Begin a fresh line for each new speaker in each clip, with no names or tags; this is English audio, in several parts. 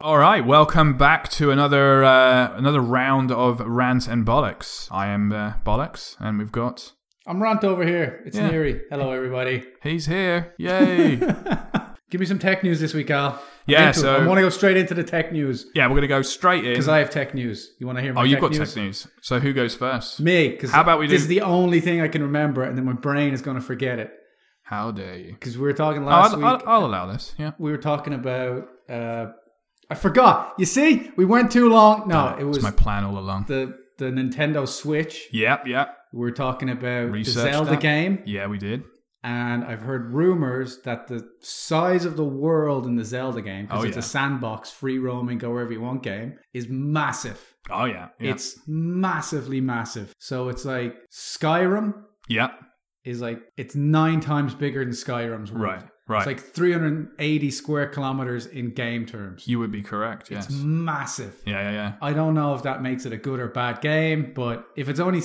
All right, welcome back to another uh, another round of rants and bollocks. I am uh, bollocks, and we've got
I'm Rant over here. It's
Yeah.
Neary. Hello, everybody.
he's here. Yay!
Give me some tech news this week, Al. I'm
Yeah,
into it.
so-
I want to go straight into the tech news
yeah, we're gonna go straight in.
because I have tech news. You want to hear my
oh, you've
tech
got
news?
tech news. So who goes first?
Me, because
How about we
this
do-
is the only thing I can remember, and then my brain is going to forget it.
How dare you?
Because we were talking last
I'll,
week, uh,
I'll, I'll allow this. Yeah,
we were talking about. Uh, I forgot. You see, we went too long. No, it
it's
was
my plan all along.
the the Nintendo Switch.
Yep, yep.
We were talking about
Research
the Zelda
that.
game,
Yeah, we did.
and I've heard rumors that the size of the world in the Zelda game, because
Oh,
it's
yeah.
a sandbox, free roaming, go wherever you want game, is massive.
Oh yeah, yeah,
It's massively massive. So it's like Skyrim
yeah.
is like it's nine times bigger than Skyrim's world.
Right, right.
It's like 380 square kilometers in game terms.
you would be correct. Yes.
It's massive.
yeah, yeah, yeah.
I don't know if that makes it a good or bad game, but if it's only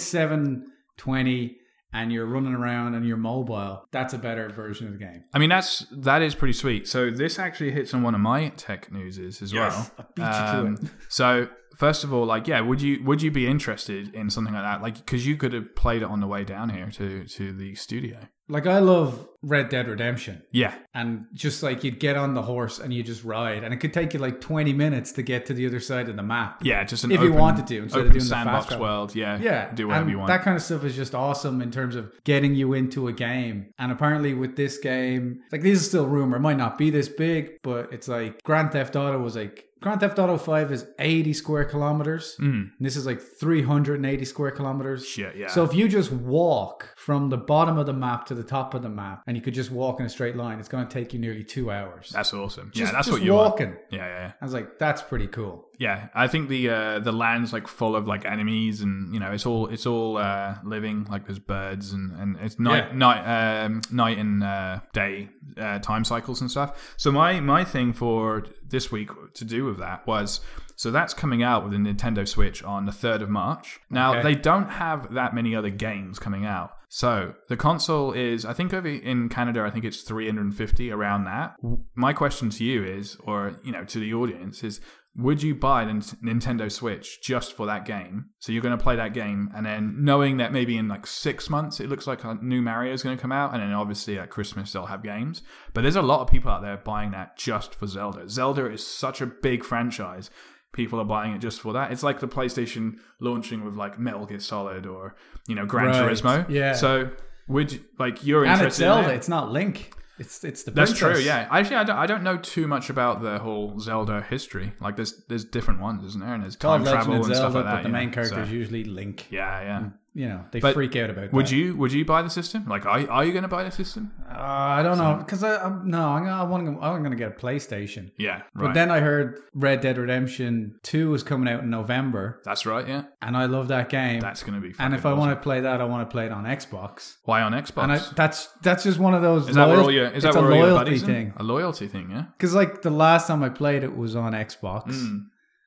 720 and you're running around and you're mobile, that's a better version of the game.
I mean, that's that is pretty sweet. So this actually hits on one of my tech newses as
Yes,
well. Um,
I beat you to it.
So first of all, like, yeah, would you would you be interested in something like that? Like, because you could have played it on the way down here to to the studio.
Like, I love Red Dead Redemption,
Yeah,
and just like you'd get on the horse and you just ride, and it could take you like 20 minutes to get to the other side of the map.
yeah, just an
If you
open,
wanted to, instead of
open
doing the fast
sandbox
travel.
world. Yeah,
Yeah,
do whatever
and
you want.
That kind of stuff is just awesome in terms of getting you into a game. And apparently, with this game, like this is still rumor, it might not be this big, but it's like Grand Theft Auto was like Grand Theft Auto Five is eighty square kilometers,
Mm.
and this is like three hundred and eighty square kilometers.
Shit, yeah.
So if you just walk from the bottom of the map to the top of the map, and you could just walk in a straight line, it's going to take you nearly two hours.
that's awesome.
just,
yeah, that's
just
what you want.
walking.
Yeah, yeah, yeah.
I was like, that's pretty cool.
yeah. I think the uh, the land's like full of like enemies, and you know, it's all it's all uh, living. Like there's birds, and and it's night
Yeah.
night um, night and uh, day uh, time cycles and stuff. So my my thing for this week to do with that was. So that's coming out with the Nintendo Switch on the 3rd of March. Now,
Okay.
they don't have that many other games coming out. So the console is, I think over in Canada, I think it's 350 around that. My question to you is, or you know, to the audience is, would you buy a Nin- Nintendo Switch just for that game? So you're going to play that game, and then knowing that maybe in like six months it looks like a new Mario is going to come out, and then obviously at Christmas they'll have games. But there's a lot of people out there buying that just for Zelda. Zelda is such a big franchise people are buying it just for that. It's like the PlayStation launching with like Metal Gear Solid or you know Gran
Right,
Turismo.
yeah.
So would you- like you're
And
interested
it's Zelda.
in it?
It's not Link. It's it's the
That's
princess.
true. Yeah. Actually, I don't, I don't know too much about the whole Zelda history. Like there's there's different ones, isn't there? And there's
Called
time
Legend
travel
and
and
Zelda,
stuff like that.
but the
yeah.
main character
So,
is usually Link.
yeah, yeah.
you know they
But
freak out about.
Would
that.
you would you buy the system? Like, are, are you going to buy the system?
Uh, I don't know because I I'm, no, I'm, gonna- I want to. I'm going to get a PlayStation.
Yeah, right.
But then I heard Red Dead Redemption Two was coming out in November,
That's right. Yeah,
and I love that game.
that's going to be.
and
fucking
if I
awesome.
want to play that, I want to play it on Xbox.
why on Xbox?
And I, that's that's just one of those.
is that where
loyal-
all your is
it's
that where
a
all your
loyalty
buddies in?
thing?
A loyalty thing, yeah.
Because like the last time I played it was on Xbox,
Mm.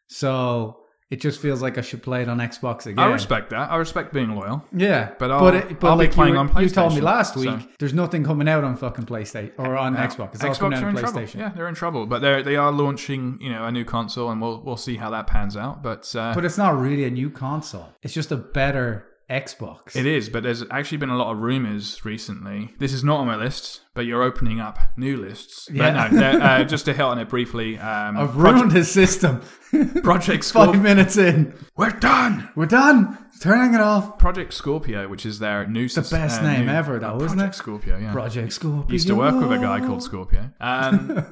so it just feels like I should play it on Xbox again.
I respect that. I respect being loyal.
Yeah,
But I'll- I'll be
like you
playing
were-
on
You told me
PlayStation,
last
so-
week there's nothing coming out on fucking PlayStation or on Xbox. It's all
Xbox
coming out
are
on
in trouble.
PlayStation.
Yeah, they're in trouble, but they they are launching you know a new console, and we'll we'll see how that pans out. But, uh,
But it's not really a new console. It's just a better Xbox.
it is. But there's actually been a lot of rumors recently. This is not on my list, but you're opening up new lists.
Yeah.
But no, they're, uh, just to hit on it briefly. Um,
I've ruined his system.
Project
Five
Scorpio.
minutes in,
We're done.
we're done. Turning it off.
Project Scorpio, which is their new the
best name ever, though, isn't it?
Scorpio. Yeah.
Project Scorpio.
used to work with a guy called Scorpio. Um,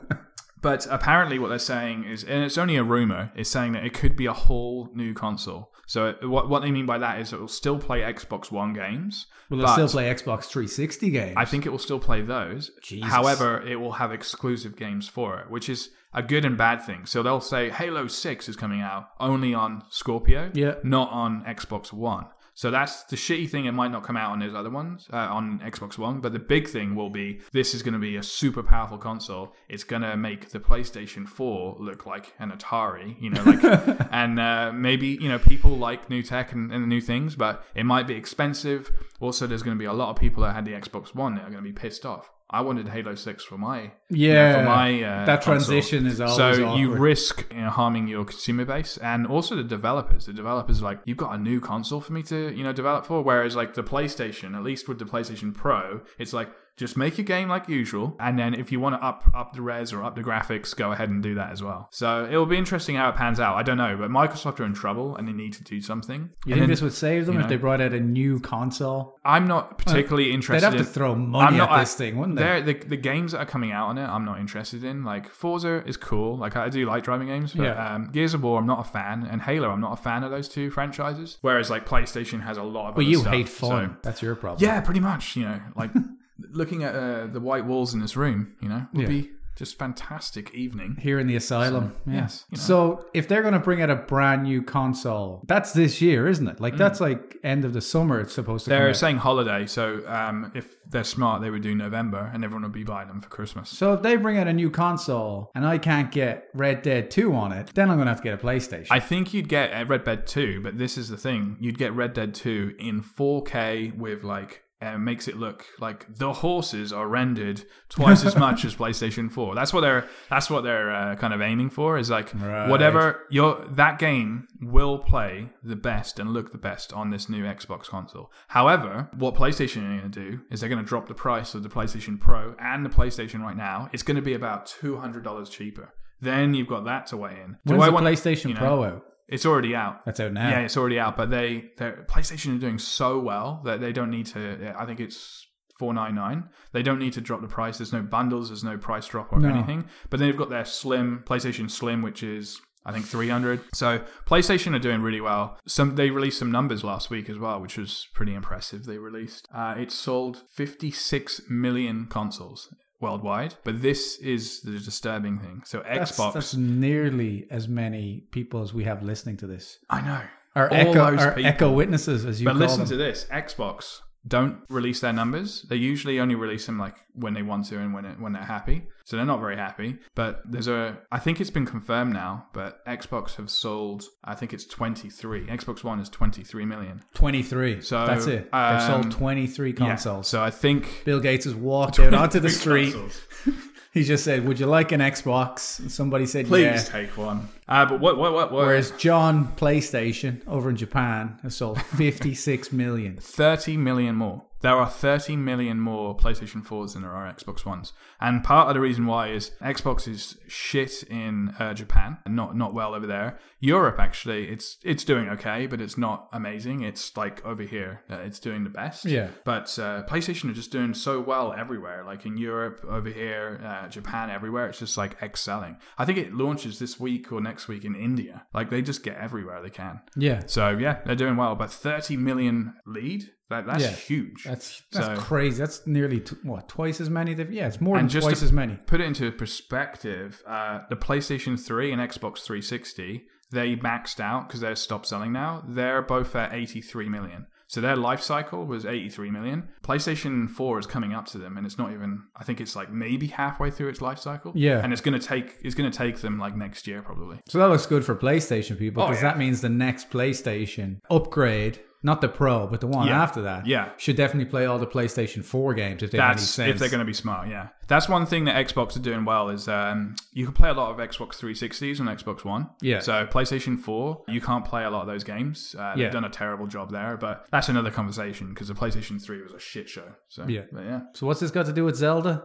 but apparently, what they're saying is, and it's only a rumor, is saying that it could be a whole new console. So it- what what they mean by that is it will still play Xbox One games.
Will
but
I still play Xbox 360 games?
I think it will still play those.
Jesus.
However, it will have exclusive games for it, which is a good and bad thing. So they'll say Halo Six is coming out only on Scorpio,
Yeah.
not on Xbox One. So that's the shitty thing. It might not come out on those other ones uh, on Xbox One, but the big thing will be this is going to be a super powerful console. It's going to make the PlayStation Four look like an Atari, you know, like, and uh, maybe you know people like new tech and, and new things, but it might be expensive. Also, there's going to be a lot of people that had the Xbox One that are going to be pissed off. I wanted Halo Six for my
yeah,
for my uh,
that
console.
transition is always
So you
awkward.
risk you know, harming your consumer base and also the developers. The developers are like you've got a new console for me to you know develop for. Whereas like the PlayStation, at least with the PlayStation Pro, it's like just make your game like usual, and then if you want to up up the res or up the graphics, go ahead and do that as well. So it will be interesting how it pans out. I don't know, but Microsoft are in trouble and they need to do something.
you
And
think
then
this would save them
you
if they
know.
brought out a new console?
I'm not particularly
They'd
interested.
have to
in-
throw money
I'm not-
at
I-
this thing, wouldn't they?
There, the, the games that are coming out on it, I'm not interested in. Like Forza is cool. Like I do like driving games, but
Yeah.
um, Gears of War, I'm not a fan, and Halo, I'm not a fan of those two franchises. Whereas like PlayStation has a lot of.
But
other
you
stuff,
hate
so-
fun. That's your problem.
Yeah, pretty much. You know, like looking at uh, the white walls in this room, you know, would
Yeah.
be just fantastic evening.
Here in the asylum. yeah.
yes, you know.
So if they're going to bring out a brand new console, that's this year, isn't it?
Mm.
Like that's like end of the summer. It's supposed to. Come
They're
out.
saying holiday, so um, if they're smart, they would do November, and everyone would be buying them for Christmas.
So if they bring out a new console and I can't get Red Dead Two on it, then I'm going to have to get a PlayStation.
I think you'd get uh, Red Dead 2, but this is the thing. You'd get Red Dead 2 in 4K with like uh, makes it look like the horses are rendered twice as much as PlayStation 4. That's what they're that's what they're uh, kind of aiming for is like
Right.
whatever your that game will play the best and look the best on this new Xbox console. However, what PlayStation are going to do is they're going to drop the price of the PlayStation Pro and the PlayStation right now. It's going to be about $200 cheaper. Then you've got that to weigh in. Do
When's
I
the
want
PlayStation
you know,
Pro out?
it's already out.
That's out now.
Yeah, it's already out. But they, they're- PlayStation are doing so well that they don't need to. I think it's four nine nine. They don't need to drop the price. There's no bundles. There's no price drop or
No.
anything. But then they've got their Slim PlayStation Slim, which is I think three hundred. So PlayStation are doing really well. Some they released some numbers last week as well, which was pretty impressive. They released. Uh, it sold fifty six million consoles. Worldwide, but this is the disturbing thing. So
That's-
Xbox,
That's nearly as many people as we have listening to this.
I know,
Our
All
echo,
those
our
people.
echo witnesses, as you
But
call
listen
them.
to this: Xbox don't release their numbers. They usually only release them like when they want to and when it, when they're happy. So they're not very happy. But there's a I think it's been confirmed now. But Xbox have sold I think it's 23. Xbox One is 23 million.
23.
So,
that's it. They've
um,
sold 23
Yeah.
consoles.
So I think
Bill Gates has walked out onto the
23
street.
consoles.
He just said, "Would you like an Xbox?" And somebody said,
Please
"Yeah."
take one. Uh, but what what what what?
Whereas John PlayStation over in Japan has sold 56 million.
30 million more. There are 30 million more PlayStation 4s than there are Xbox Ones. And part of the reason why is Xbox is shit in uh, Japan, not not well over there. Europe actually, it's it's doing okay, but it's not amazing. It's like over here, uh, it's doing the best.
Yeah.
But uh, PlayStation are just doing so well everywhere, like in Europe, over here, uh, Japan, everywhere. It's just like excelling. I think it launches this week or next week in India. Like they just get everywhere they can.
Yeah,
So yeah, they're doing well, but 30 million lead that, that's
Yeah.
huge.
that's that's
So-
crazy. That's nearly t- what twice as many. they've- Yeah, it's more
And
than
just
twice
to-
as many.
Put it into perspective, uh, the PlayStation 3 and Xbox 360 they maxed out because they're stopped selling now. They're both at 83 million. So their life cycle was 83 million. PlayStation 4 is coming up to them, and it's not even. I think it's like maybe halfway through its life cycle.
Yeah.
and it's gonna take it's gonna take them like next year probably.
So that looks good for PlayStation people
Oh,
because
yeah.
that means the next PlayStation upgrade, not the Pro, but the one
Yeah.
after that,
Yeah.
should definitely play all the PlayStation 4 games if they have any
That's
sense.
if they're going to be smart, yeah. That's one thing that Xbox are doing well is um, you can play a lot of Xbox 360s and Xbox One.
Yeah.
So PlayStation 4, you can't play a lot of those games. Uh,
Yeah.
They've done a terrible job there, but that's another conversation because the PlayStation 3 was a shit show. So
Yeah.
but yeah,
so what's this got to do with Zelda?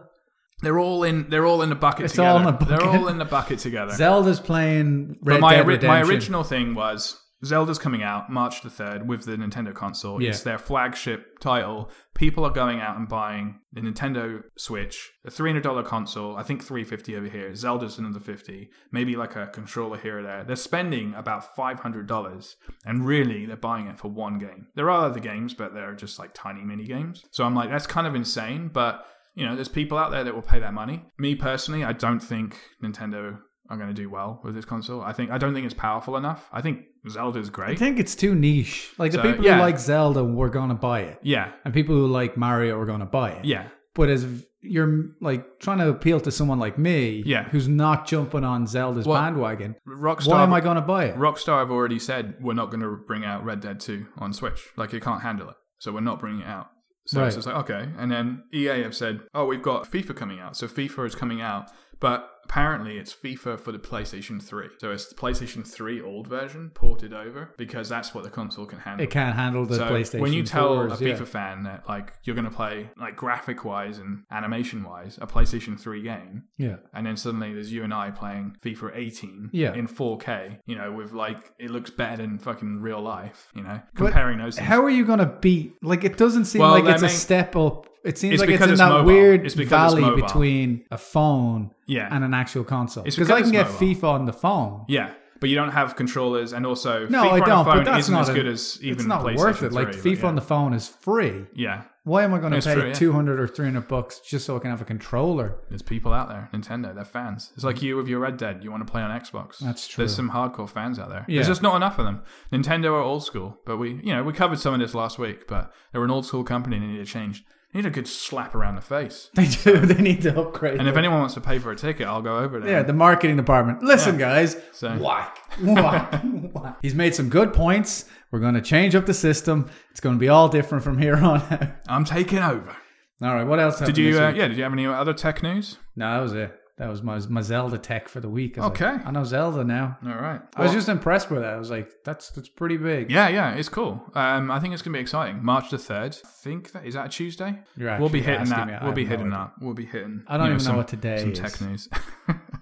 they're all in. They're all in the bucket
It's
together.
all in the
They're
bucket.
all in the bucket together.
Zelda's playing Red
But my, ori-
Dead
my
Redemption.
original thing was Zelda's coming out March the 3rd with the Nintendo console.
Yeah.
It's their flagship title. People are going out and buying the Nintendo Switch, a $300 console, I think 350 over here. Zelda's another 50, maybe like a controller here or there. They're spending about $500 and really they're buying it for one game. There are other games, but they're just like tiny mini games. So I'm like that's kind of insane, but you know, there's people out there that will pay that money. Me personally, I don't think Nintendo are going to do well with this console. I think I don't think it's powerful enough. I think Zelda's
I
great.
think it's too niche. Like the
So,
people
yeah.
who like Zelda were going to buy it,
yeah,
and people who like Mario were going to buy it.
yeah,
But as v- you're like trying to appeal to someone like me,
Yeah.
who's not jumping on Zelda's
Well,
bandwagon,
Rockstar.
why am I going to buy it?
Rockstar have already said we're not going to bring out Red Dead 2 on Switch. Like it can't handle it, so we're not bringing it out. So
Right.
it's just like, okay. And then EA have said, oh, we've got FIFA coming out. So FIFA is coming out. But apparently it's FIFA for the PlayStation 3. So it's the PlayStation 3 old version ported over because that's what the console can handle.
It can't handle the
so
PlayStation.
when you tell
4s,
a
yeah.
FIFA fan that like you're going to play like graphic wise and animation wise a PlayStation 3 game
yeah,
and then suddenly there's you and I playing FIFA 18
Yeah.
in 4K, you know, with like it looks better than fucking real life, you know, comparing those things.
how are you gonna beat? Like it doesn't seem
Well,
like
I
it's a
mean-
step up. It seems
It's
like it's
because
in
it's
that
mobile.
weird
It's because it's
valley
mobile.
between a phone
Yeah.
and an actual console.
It's
Because
because
I can get
it's mobile.
FIFA on the phone.
yeah, but you don't have controllers and also
No,
FIFA
I
on
don't.
a phone
But that's
isn't
not
as
a-
good as even
it's not
PlayStation
worth it.
3,
Like
but
FIFA
yeah.
on the phone is free.
Yeah,
Why am I going to
It's
pay
free, yeah.
200 or 300 bucks just so I can have a controller?
there's people out there, Nintendo, they're fans. It's like you with your Red Dead, you want to play on Xbox.
That's true.
There's some hardcore fans out there.
Yeah.
There's just not enough of them. Nintendo are old school, but we, you know, we covered some of this last week, but they're an old school company and they need a change. They need a good slap around the face.
They do. They need to upgrade.
And if
their-
anyone wants to pay for a ticket, I'll go over there.
yeah, the marketing department. Listen, guys.
So-
Whack. Whack. whack. He's made some good points. We're going to change up the system. It's going to be all different from here on out.
I'm taking over.
All right. What else happened
Did you?
this
Uh,
week?
yeah. Did you have any other tech news?
No, that was it. That was my, my Zelda tech for the week. I was like,
Okay.
I know Zelda now.
All right.
I was just impressed with that. I was like, that's that's pretty big.
Yeah, yeah, it's cool. Um, I think it's gonna be exciting. March the third. I think that is that a Tuesday.
You're
we'll be
actually
hitting
asking
that.
me. I
we'll
have
be
no
hitting
idea.
that. We'll be hitting.
I don't
you
even know
some-
what today
Some
is.
tech news.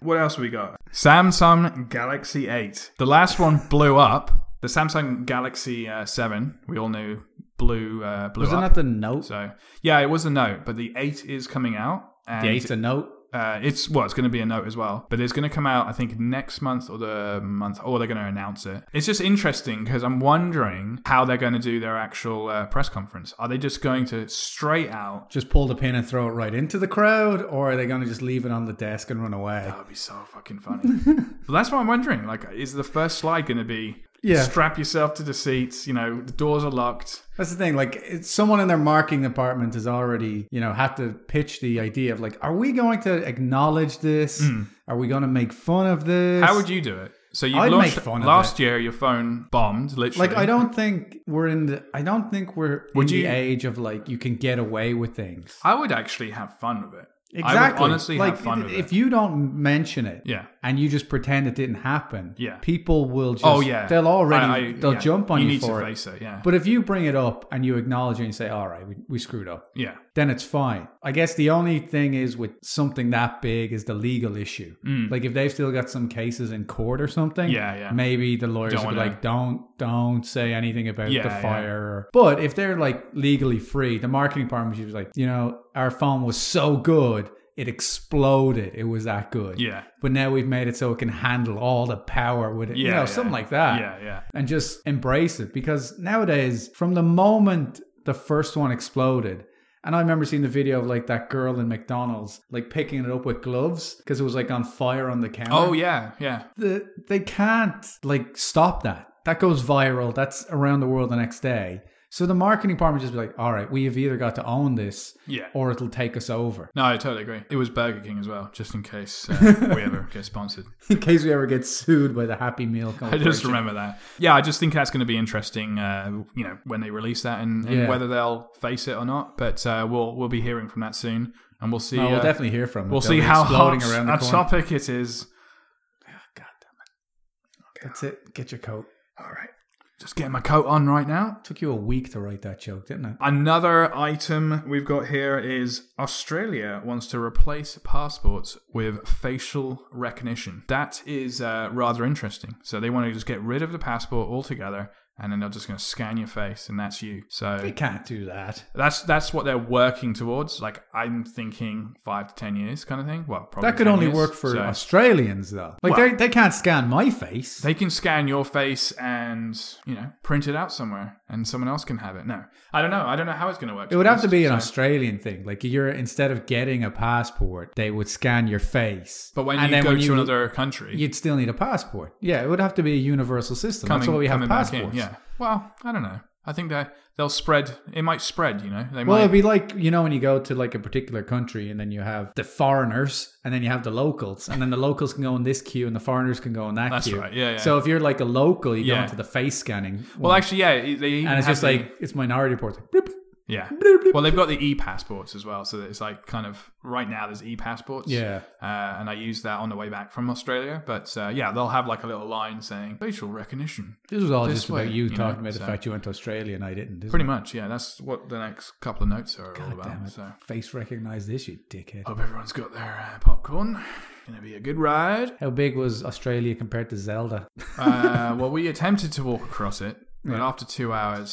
what else we got? Samsung Galaxy Eight. The last one blew up. The Samsung Galaxy uh, Seven. We all knew blew uh, blew
Isn't
up.
that the note?
so yeah, it was a note, but the Eight is coming out. And
the eight's a note.
uh, it's well, it's going to be a note as well, but it's going to come out I think next month or the month, or they're going to announce it. It's just interesting because I'm wondering how they're going to do their actual uh, press conference. Are they just going to straight out?
Just pull the pin and throw it right into the crowd, or are they going to just leave it on the desk and run away?
That would be so fucking funny. but that's what I'm wondering. Like, is the first slide going to be?
Yeah.
Strap yourself to the seats. You know, the doors are locked.
That's the thing. Like, it's, someone in their marketing department has already, you know, had to pitch the idea of like, are we going to acknowledge this? Are we going to make fun of this?
Hmm. How would you do it? So you
I'd
launched
make fun of
last year. Your phone bombed. Literally.
like? I don't think we're in the. I don't think we're
Would
in
you-
the age of like you can get away with things.
I would actually have fun with it. I would
Exactly.
honestly
like,
have fun with
if
it.
you don't mention it,
Yeah.
and you just pretend it didn't happen,
Yeah.
people will just.
Oh yeah,
they'll already
I- I-
they'll
yeah.
jump on you,
need
for
to
it.
face it. Yeah,
But if you bring it up and you acknowledge it and say, "All right, we, we screwed up,"
yeah,
then it's fine. I guess the only thing is with something that big is the legal issue. Like if they've still got some cases in court or something,
Mm. Yeah, yeah.
maybe the lawyers
Don't
would be
wanna-
like, "Don't, don't say anything about
Yeah,
the
yeah.
fire." But if they're like legally free, the marketing department should be like, "You know, our phone was so good." It exploded. It was that good.
Yeah.
But now we've made it so it can handle all the power with it. you
Yeah,
know,
yeah.
something like that
yeah, yeah.
and just embrace it because nowadays from the moment the first one exploded and i remember seeing the video of like that girl in mcdonald's like picking it up with gloves because it was like on fire on the counter
Oh yeah, yeah.
the, they can't like stop that that goes viral that's around the world the next day so the marketing department just be like all right we have either got to own this
Yeah.
or it'll take us over
No, I totally agree. It was Burger King as well, just in case uh, we ever get sponsored.
in case we ever get sued by the happy meal
I
company
just remember that. Yeah, I just think that's going to be interesting. Uh, you know, when they release that and, and
Yeah.
whether they'll face it or not. But uh, we'll we'll be hearing from that soon, and we'll see.
no, we'll
uh,
definitely hear from them.
we'll
They'll
see
be
how
exploding
hot
around the
a
corner.
topic it is.
God damn it. That's it. Get your coat.
All right, just getting my coat on right now.
Took you a week to write that joke, didn't it?
Another item we've got here is Australia wants to replace passports with facial recognition. That is uh, rather interesting. So they want to just get rid of the passport altogether, and then they're just going to scan your face, and that's you.
We
So
can't do that.
that's that's what they're working towards. Like I'm thinking five to ten years, kind of thing. Well, probably
That could
10
only
years.
work for
So-
Australians, though. Like,
Well-
they they can't scan my face.
They can scan your face and you know print it out somewhere, and someone else can have it. No, I don't know. I don't know how it's going to work.
it would have to
honest.
be an
So-
Australian thing. Like, you're instead of getting a passport, they would scan your face.
But when
And
you
then
go
when
to another country,
You'd still need a passport. Yeah, it would have to be a universal system. That's why we have
coming back in,
passports.
Yeah. Well, I don't know. I think they they'll spread. It might spread. You know, they
Well,
might.
it'd be like you know when you go to like a particular country, and then you have the foreigners, and then you have the locals, and then the locals can go in this queue, and the foreigners can go in that
That's
queue.
right, yeah, yeah.
So if you're like a local, you go
Yeah.
into the face scanning,
well, actually, yeah. They even
and it's
have
just
the-
like it's minority reports. Like, bloop.
Yeah. Well, they've got the e passports as well, so it's like kind of right now there's e passports.
Yeah.
Uh, and I used that on the way back from Australia, but uh, yeah, they'll have like a little line saying facial recognition.
This was all
This
just
way,
about you,
you know,
talking about the
so-
fact you went to Australia and I didn't. isn't
Pretty
it?
much, yeah. That's what the next couple of notes are all
God
about.
damn it.
So Oh.
Face recognized this, you dickhead.
hope everyone's got their uh, popcorn. Gonna be a good ride.
How big was Australia compared to Zelda?
Uh, well, we attempted to walk across it, but
Yeah.
after two hours,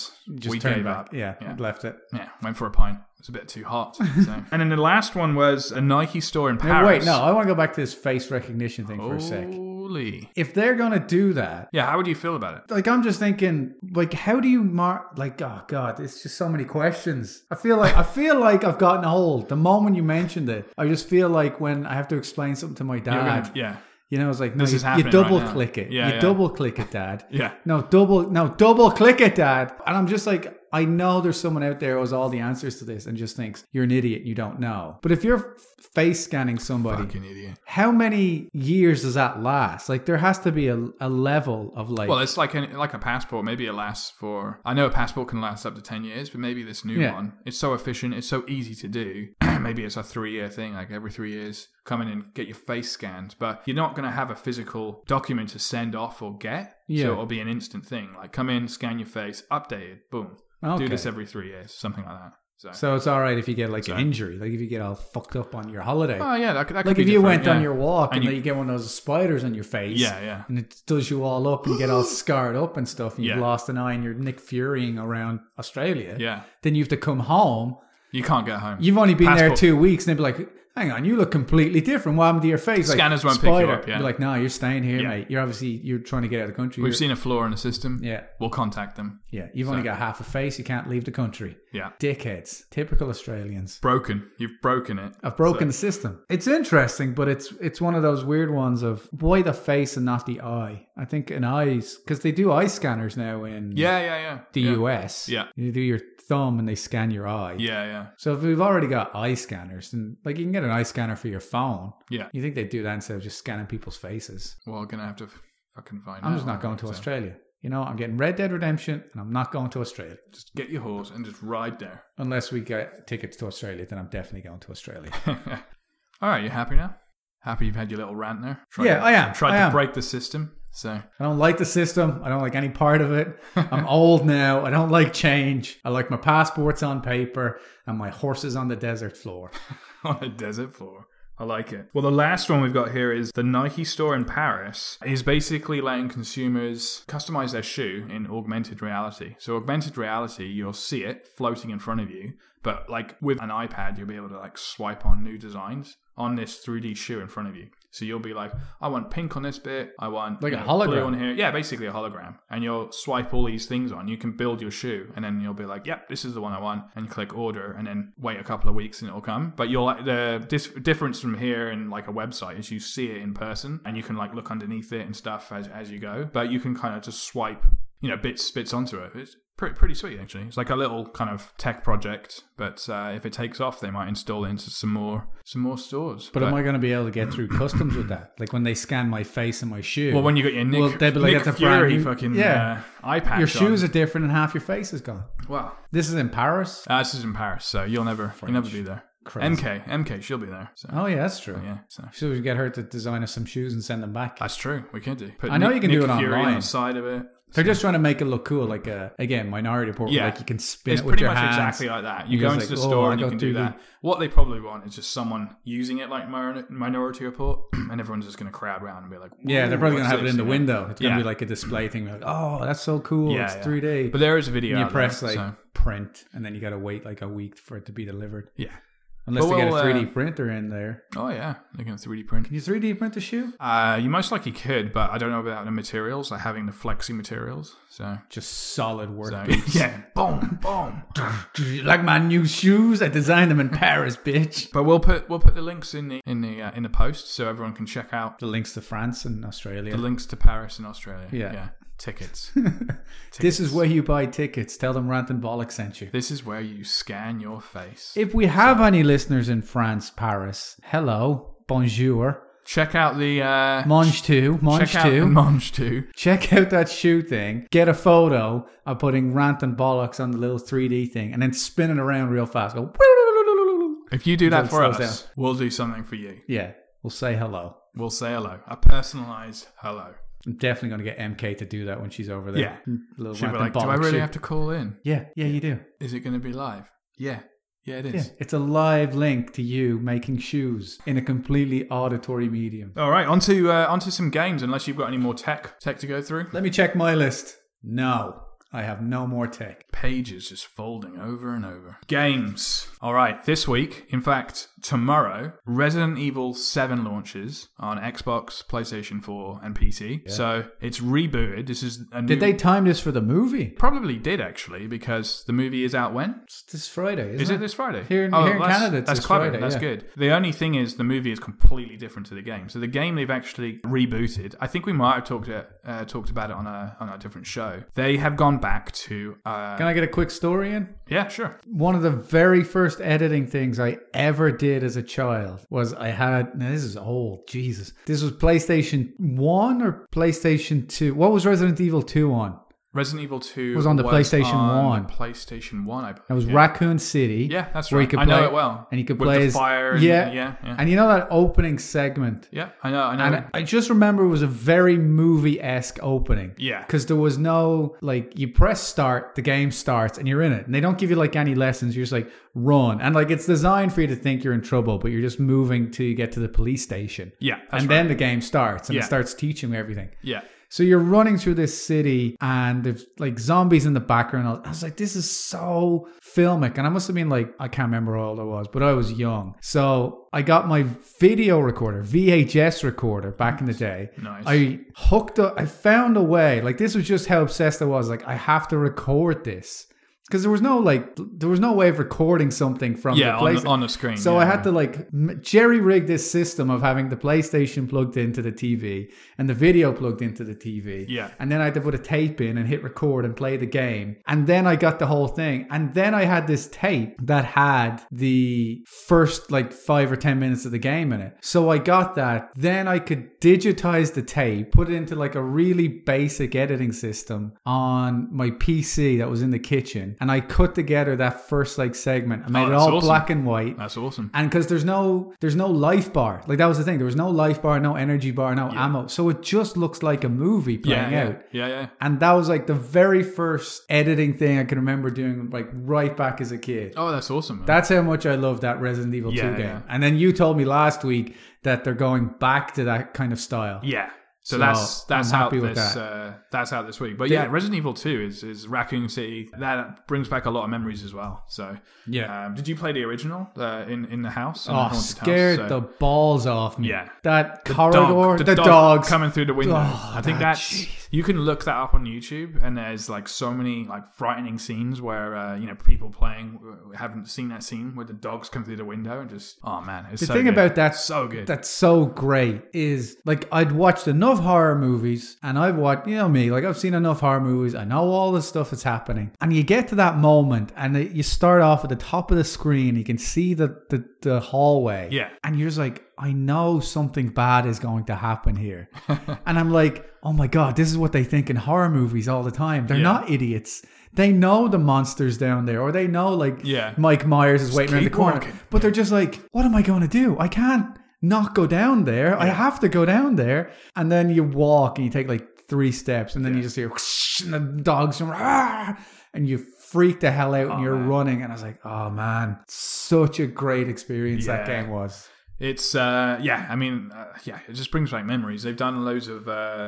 Just
we
turned
gave
back.
up.
Yeah,
Yeah.
left it.
Yeah, went for a pint. It was a bit too hot. So. and then the last one was a Nike store in
Now,
Paris.
wait, no, I want to go back to this face recognition thing for a
Oh.
sec.
Holy.
If they're gonna do that,
Yeah, how would you feel about it?
like I'm just thinking, like, how do you mark? Like, oh god, it's just so many questions. I feel like I feel like I've gotten old. The moment you mentioned it, I just feel like when I have to explain something to my
You're
dad,
gonna- yeah,
you know, it's like no,
This
you,
is
you
happening right
double
now.
click it.
Yeah,
you
yeah.
double click it, dad.
yeah.
No, double, no, double click it, Dad. And I'm just like, I know there's someone out there who has all the answers to this and just thinks you're an idiot, you don't know. But if you're f- face scanning somebody,
Fucking idiot.
how many years does that last? Like, there has to be a, a level of like,
Well, it's like an, like a passport. Maybe it lasts for. I know a passport can last up to ten years, but maybe this new
Yeah.
one. It's so efficient. It's so easy to do. maybe it's a three year thing. Like every three years, come in and get your face scanned. But you're not going to have a physical document to send off or get.
Yeah.
So it'll be an instant thing. Like come in, scan your face, updated, boom.
okay.
Do this every three years, something like that. So.
so it's all right if you get like an
So-
injury, like if you get all fucked up on your holiday.
oh yeah, that, could- that could
like
be
if you
different,
went on
yeah.
your walk and,
And
then you get one of those spiders on your face.
Yeah, yeah.
And it does you all up and you get all scarred up and stuff and you've
Yeah.
lost an eye and you're Nick Furying around Australia.
Yeah.
Then you have to come home
You can't get home.
You've only been there
Passport.
two weeks, and they'd be like, "Hang on, you look completely different. What happened to your face?" Like,
Scanners won't pick you up, yeah.
You're like, "No, you're staying here,
Yeah.
mate. You're obviously you're trying to get out of the country.
We've
You're-
seen a flaw in the system.
yeah,
We'll contact them.
yeah. You've only got half a face. You can't leave the country.
Yeah.
Dickheads, typical Australians.
Broken. You've broken it.
I've broken the system. It's interesting, but it's it's one of those weird ones of why the face and not the eye. I think an eyes because they do eye scanners now in
Yeah, yeah, yeah.
the
yeah.
US.
Yeah.
you do your thumb and they scan your eye.
Yeah, yeah,
So if we've already got eye scanners, then like you can get an eye scanner for your phone.
yeah.
You think they do that instead of just scanning people's faces?
Well, gonna have to f- fucking find.
I'm
out,
just not
aren't
going
we?
to
So,
Australia. You know, I'm getting Red Dead Redemption, and I'm not going to Australia
Just get your horse and just ride there.
unless we get tickets to Australia. Then I'm definitely going to Australia.
All right, you happy now? Happy you've had your little rant there. Tried
Yeah,
to,
I am,
Tried
I
to
am.
break the system. So
I don't like the system. I don't like any part of it. I'm old now. I don't like change. I like my passports on paper and my horses on the desert floor.
on a desert floor. I like it. Well, the last one we've got here is the Nike store in Paris is basically letting consumers customize their shoe in augmented reality. So, augmented reality, you'll see it floating in front of you, but like with an iPad, you'll be able to like swipe on new designs on this 3D shoe in front of you. So you'll be like, I want pink on this bit. I want
Like
you
a
know, blue
hologram.
on here. Yeah, basically a hologram. And you'll swipe all these things on. You can build your shoe, and then you'll be like, "Yep, this is the one I want," and click order, and then wait a couple of weeks, and it'll come. But you'll like the dis- difference from here and like a website is you see it in person, and you can like look underneath it and stuff as as you go. But you can kind of just swipe, you know, bits bits onto it. It's pretty pretty sweet actually. It's like a little kind of tech project, but uh, if it takes off, they might install it into some more some more stores.
But am I going to be able to get through customs with that? Like when they scan my face and my shoe.
well, when you got your Nick,
Well, they'd be like,
Nick
"That's a brand
Fury
new-
fucking
Yeah.
uh, iPad,
your shoes are different and half your face is gone.
uh, wow.
This is in Paris.
Uh, this is in Paris, so you'll never you'll never be there.
Crazy.
MK, MK, she'll be there. So
Oh yeah, that's true.
yeah, so
So we can get her to design us some shoes and send them back.
that's true. We can do. Put
I know you can do it
Fury
online.
on the side of it.
They're just trying to make it look cool, like uh, again, Minority Report. Yeah,
Yeah.
like you can spin
It's
it with
pretty
your
much
hands.
exactly like that. You
You're
go into
just
the
like, "Oh,
store
I
and you
got
can
to
do
the-"
that. What they probably want is just someone using it like Minor- Minority Report, and everyone's just going to crowd around and be like,
Yeah, they're
"Ooh,
probably
what's
gonna have it
this?"
in the
You know?
window. It's gonna
Yeah.
be like a display thing. Like, oh, that's so cool.
Yeah,
it's
yeah.
3D.
But there is a video.
And you
out
press
there,
like
so-
print, and then you gotta wait like a week for it to be delivered.
yeah.
Unless
But
they get a
we'll, uh,
3D printer in there.
Oh yeah, they're going to 3D print.
Can you 3D print the shoe?
Uh, you most likely could, but I don't know about the materials, like having the flexi materials. So,
Just solid work.
so
boots.
yeah, boom, boom.
like my new shoes. I designed them in Paris, bitch.
But we'll put we'll put the links in the in the uh, in the post so everyone can check out
The links to France and Australia.
the links to Paris and Australia.
Yeah.
Tickets.
This is where you buy tickets. Tell them Rant and Bollock sent you.
This is where you scan your face.
If we have any listeners in France, Paris, hello, bonjour.
Check out the uh,
Monge 2, Monge
check out
2.
the Monge Two.
check out that shoe thing, get a photo of putting rant and bollocks on the little 3D thing, and then spin it around real fast. Go,
If you do that
it
for
slows
us, we'll do something for you.
yeah, we'll say hello.
We'll say hello. A personalized hello.
I'm definitely going to get MK to do that when she's over there.
Yeah.
Mm, Little
She'll
rant
be
and
like, "Do I
bollocks
really
shoe."
have to call in?
Yeah, yeah, you do.
Is it going to be live? Yeah, yeah, it
Yeah,
is.
it's a live link to you making shoes in a completely auditory medium.
All right, onto uh, onto some games. Unless you've got any more tech tech to go through.
Let me check my list. No, I have no more tech.
pages just folding over and over. Games. All right, this week, in fact, tomorrow, Resident Evil 7 launches on Xbox, PlayStation 4, and PC. So it's rebooted. This is a new.
Did they time this for the movie?
Probably did actually, because the movie is out when?
It's this Friday, isn't
Is it this Friday? Oh,
Here in- here in
that's-
Canada it's
that's
this
clever.
Friday,
that's
yeah.
good. The only thing is, the movie is completely different to the game. So the game they've actually rebooted. I think we might have talked it, uh, talked about it on a on a different show. They have gone back to. Uh,
Can I get a quick story in?
yeah, sure.
One of the very first editing things I ever did as a child was I had. Now this is old, Jesus. This was PlayStation One or PlayStation Two. What was Resident Evil Two on?
Resident Evil 2
was on the PlayStation
on
1.
the PlayStation 1, I believe.
It was
yeah.
Raccoon City.
Yeah, that's
where
right.
you could
I know
play-
it well.
and you could
With
play
the
as-
fire and-
yeah.
yeah, yeah.
And you know that opening segment.
yeah, I know. I know.
And I just remember it was a very movie esque opening.
Yeah.
Because there was no, like, you press start, the game starts, and you're in it. And they don't give you, like, any lessons. You're just like, run. And, like, it's designed for you to think you're in trouble, but you're just moving till you get to the police station.
yeah, that's
and
right.
then the game starts and
Yeah.
it starts teaching you everything.
yeah.
So you're running through this city and there's like zombies in the background. I was like, this is so filmic. And I must have been like, I can't remember how old I was, but I was young. So I got my video recorder, VHS recorder back in the day.
Nice.
I hooked up, I found a way. Like, this was just how obsessed I was. Like, I have to record this. Because there was no like, there was no way of recording something from
Yeah,
the
on
place.
the, on the screen.
So
yeah,
I had to like jerry rig this system of having the PlayStation plugged into the TV and the video plugged into the TV.
Yeah.
And then I had to put a tape in and hit record and play the game. And then I got the whole thing. And then I had this tape that had the first like five or 10 minutes of the game in it. So I got that. Then I could digitize the tape, put it into like a really basic editing system on my PC that was in the kitchen. And I cut together that first like segment. I made it
Oh, that's
all
awesome.
black and white
That's awesome.
and because there's no there's no life bar like that was the thing there was no life bar no energy bar no ammo so it just looks like a movie
Yeah,
playing
yeah,
out
yeah, yeah.
and that was like the very first editing thing i can remember doing like right back as a kid
Oh, that's awesome. man.
that's how much i love that resident evil
Yeah,
2 game
yeah.
and then you told me last week that they're going back to that kind of style
yeah. So,
So
that's that's
I'm
how
happy
this
with that.
Uh, that's how this week. But
Yeah.
yeah, Resident Evil Two is is Raccoon City. That brings back a lot of memories as well. So
Yeah.
um, did you play the original uh, in in the house? in the
Oh,
haunted house?
scared
So-
the balls off me.
Yeah.
That
dog-
corridor, the,
dog
dogs.
coming through the window.
Oh,
I think
that-
that's
jeez.
you can look that up on YouTube, and there's like so many like frightening scenes where uh, you know people playing uh, haven't seen that scene where the dogs come through the window and just oh man, it's
The
so
thing
good.
about that
so good.
that's so great is like I'd watched enough horror movies and I've watched you know me like I've seen enough horror movies I know all the stuff that's happening and you get to that moment and it- you start off at the top of the screen you can see the the, the hallway
Yeah.
and you're just like I know something bad is going to happen here and I'm like oh my god this is what they think in horror movies all the time they're not idiots they know the monsters down there or they know like
Yeah.
Mike Myers is waiting around the
keep
corner
walking.
but they're just like, what am I going to do? I can't not go down there. I have to go down there. And then you walk and you take like three steps and then you just hear whoosh, and the dogs and, "Rah!" and you freak the hell out
Oh,
and you're running. And I was like, oh man, such a great experience that
Yeah.
game was.
It's uh, yeah, I mean uh, yeah, it just brings back memories. They've done loads of uh,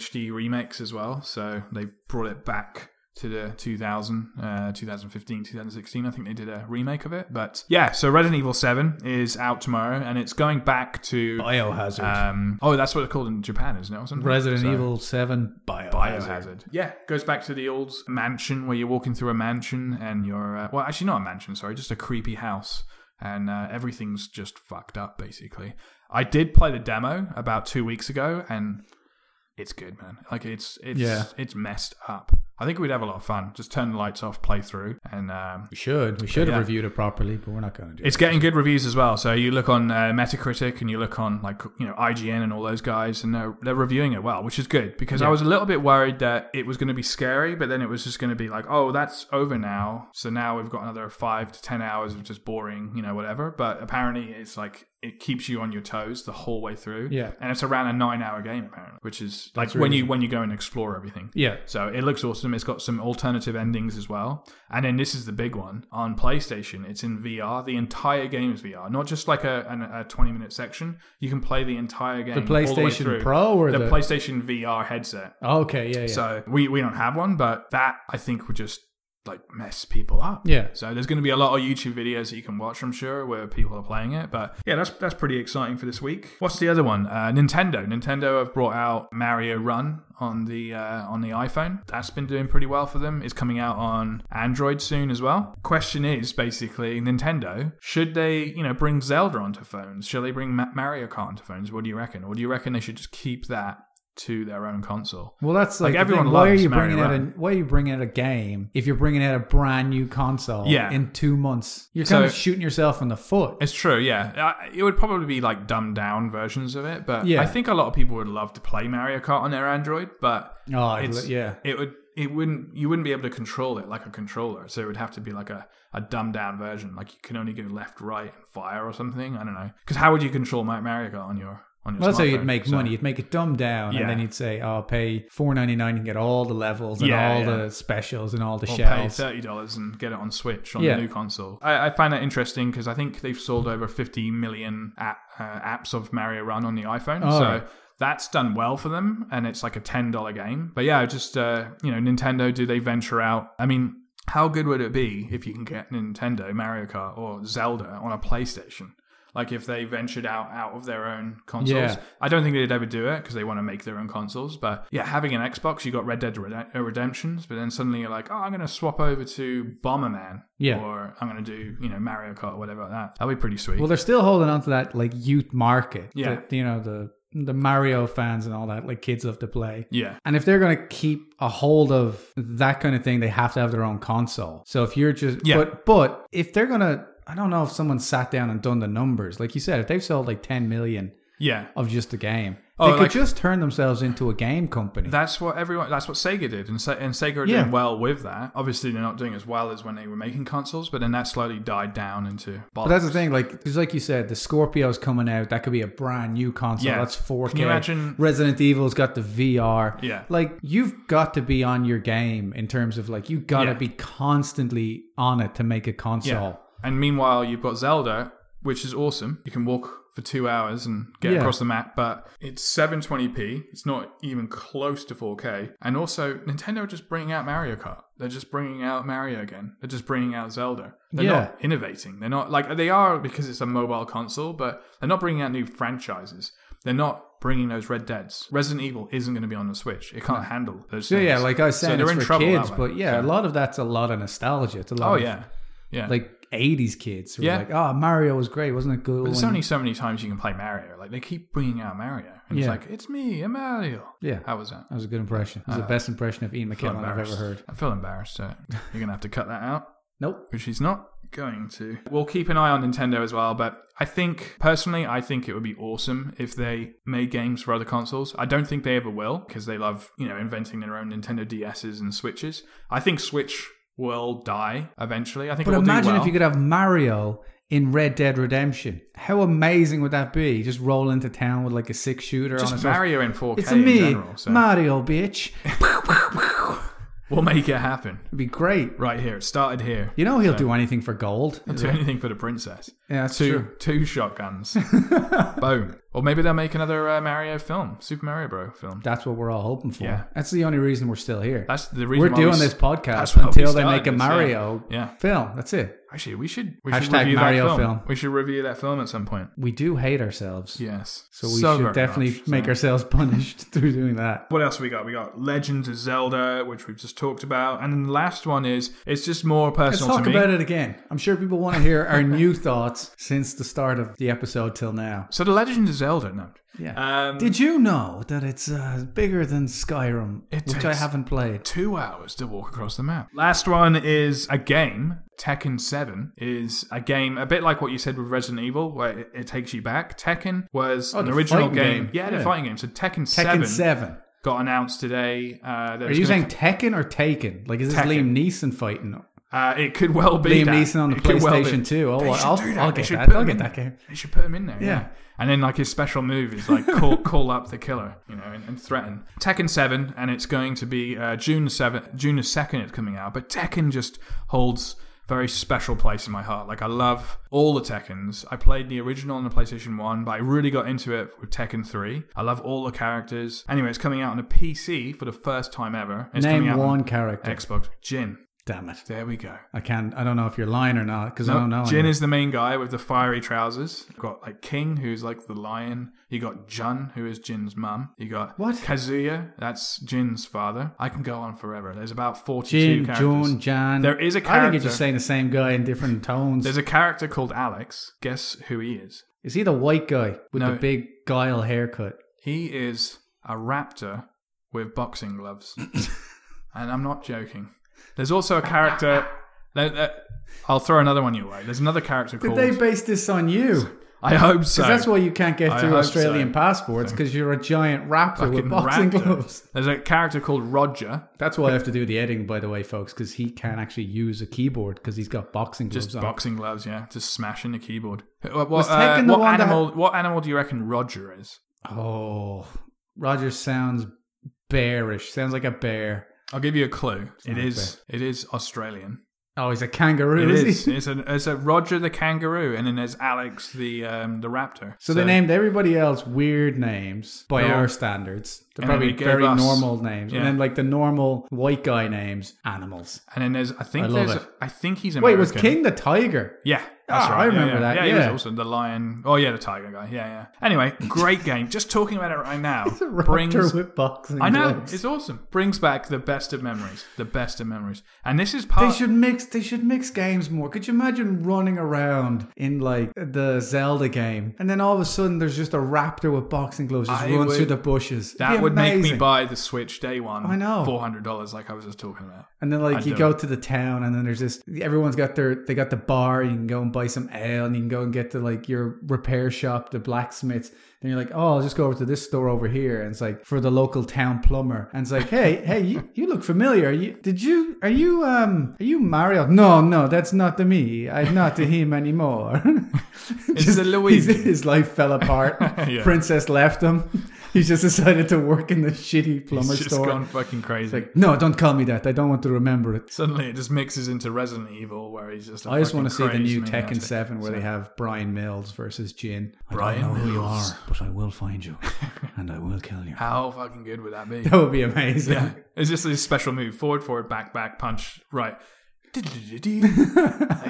HD remakes as well, so they've brought it back to the 2000, uh, 2015, 2016. I think they did a remake of it, but yeah. So Resident Evil Seven is out tomorrow, and it's going back to
Oh, Biohazard.
um, oh, that's what it's called in Japan, isn't it? Or something?
Uh, Resident
So-
Evil 7 Biohazard.
Biohazard. Yeah, goes back to the old mansion where you're walking through a mansion and you're uh, well, actually not a mansion, sorry, just a creepy house, and uh, everything's just fucked up basically. I did play the demo about two weeks ago, and it's good, man. Like it's it's
Yeah.
it's messed up. I think we'd have a lot of fun. Just turn the lights off, play through, and um,
We should. We should have
Yeah.
reviewed it properly, but we're not going to do
it's getting good reviews as well. So you look on uh, Metacritic and you look on like you know IGN and all those guys, and they're they're reviewing it well, which is good because I was a little bit worried that it was going to be scary, but then it was just going to be like, oh, that's over now. So now we've got another five to ten hours of just boring, you know, whatever. But apparently, it's like it keeps you on your toes the whole way through.
Yeah.
and it's around a nine-hour game apparently, which is like
That's
when
really-
you when you go and explore everything.
it. Yeah.
So it looks awesome. It's got some alternative endings as well. And then this is the big one on PlayStation. It's in VR. The entire game is VR, not just like a, an, a 20 minute section. You can play the entire game.
The
all the way
PlayStation
through.
Pro or the,
the PlayStation VR headset.
Okay, yeah, yeah.
So we, we don't have one, but that I think would just like mess people up.
yeah.
So there's going to be a lot of YouTube videos that you can watch, I'm sure, where people are playing it. But yeah, that's that's pretty exciting for this week. What's the other one? Uh, Nintendo. Nintendo have brought out Mario Run on the uh, on the iPhone. That's been doing pretty well for them. It's coming out on Android soon as well. Question is basically Nintendo should they you know bring Zelda onto phones? Should they bring Ma- Mario Kart onto phones? What do you reckon? Or do you reckon they should just keep that to their own console?
Well, that's like,
Like,
the
everyone
thing. Why are
loves
you
Mario
bringing out a
Run.
Why are you bringing out a game if you're bringing out a brand new console?
Yeah.
in two months, you're kind
So-
of shooting yourself in the foot.
It's true, yeah. I- It would probably be like dumbed down versions of it, but
Yeah.
I think a lot of people would love to play Mario Kart on their Android, but
Oh, I'd
it's-
li- yeah.
it would it wouldn't you wouldn't be able to control it like a controller, so it would have to be like a, a dumbed down version. Like you can only go left, right, and fire or something. I don't know because how would you control Ma- Mario Kart on your on your?
Well, that's how
smartphone?
you'd make
So-
money. You'd make it dumbed down,
Yeah.
and then you'd say, "Oh, pay four ninety nine and get all the levels and
Yeah,
all
yeah.
the specials and all the
Or pay
shells."
thirty dollars and get it on Switch on
Yeah.
the new console. I, I find that interesting because I think they've sold over fifty million app, uh, apps of Mario Run on the iPhone.
Oh,
so
right.
that's done well for them, and it's like a ten dollar game. But yeah, just uh, you know, Nintendo. Do they venture out? I mean. How good would it be if you can get Nintendo, Mario Kart, or Zelda on a PlayStation? Like if they ventured out out of their own consoles.
Yeah.
I don't think they'd ever do it because they want to make their own consoles. But yeah, having an Xbox, you got Red Dead Red- uh, Redemptions, but then suddenly you're like, oh, I'm going to swap over to Bomberman,
Yeah.
or I'm going to do you know Mario Kart, or whatever like that. That'd be pretty sweet.
Well, they're still holding on to that like youth market.
Yeah.
that, you know the the Mario fans and all that. Like kids love to play.
yeah,
And if they're going to keep a hold of that kind of thing, they have to have their own console. So if you're just,
Yeah.
but, but if they're going to, I don't know if someone sat down and done the numbers. Like you said, if they've sold like 10 million
yeah.
of just the game,
Oh,
they could
like-
just turn themselves into a game company.
That's what everyone. That's what Sega did, and, Se- and Sega are
Yeah.
doing well with that. Obviously, they're not doing as well as when they were making consoles, but then that slowly died down into.
but that's the thing, like, because like you said, the Scorpio's coming out. That could be a brand new console.
Yeah.
That's 4K.
Can you imagine-
Resident Evil's got the VR.
Yeah.
Like, you've got to be on your game in terms of, like, you got to
Yeah.
be constantly on it to make a console.
And meanwhile, you've got Zelda, which is awesome. You can walk for two hours and get
Yeah.
across the map, but it's 720p. It's not even close to 4K. And also, Nintendo are just bringing out Mario Kart. They're just bringing out Mario again. They're just bringing out Zelda. They're
Yeah.
not innovating. They're not like they are because it's a mobile console, but they're not bringing out new franchises. They're not bringing those Red Dead's. Resident Evil isn't going to be on the Switch. It can't handle those.
Yeah,
things.
yeah, like I was saying,
they're
it's
in
for
trouble that
kids,
way.
but yeah, a lot of that's a lot of nostalgia. It's a lot
oh
of
yeah, yeah.
like 80s kids who
Yeah.
are like, oh, Mario was great, wasn't it good?
But there's
when-"
only so many times you can play Mario. Like they keep bringing out Mario, and it's
Yeah.
like it's me, I'm Mario.
Yeah.
How was that?
That was a good impression. It was the best impression of Ian
feel
McKellen I've ever
embarrassed.
heard.
I feel embarrassed. So you're gonna have to cut that out,
Nope.
which he's not going to. We'll keep an eye on Nintendo as well, but. I think personally, I think it would be awesome if they made games for other consoles. I don't think they ever will because they love, you know, inventing their own Nintendo DSs and Switches. I think Switch will die eventually. I think.
But
it will
imagine
do well.
if you could have Mario in Red Dead Redemption. How amazing would that be? Just roll into town with like a six shooter on
just
his
Mario in 4K
It's
in
me,
general. So
Mario, bitch.
we'll make it happen
It'd be great.
right here. It started here.
You know he'll do anything for gold. Yeah,
do anything for the princess.
that's
Two
true.
two shotguns. Boom. Or maybe they'll make another uh, Mario film, Super Mario Bro film.
That's what we're all hoping for.
Yeah.
That's the only reason we're still here.
That's the
We're
reason why we
doing
s-
this podcast
that's why we
until they
started
make a
this, yeah.
Mario
Yeah.
film. That's it.
Actually, we should we should
Hashtag
review
Mario
that film.
film.
We should review that film at some point.
We do hate ourselves.
Yes.
So we
very
should definitely
much.
make ourselves punished through doing that.
What else we got? We got Legends of Zelda, which we've just talked about, and then the last one is it's just more
Let's
personal
talk
to me.
about it again. I'm sure people want to hear our new thoughts since the start of the episode till now.
So the Legend of Zelda. No.
Yeah.
Um,
Did you know that it's uh, bigger than Skyrim,
It
which I
takes-
haven't played?
two hours to walk across the map. Last one is a game. Tekken 7 is a game, a bit like what you said with Resident Evil, where it, it takes you back. Tekken was
Oh,
an
the
original
fighting
game.
game.
Yeah, the
Yeah.
fighting game. So Tekken,
Tekken
7,
7.
got announced today. Uh, that
Are
it's
you
gonna
saying Tekken or Taken? Like, is this
Tekken.
Liam Neeson fighting?
Uh, it could well be
Liam
that.
Neeson on the
It could well be.
PlayStation 2. Oh,
They
I'll-
should
I'll-
do
I'll
They
get
should
that.
put
I'll
him
get
in
that
there.
game.
They should put him in there. Yeah.
Yeah.
And then like his special move is like call call up the killer, you know, and, and threaten Tekken Seven, and it's going to be uh, June seven, June second. It's coming out, but Tekken just holds a very special place in my heart. Like I love all the Tekkens. I played the original on the PlayStation One, but I really got into it with Tekken Three. I love all the characters. Anyway, it's coming out on a PC for the first time ever. It's coming
Name
out on
one character.
Xbox. Jin.
Damn it.
There we go.
I can't. I don't know if you're lying or not because I
No,
don't know.
Jin
any.
is the main guy with the fiery trousers. You've got like King, who's like the lion. You got Jun, who is Jin's mum. You got
What?
Kazuya, that's Jin's father. I can go on forever. There's about forty-two
Jin,
characters.
Jun, Jan.
There is a
I think
character.
you're just saying the same guy in different tones.
There's a character called Alex. Guess who he is?
is he the white guy with
No.
the big guile haircut?
He is a raptor with boxing gloves, and I'm not joking. There's also a character. that- that- I'll throw another one your way. There's another character
Did
called.
they base this on you?
I hope so.
Because that's why you can't get
I
through
hope
Australian
so.
passports because you're a giant raptor with
Fucking
boxing
raptor.
gloves.
There's a character called Roger.
That's why I have to do the editing, by the way, folks, because he can't actually use a keyboard because he's got boxing gloves
Just
on.
boxing gloves, yeah. Just smashing the keyboard. What, what,
Was
uh,
Tekken the
what
one that
animal? What animal do you reckon Roger is?
oh, Roger sounds bearish. Sounds like a bear.
I'll give you a clue. It
not
is. It is Australian.
Oh, he's a
It
kangaroo. is he?
is. It's a. It's a Roger the kangaroo, and then there's Alex the um, the raptor.
So they named everybody else weird names by
No.
our standards. They're
And then
probably
they gave
very
us-
normal names.
yeah.
And then like the normal white guy names, animals.
And then there's. I think
I love
there's.
it.
I think he's
Wait,
American.
was King the tiger?
Yeah, that's
Ah,
right.
I
Yeah,
remember
yeah.
that,
Yeah, he was
yeah.
also the lion. Oh yeah, the tiger guy. Yeah, yeah. Anyway, great game. Just talking about it right now
Raptor
brings
with boxing
I know
gloves.
it's awesome. Brings back the best of memories, the best of memories, and this is
They
part.
should mix. They should mix games more. Could you imagine running around in like the Zelda game, and then all of a sudden there's just a raptor with boxing gloves just
I
runs
would-
through the bushes? It'd
that
be
would make me
amazing.
buy the Switch day one.
I know.
four hundred dollars, like I was just talking about.
And then like
I'd
you
do
go to the town, and then there's this. Everyone's got their. They got the bar. You can go and buy some ale, and you can go and get to like your repair shop, the blacksmiths. Then you're like, oh, I'll just go over to this store over here, and it's like for the local town plumber. And it's like, hey, hey, you, you look familiar. Are you did you are you um are you Mario? No, no, that's not to me. I'm not to him anymore.
It's a
his,
Luigi.
his life fell apart.
Yeah.
Princess left him. He just decided to work in the shitty plumber
It's just
store.
gone fucking crazy.
No, don't call me that. I don't want to remember it.
Suddenly, it just mixes into Resident Evil, where he's just. I
I just want to see the new Tekken Seven where they have Brian Mills versus Jin.
Brian
I don't know who you
Mills.
are, but I will find you, and I will kill you.
How fucking good would that be?
That would be amazing.
yeah, it's just this special move: forward, forward, back, back, punch, right. I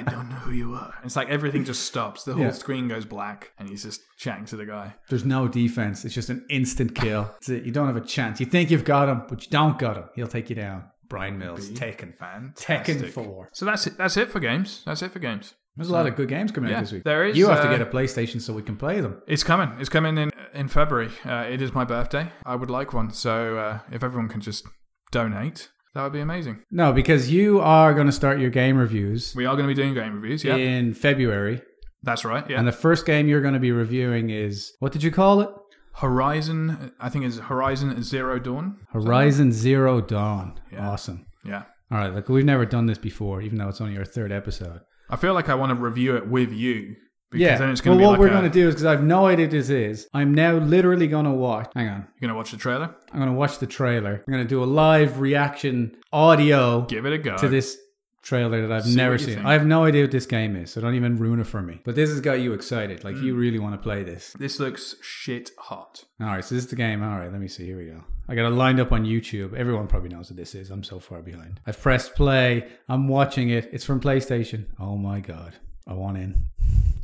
don't know who you are. It's like everything just stops. The whole
Yeah.
screen goes black, and he's just chatting to the guy.
There's no defense. It's just an instant kill. That's it. You don't have a chance. You think you've got him, but you don't got him. He'll take you down. Brian Mills, Taken.
Fan.
Tekken 4.
So that's it. That's it for games. That's it for games.
There's a lot of good games coming
Yeah,
out this week.
there is,
You have
uh,
to get a PlayStation so we can play them.
It's coming. It's coming in in February. Uh, it is my birthday. I would like one. So uh, if everyone can just donate, that would be amazing.
No, because you are going to start your game reviews
We are going to be doing game reviews. Yeah,
in February.
that's right. Yeah,
And the first game you're going to be reviewing is what did you call it?
Horizon. I think is Horizon Zero Dawn.
Horizon Zero Dawn.
Yeah.
Awesome.
Yeah.
All right, look, we've never done this before, even though it's only our third episode.
I feel like I want to review it with you because
yeah.
then it's going to
well,
be like
what we're
a-
going to do is because I've no idea this is. I'm now literally going to watch. Hang on,
You're going to watch the trailer.
I'm going to watch the trailer. I'm going to do a live reaction audio
Give it a go.
to this trailer that I've
See
never
what you
seen.
think.
I have no idea what this game is, so don't even ruin it for me. But this has got you excited. Like
Hmm.
you really want to play this.
This looks shit hot.
All right, so this is the game. All right, let me see. Here we go. I got it lined up on YouTube. Everyone probably knows what this is. I'm so far behind. I've pressed play. I'm watching it. It's from PlayStation. Oh my god. I want in.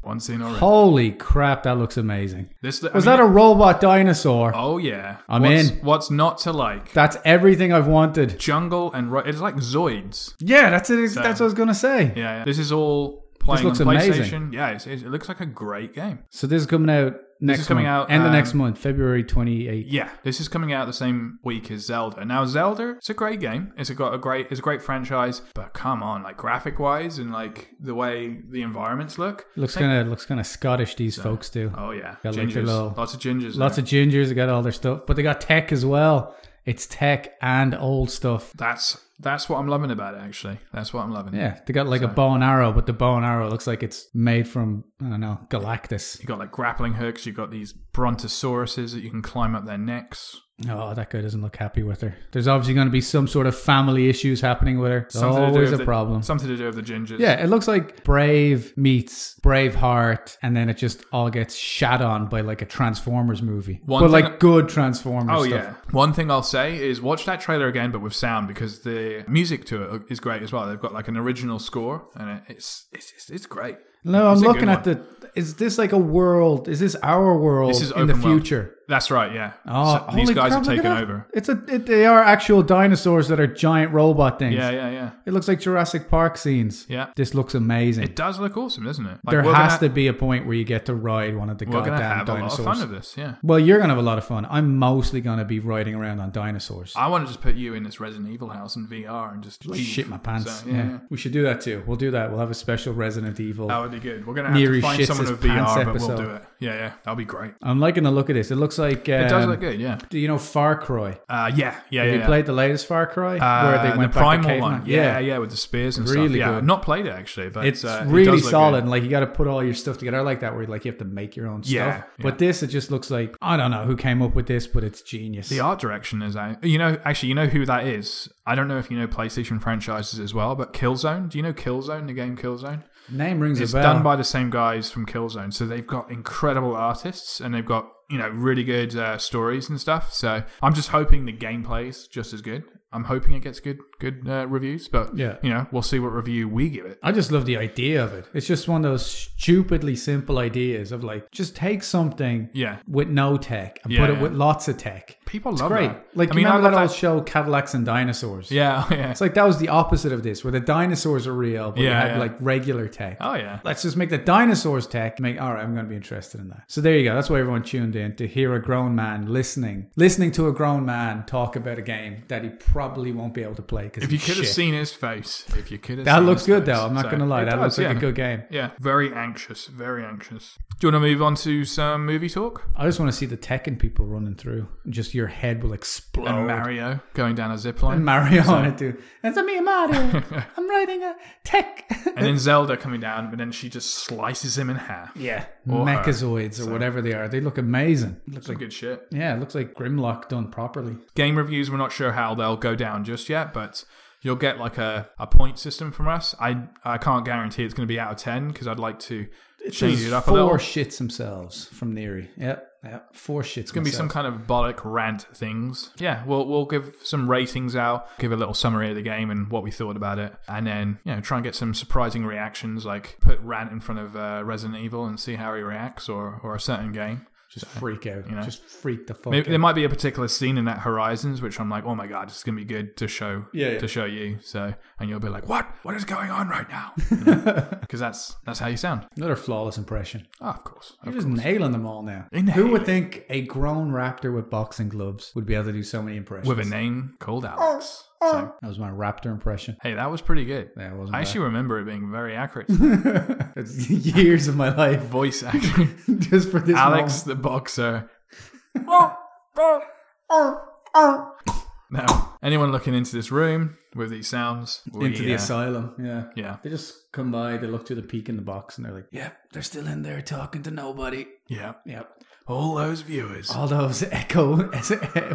One scene already.
Holy crap, that looks amazing.
This I
Was
mean-
that a robot dinosaur?
Oh yeah.
I'm
what's,
in.
What's not to like?
That's everything I've wanted.
Jungle and ro- it's like Zoids.
Yeah, that's it. That's what I was going to say.
Yeah, yeah. This is all playing
looks
on PlayStation.
amazing.
Yeah, it's, it's, it looks like a great game.
So this is coming out next
is coming
month.
out,
and the
um,
next month, February twenty eighth.
Yeah, this is coming out the same week as Zelda. Now, Zelda, it's a great game. It's a, got a great, it's a great franchise. But come on, like graphic wise and like the way the environments look.
Looks kind of looks kind of Scottish. These folks do.
Oh yeah,
Got, like,
gingers.
their little-
lots of gingers.
Lots of gingers. They got all their stuff, but they got tech as well. It's tech and old stuff.
that's that's what I'm loving about it. Actually, that's what I'm loving.
Yeah, they got like a bow and arrow, but the bow and arrow looks like it's made from I don't know Galactus.
You got like grappling hooks. You got these brontosauruses that you can climb up their necks.
Oh, that guy doesn't look happy with her. There's obviously going to be some sort of family issues happening with her. It's
Something to do
always
with
a
the-
problem.
Something to do with the gingers.
Yeah, it looks like Brave meets Braveheart, and then it just all gets shat on by like a Transformers movie,
One
but
thing-
like good Transformers.
Oh
stuff.
yeah. One thing I'll say is watch that trailer again, but with sound because the music to it is great as well. They've got like an original score, and it- it's it's it's, it's great.
No, I'm
It's a good
looking at the. Is this like a world? Is this our world
This is
in the
open world.
future?
That's right. Yeah.
Oh,
So these
holy
guys have
crap, look at
taken
that.
over.
It's a. It, they are actual dinosaurs that are giant robot things.
Yeah, yeah, yeah.
It looks like Jurassic Park scenes.
Yeah.
This looks amazing.
It does look awesome, doesn't it? Like,
there
we're
has
gonna,
to be a point where you get to ride one of the
We're gonna
goddamn
have
dinosaurs.
a lot of fun with this. Yeah.
well, you're gonna have a lot of fun. I'm mostly gonna be riding around on dinosaurs.
I want to just put you in this Resident Evil house in VR and just leave.
Shit my pants.
So,
yeah. we should do that too. We'll do that. We'll have a special Resident Evil.
That would be good. We're gonna have
Neary
to find
shits
someone
his
with VR,
pants
but we'll
episode.
do it. Yeah, yeah, that'll be great.
I'm liking the look of this. It looks like um,
It does look good. Yeah,
Do you know Far Cry?
uh, yeah, yeah, yeah.
Have you
yeah.
played the latest Far Cry
Uh,
where they went
the
back
primal
to caveman?
one? Yeah, yeah, with the spears and stuff.
Really
Yeah,
good.
I've not played it actually, but
It's
uh, it does
really
look good.
solid. and Like you got to put all your stuff together. I like that where like you have to make your own
Yeah,
stuff. But this, it just looks like I don't know who came up with this, but it's genius.
The art direction is out. You know, actually, you know who that is. I don't know if you know PlayStation franchises as well, but Killzone. Do you know Killzone? The game Killzone.
Name rings
It's
a bell.
done by the same guys from Killzone, so they've got incredible artists and they've got you know really good uh, stories and stuff. So I'm just hoping the gameplay's just as good. I'm hoping it gets good good uh, reviews, but
Yeah.
you know we'll see what review we give it.
I just love the idea of it. It's just one of those stupidly simple ideas of like just take something
Yeah,
with no tech and
Yeah,
put it
yeah.
with lots of tech.
people love
Great.
that.
Like
I
you
mean, I
remember that
love
old show Cadillacs and Dinosaurs?
Yeah, oh, yeah,
It's like that was the opposite of this, where the dinosaurs are real, but
Yeah,
you had
yeah.
like regular tech.
oh yeah.
Let's just make the dinosaurs tech. Make all right. I'm going to be interested in that. So there you go. That's why everyone tuned in to hear a grown man listening, listening to a grown man talk about a game that he probably won't be able to play because
If you could have seen his face, if you could have
That
seen
looks
his
good
face.
though. I'm not
So,
going to lie.
it
That
does,
looks like
yeah.
a good game.
Yeah, very anxious, very anxious. Do you want to move on to some movie talk?
I just want to see the Tekken people running through. Just your head will explode.
And Mario going down a zip line.
And Mario on it too. That's me, Mario. I'm riding a tech.
and then Zelda coming down, but then she just slices him in half.
yeah,
Or uh, her.
mechazoids or whatever they are. They look amazing. Looks
Some
like
good shit.
yeah, it looks like Grimlock done properly.
Game reviews, we're not sure how they'll go down just yet, but you'll get like a, a point system from us. I I can't guarantee it's going to be out of 10 because I'd like to change
There's
it up a
four
little.
shits themselves from Neary. Yep, yep. Four shits. It's
Gonna be some kind of bollock rant things. Yeah, we'll we'll give some ratings out, give a little summary of the game and what we thought about it, and then you know try and get some surprising reactions, like put rant in front of uh, Resident Evil and see how he reacts, or or a certain game.
just freak out.
know.
Just freak the fuck.
Maybe,
out.
there might be a particular scene in that Horizons, which I'm like, oh my god, it's gonna be good to show
Yeah, yeah.
to show you. So and you'll be like, what what is going on right now? Because that's that's how you sound.
Another flawless impression.
Ah, of course.
You're just nailing them all now. Who
Nailing
would think a grown raptor with boxing gloves would be able to do so many impressions?
With a name called Alex. So,
that was my raptor impression.
hey, that was pretty good.
Yeah, it wasn't.
I
bad.
actually remember it being very accurate.
It's years of my life
voice actor
just for this.
Alex the boxer. Now, anyone looking into this room with these sounds, we,
moment. into the
uh,
asylum. Yeah.
yeah,
They just come by. They look through the peek in the box, and they're like, "Yeah, they're still in there talking to nobody."
yeah,
Yep.
all those viewers.
All those echo,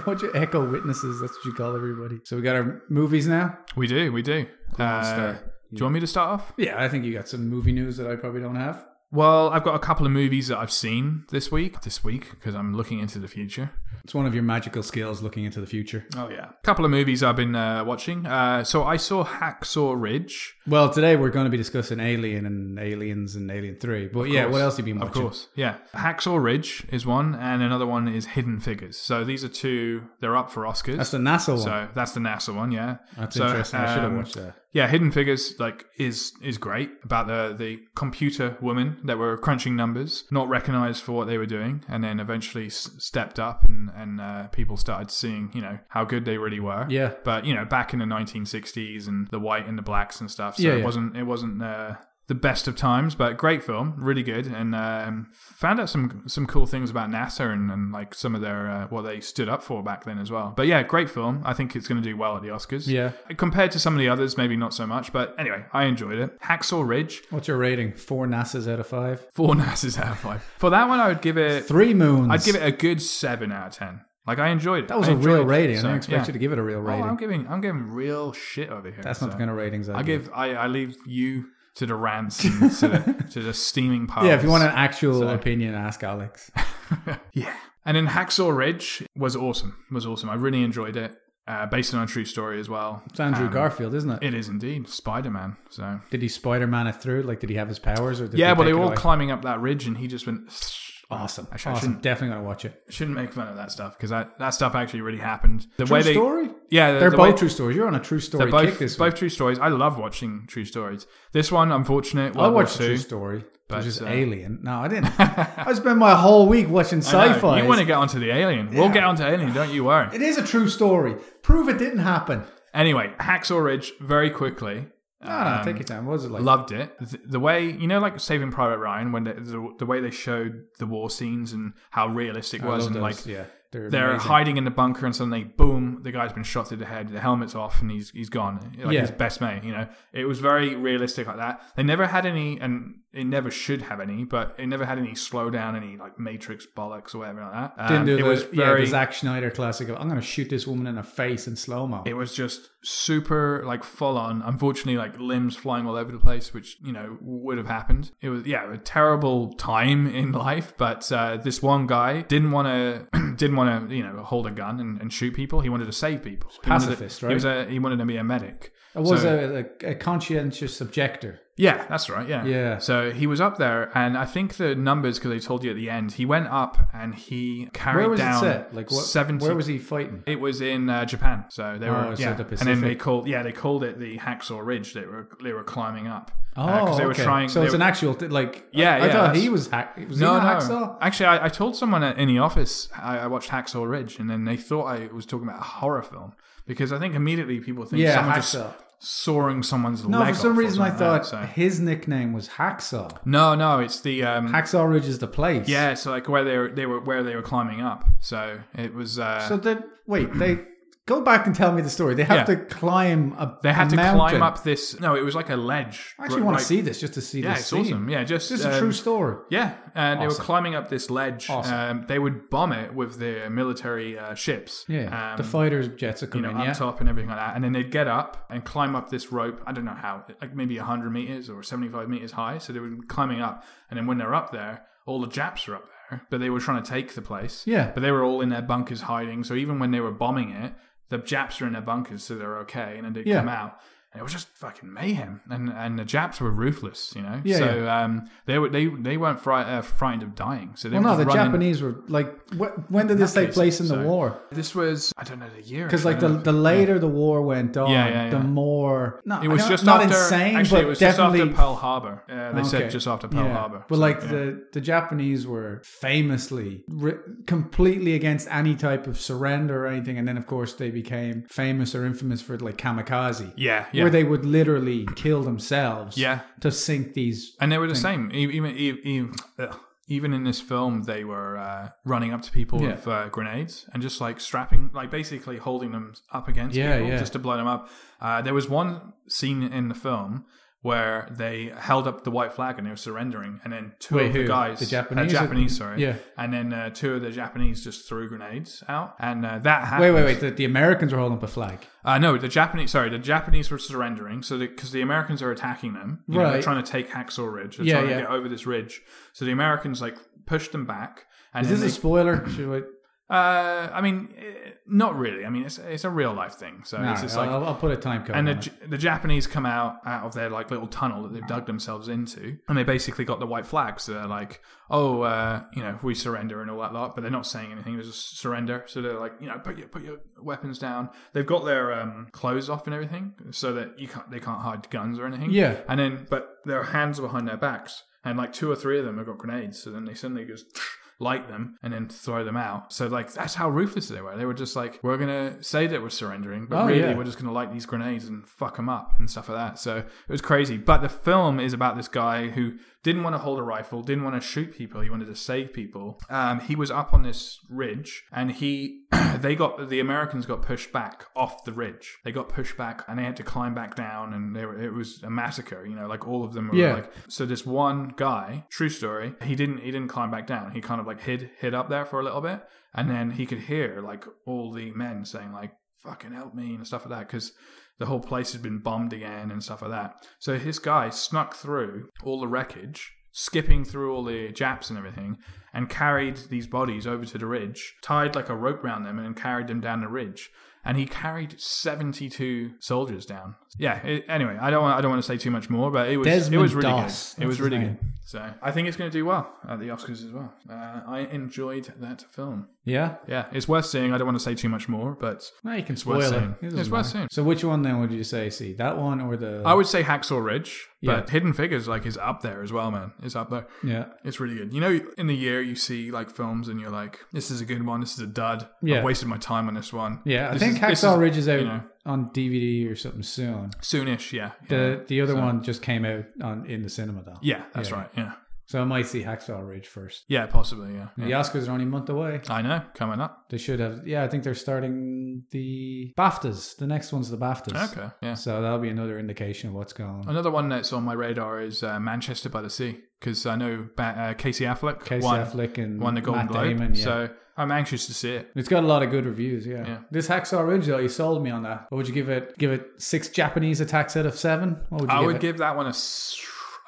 what you echo witnesses? That's what you call everybody. So we got our movies now.
We do, we do. Uh, do you want me to start off?
Yeah, I think you got some movie news that I probably don't have.
Well, I've got a couple of movies that I've seen this week, this week because I'm looking into the future.
It's one of your magical skills, looking into the future.
Oh yeah, a couple of movies I've been uh, watching. Uh, so I saw Hacksaw Ridge.
Well, today we're going to be discussing Alien and Aliens and Alien Three. But yeah,
course.
what else have you been
Of
watching?
course, yeah. Hacksaw Ridge is one, and another one is Hidden Figures. So these are two. They're up for Oscars.
That's the NASA one.
so that's the NASA one, yeah.
That's
So,
interesting. I should have
um,
watched that.
yeah, Hidden Figures like is is great about the the computer women that were crunching numbers, not recognized for what they were doing, and then eventually s- stepped up, and and uh, people started seeing you know how good they really were.
Yeah.
But you know, back in the 1960s and the white and the blacks and stuff, so
Yeah,
it
yeah.
wasn't it wasn't. Uh, the best of times, but great film, really good, and um, found out some some cool things about NASA and, and like some of their uh, what they stood up for back then as well. But yeah, great film. I think it's going to do well at the Oscars.
Yeah.
Compared to some of the others, maybe not so much, but anyway, I enjoyed it. Hacksaw Ridge,
What's your rating? Four NASA's out of five.
four NASA's out of five. For that one, I would give it,
Three moons.
I'd give it a good seven out of ten. Like I enjoyed it.
That was
a
a real rating. I didn't expect you to give it a real
Oh,
rating.
I'm giving, I'm giving real shit over here.
That's not
so.
the kind of ratings I
I give, I, I leave you to the rants, and to, the, to the steaming piles.
Yeah, if you want an actual opinion, ask Alex.
Yeah. And then Hacksaw Ridge was awesome. Was awesome. I really enjoyed it. Uh, based on a true story as well.
It's Andrew Garfield, isn't it?
It is indeed Spider Man. So
Did he Spider Man it through? Like, did he have his powers? Or did
yeah,
they
well they
take
were
it
all
away?
climbing up that ridge, and he just went.
awesome.
Actually, I
awesome.
shouldn't-
Definitely gonna watch it.
Shouldn't make fun of that stuff because that, that stuff actually really happened. The way
True
they
story.
yeah, the,
They're
the
both
way-
true stories. You're on a true story
they're both,
kick this
both true stories. I love watching true stories. This one, unfortunate,
week. I
World War
watched a
Two.
true story. It
but,
was just
uh,
Alien. No, I didn't. I spent my whole week watching
I know.
sci-fi.
You want to get onto the alien? We'll
Yeah.
get onto alien. Don't you worry.
It is a true story. Prove it didn't happen.
Anyway, Hacksaw Ridge very quickly.
No,
Um,
no, take your time. What was it like?
Loved it. The, the way you know, like Saving Private Ryan, when the, the the way they showed the war scenes and how realistic it
I
was,
love
and like
those. yeah, they're,
they're
amazing.
hiding in the bunker and suddenly boom the guy's been shot through the head the helmet's off and he's he's gone like
Yeah.
his best mate you know it was very realistic like that they never had any and it never should have any but it never had any slowdown any like matrix bollocks or whatever like that Um,
Didn't do
it
the,
was
yeah,
very
the Zack Schneider classic of I'm going to shoot this woman in the face in slow mo.
it was just super like full on unfortunately like limbs flying all over the place which you know would have happened it was yeah a terrible time in life but uh, this one guy didn't want to didn't want to you know hold a gun and, and shoot people he wanted to save people He wanted to-
pacifist, right?
he was a, he wanted to be a medic
It was
So-
a, a, a conscientious objector.
yeah, that's right. Yeah.
Yeah.
So he was up there, and I think the numbers, because they told you at the end, he went up and he carried
Where was
down
it set? Like what?
70
Where was he fighting?
It was in uh, Japan, so they
Oh,
were
so
yeah,
the
and then they
Pacific.
called yeah they called it the Hacksaw Ridge. They were they were climbing up
Oh,
because Uh, they were
okay.
trying.
So
they
it's
were-
an actual th- like.
Yeah,
I, I
yeah,
thought
that's-
he was hack. Was
no,
he a
no.
hacksaw?
Actually, I, I told someone at- in the office I, I watched Hacksaw Ridge, and then they thought I was talking about a horror film because I think immediately people think
Yeah,
someone just
hacksaw.
sawing someone's
No,
leg
for some
off or
reason I
something like
thought
that, so.
his nickname was hacksaw.
No, no, it's the um,
Hacksaw Ridge is the place.
Yeah, so like where they were, they were where they were climbing up. So it was uh,
So they wait. They go back and tell me the story. They have
Yeah.
to climb a.
they had
a
to
mountain.
climb up this. No, it was like a ledge.
I actually
Right-
want
like-
to see this just to see
Yeah,
this.
it's awesome. Yeah, just
This is a
um,
true story.
Yeah, and they
Awesome.
were climbing up this ledge.
Awesome.
Um, they would bomb it with their military uh, ships.
Yeah,
um,
the fighters jets are
you
coming.
know, up
yeah,
top and everything like that. And then they'd get up and climb up this rope. I don't know how, like maybe 100 meters or 75 meters high. So they were climbing up. And then when they're up there, all the Japs are up there, but they were trying to take the place.
Yeah.
But they were all in their bunkers hiding. So even when they were bombing it, the Japs are in their bunkers, so they're okay. And then they
Yeah.
come out. And it was just fucking mayhem, and and the Japs were ruthless, you know.
Yeah,
so um, they were they they weren't fri- uh, frightened of dying. So they
Well, no,
were
the
just running.
Japanese were like, wh- when did this take
Nutcases,
place in the
so-
war?
This was I don't know the year
Because
actually,
like
I
the,
don't know.
the later the war went on,
Yeah, yeah,
the
yeah.
more no,
It was just
not
after,
insane,
actually,
but
it was
definitely.
just after Pearl Harbor. Uh, they
Okay.
said just after Pearl
Yeah.
Harbor.
but
So,
like
yeah.
the, the Japanese were famously ri completely against any type of surrender or anything, and then of course they became famous or infamous for like kamikaze,
yeah, yeah,
where they would literally kill themselves,
yeah,
to sink these.
and they were the same. E- Even e- e- ugh. even in this film, they were uh, running up to people
Yeah.
with uh, grenades and just like strapping, like basically holding them up against
Yeah,
people
yeah.
just to blow them up. Uh, there was one scene in the film. Where they held up the white flag and they were surrendering, and then two
Wait,
of the
who?
guys,
The
uh,
Japanese?
Japanese, sorry,
Yeah.
and then uh, two of the Japanese just threw grenades out, and uh, that happened.
Wait, wait, wait! The, the Americans were holding up a flag.
Uh, no, the Japanese. Sorry, the Japanese were surrendering, so because the Americans are attacking them, you know,
Right.
they're trying to take Hacksaw Ridge. They're
Yeah,
trying
yeah.
to get over this ridge. So the Americans like pushed them back, and
Is this
then
a spoiler? Should I?
Uh, I mean, eh, not really. I mean, it's it's a real life thing. So
All
it's
right,
just like
I'll, I'll put a time code.
and
on
the,
it.
J- the Japanese come out out of their like little tunnel that they've dug themselves into, and they basically got the white flags. So they're like, "Oh, uh, you know, we surrender and all that lot," but they're not saying anything. They just surrender. So they're like, "You know, put your put your weapons down." They've got their um, clothes off and everything, so that you can't they can't hide guns or anything.
Yeah.
And then, but their hands are behind their backs, and like two or three of them have got grenades. So then they suddenly just light them and then throw them out. So like that's how ruthless they were. They were just like, we're gonna say that we're surrendering, but
Oh,
really
yeah.
we're just gonna light these grenades and fuck them up and stuff like that. So it was crazy. But the film is about this guy who didn't want to hold a rifle, didn't want to shoot people. He wanted to save people. Um, he was up on this ridge and he they got the Americans got pushed back off the ridge. They got pushed back and they had to climb back down and they were, it was a massacre. You know, like all of them were
Yeah.
like so this one guy, true story, he didn't he didn't climb back down. He kind of like hid hid up there for a little bit, and then he could hear like all the men saying like "fucking help me" and stuff like that because the whole place had been bombed again and stuff like that. So his guy snuck through all the wreckage, skipping through all the Japs and everything, and carried these bodies over to the ridge, tied like a rope round them, and then carried them down the ridge. And he carried seventy-two soldiers down. Yeah. It, anyway, I don't. Want, I don't want to say too much more, but it was. it
Desmond
was really
Doss,
good. It was
that's his
really
name.
good. So I think it's going to do well at the Oscars as well. Uh, I enjoyed that film.
yeah.
Yeah, it's worth seeing. I don't want to say too much more, but
No, you can
it's
spoil
worth
it.
seeing.
It
It's
doesn't
worth
matter.
seeing.
So which one then would you say? See that one or the?
I would say Hacksaw Ridge, but
Yeah.
Hidden Figures like is up there as well, man. It's up there.
yeah.
It's really good. You know, in the year you see like films and you're like, this is a good one. This is a dud.
Yeah.
I've wasted my time on this one.
Yeah, I
This
think
is- this
Hacksaw
is,
Ridge is out
you know.
on DVD or something soon.
Soonish, yeah.
The the other one just came out on in the cinema though.
Uh, yeah, that's
Yeah.
right. Yeah.
So I might see Hacksaw Ridge first.
Yeah, possibly. Yeah. yeah.
The Oscars are only a month away.
I know. Coming up.
They should have. Yeah, I think they're starting the BAFTAs. The next one's the BAFTAs.
Okay. Uh, Yeah.
So that'll be another indication of what's going. on.
Another one that's on my radar is uh, Manchester by the Sea because I know ba- uh, Casey Affleck
Casey
won,
Affleck and
won the Golden
Matt
Globe,
Damon, yeah.
so I'm anxious to see it.
It's got a lot of good reviews, yeah.
Yeah.
This Hacksaw Ridge, though, you sold me on that. What would you give it? Give it six Japanese attacks out of seven? What would you
I
give
would
it?
give that one a. s-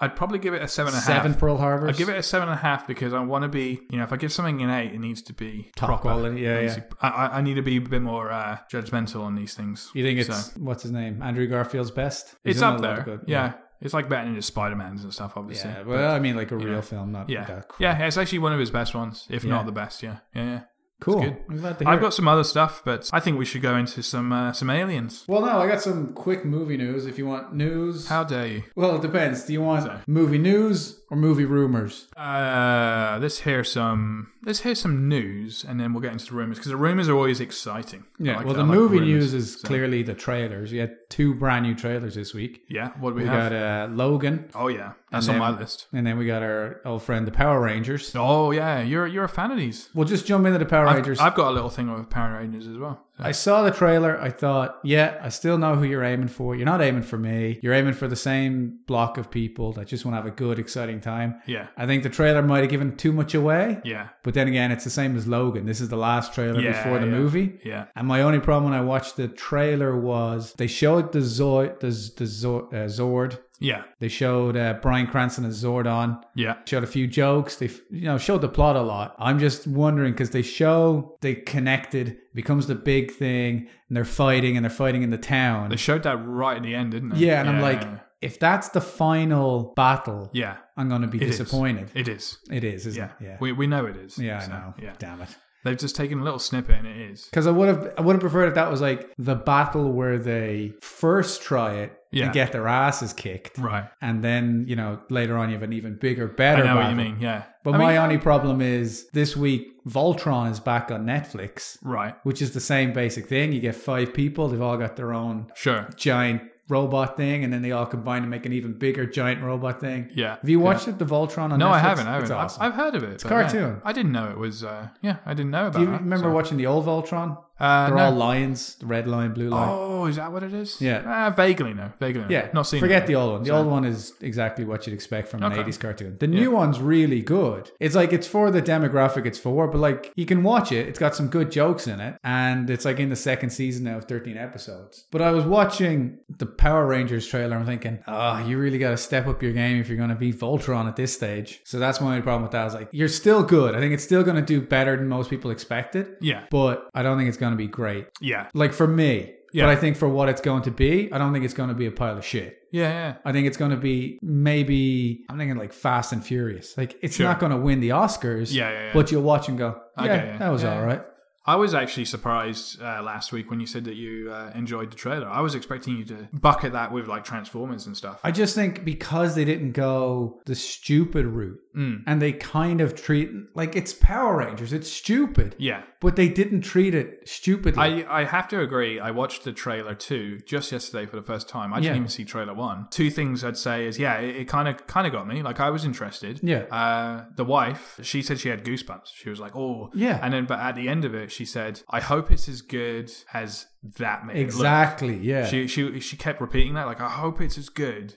I'd probably give it a seven and a half.
seven Pearl Harbors.
I give it a seven and a half because I want to be, you know, if I give something an eight, it needs to be
Top
proper.
quality, yeah,
It needs
yeah.
to- I, I- I need to be a bit more uh, judgmental on these things.
You think
So,
it's what's his name? Andrew Garfield's best. He's
it's
done
up
a lot
there?
of good-
yeah. it's like betting into Spider Man's and stuff,
yeah.
obviously.
well, I mean, like a real film, not
yeah,
that. Crap.
yeah, it's actually one of his best ones, if
Yeah.
not the best. Yeah, yeah, yeah.
cool.
good.
I'm glad to hear.
I've
it.
got some other stuff, but I think we should go into some uh, some aliens.
well, no, I got some quick movie news. If you want news,
How dare you?
well, it depends. Do you want
Sorry.
movie news or movie rumors?
Uh, let's hear some. Let's hear some news, and then we'll get into the rumors because the rumors are always exciting. I
Yeah.
like
well,
that.
the
I like
movie
rumors.
news is
So-
clearly the trailers. You had two brand new trailers this week.
Yeah, what do we,
We
have?
got uh, Logan,
oh yeah, that's
and
on my
then-
list.
and then we got our old friend the Power Rangers.
Oh yeah, you're you're a fan of these.
We'll just jump into the Power
I've,
Rangers.
I've got a little thing with Power Rangers as well. So-
I saw the trailer. I thought, yeah, I still know who you're aiming for. You're not aiming for me. You're aiming for the same block of people that just want to have a good, exciting time.
yeah,
I think the trailer might have given too much away.
yeah,
But then again, it's the same as Logan. This is the last trailer
Yeah,
before the
yeah.
movie.
yeah.
And my only problem when I watched the trailer was they showed the Zord, the, Z- the Zord, uh, Zord.
Yeah,
They showed uh, Brian Cranston as Zordon
yeah,
showed a few jokes they f- you know showed the plot a lot i'm just wondering because they show they connected it becomes the big thing and they're fighting and they're fighting in the town
they showed that right at the end, didn't they?
yeah and i'm like if that's the final battle
yeah,
i'm gonna be
It is.
disappointed
it is.
it is isn't
Yeah,
it yeah
We we know it is.
yeah i
So,
know
Yeah,
damn it
they've just taken a little snippet, and it is.
because I would have, I would have preferred if that was like the battle where they first try it
Yeah.
and get their asses kicked,
Right.
and then you know later on you have an even bigger, better.
I know
battle.
what you mean. Yeah,
But
I
my
mean-
only problem is this week Voltron is back on Netflix,
right.
which is the same basic thing. You get five people, they've all got their own
Sure.
giant robot thing, and then they all combine to make an even bigger giant robot thing.
Yeah.
Have you watched it, the Voltron on Netflix?
No, I haven't. I haven't.
It's awesome.
I've, I've heard of it. It's
cartoon.
I didn't know it was. Uh, yeah, I didn't know about.
Do you
that,
remember
so-
watching the old Voltron?
Uh,
They're
no.
all lions, the red lion, blue lion.
Oh, is that what it is?
Yeah.
Uh, vaguely, no. Vaguely, no.
Yeah,
Not seen.
Forget
it.
the old one. The
So-
old one is exactly what you'd expect from
Okay.
an '80s cartoon. The new one's really good. It's like it's for the demographic it's for, but like you can watch it. It's got some good jokes in it, and it's like in the second season now of 13 episodes. But I was watching the Power Rangers trailer. I'm thinking, oh, you really got to step up your game if you're going to be Voltron at this stage. So that's my only problem with that. I was like, you're still good. I think it's still going to do better than most people expected,
Yeah.
but I don't think it's going to be great.
Yeah.
Like for me.
Yeah.
But I think for what it's going to be, I don't think it's going to be a pile of shit.
Yeah. Yeah.
I think it's going to be maybe I'm thinking like Fast and Furious. Like it's
Sure.
not going to win the Oscars.
Yeah, yeah, yeah.
But you'll watch and go, yeah,
Okay, yeah,
that was
yeah,
all
yeah.
right.
I was actually surprised uh, last week when you said that you uh, enjoyed the trailer. I was expecting you to bucket that with like Transformers and stuff.
I just think because they didn't go the stupid route,
Mm.
and they kind of treat like it's Power Rangers. It's stupid,
yeah.
but they didn't treat it stupidly.
I, I have to agree. I watched the trailer two just yesterday for the first time. I didn't
Yeah.
even see trailer one. Two things I'd say is yeah, it kind of kind of got me. Like I was interested.
Yeah.
Uh, the wife, she said she had goosebumps. She was like, oh.
Yeah.
And then, but at the end of it, she said, I hope it's as good as that made it look."
exactly. Yeah.
She she she kept repeating that. Like I hope it's as good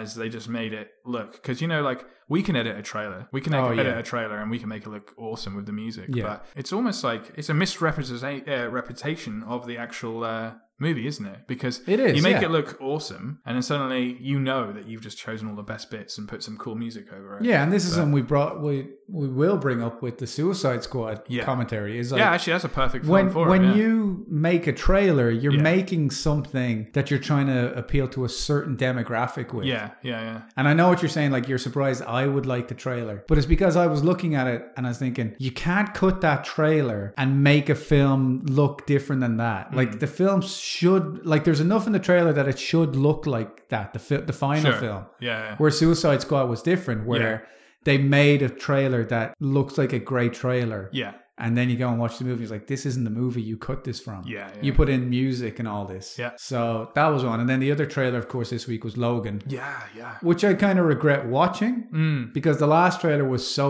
as they just made it look. Because you know, like we can edit a trailer, we can
Oh,
edit
yeah.
a trailer, and we can make it look awesome with the music.
Yeah.
But it's almost like it's a misrepresentation uh, reputation of the actual. Uh, movie isn't it because
It is,
you make
yeah.
it look awesome and then suddenly you know that you've just chosen all the best bits and put some cool music over it
yeah, and this is something we brought we we will bring up with the Suicide Squad
Yeah.
commentary. Is like
yeah actually that's a perfect film
when
for
when
it yeah.
you make a trailer, you're
Yeah.
making something that you're trying to appeal to a certain demographic with.
yeah yeah yeah
And I know what you're saying, like you're surprised I would like the trailer. But it's because I was looking at it and I was thinking, you can't cut that trailer and make a film look different than that.
Mm-hmm.
Like the film should like there's enough in the trailer that it should look like that, the fi- the final
Sure.
film.
yeah, yeah.
Where Suicide Squad was different, where they made a trailer that looks like a great trailer.
yeah
And then you go and watch the movie. It's like this isn't the movie you cut this from.
Yeah, yeah.
You put in music and all this.
Yeah.
So that was one. And then the other trailer, of course, this week was Logan,
yeah yeah
which I kind of regret watching
Mm.
because the last trailer was so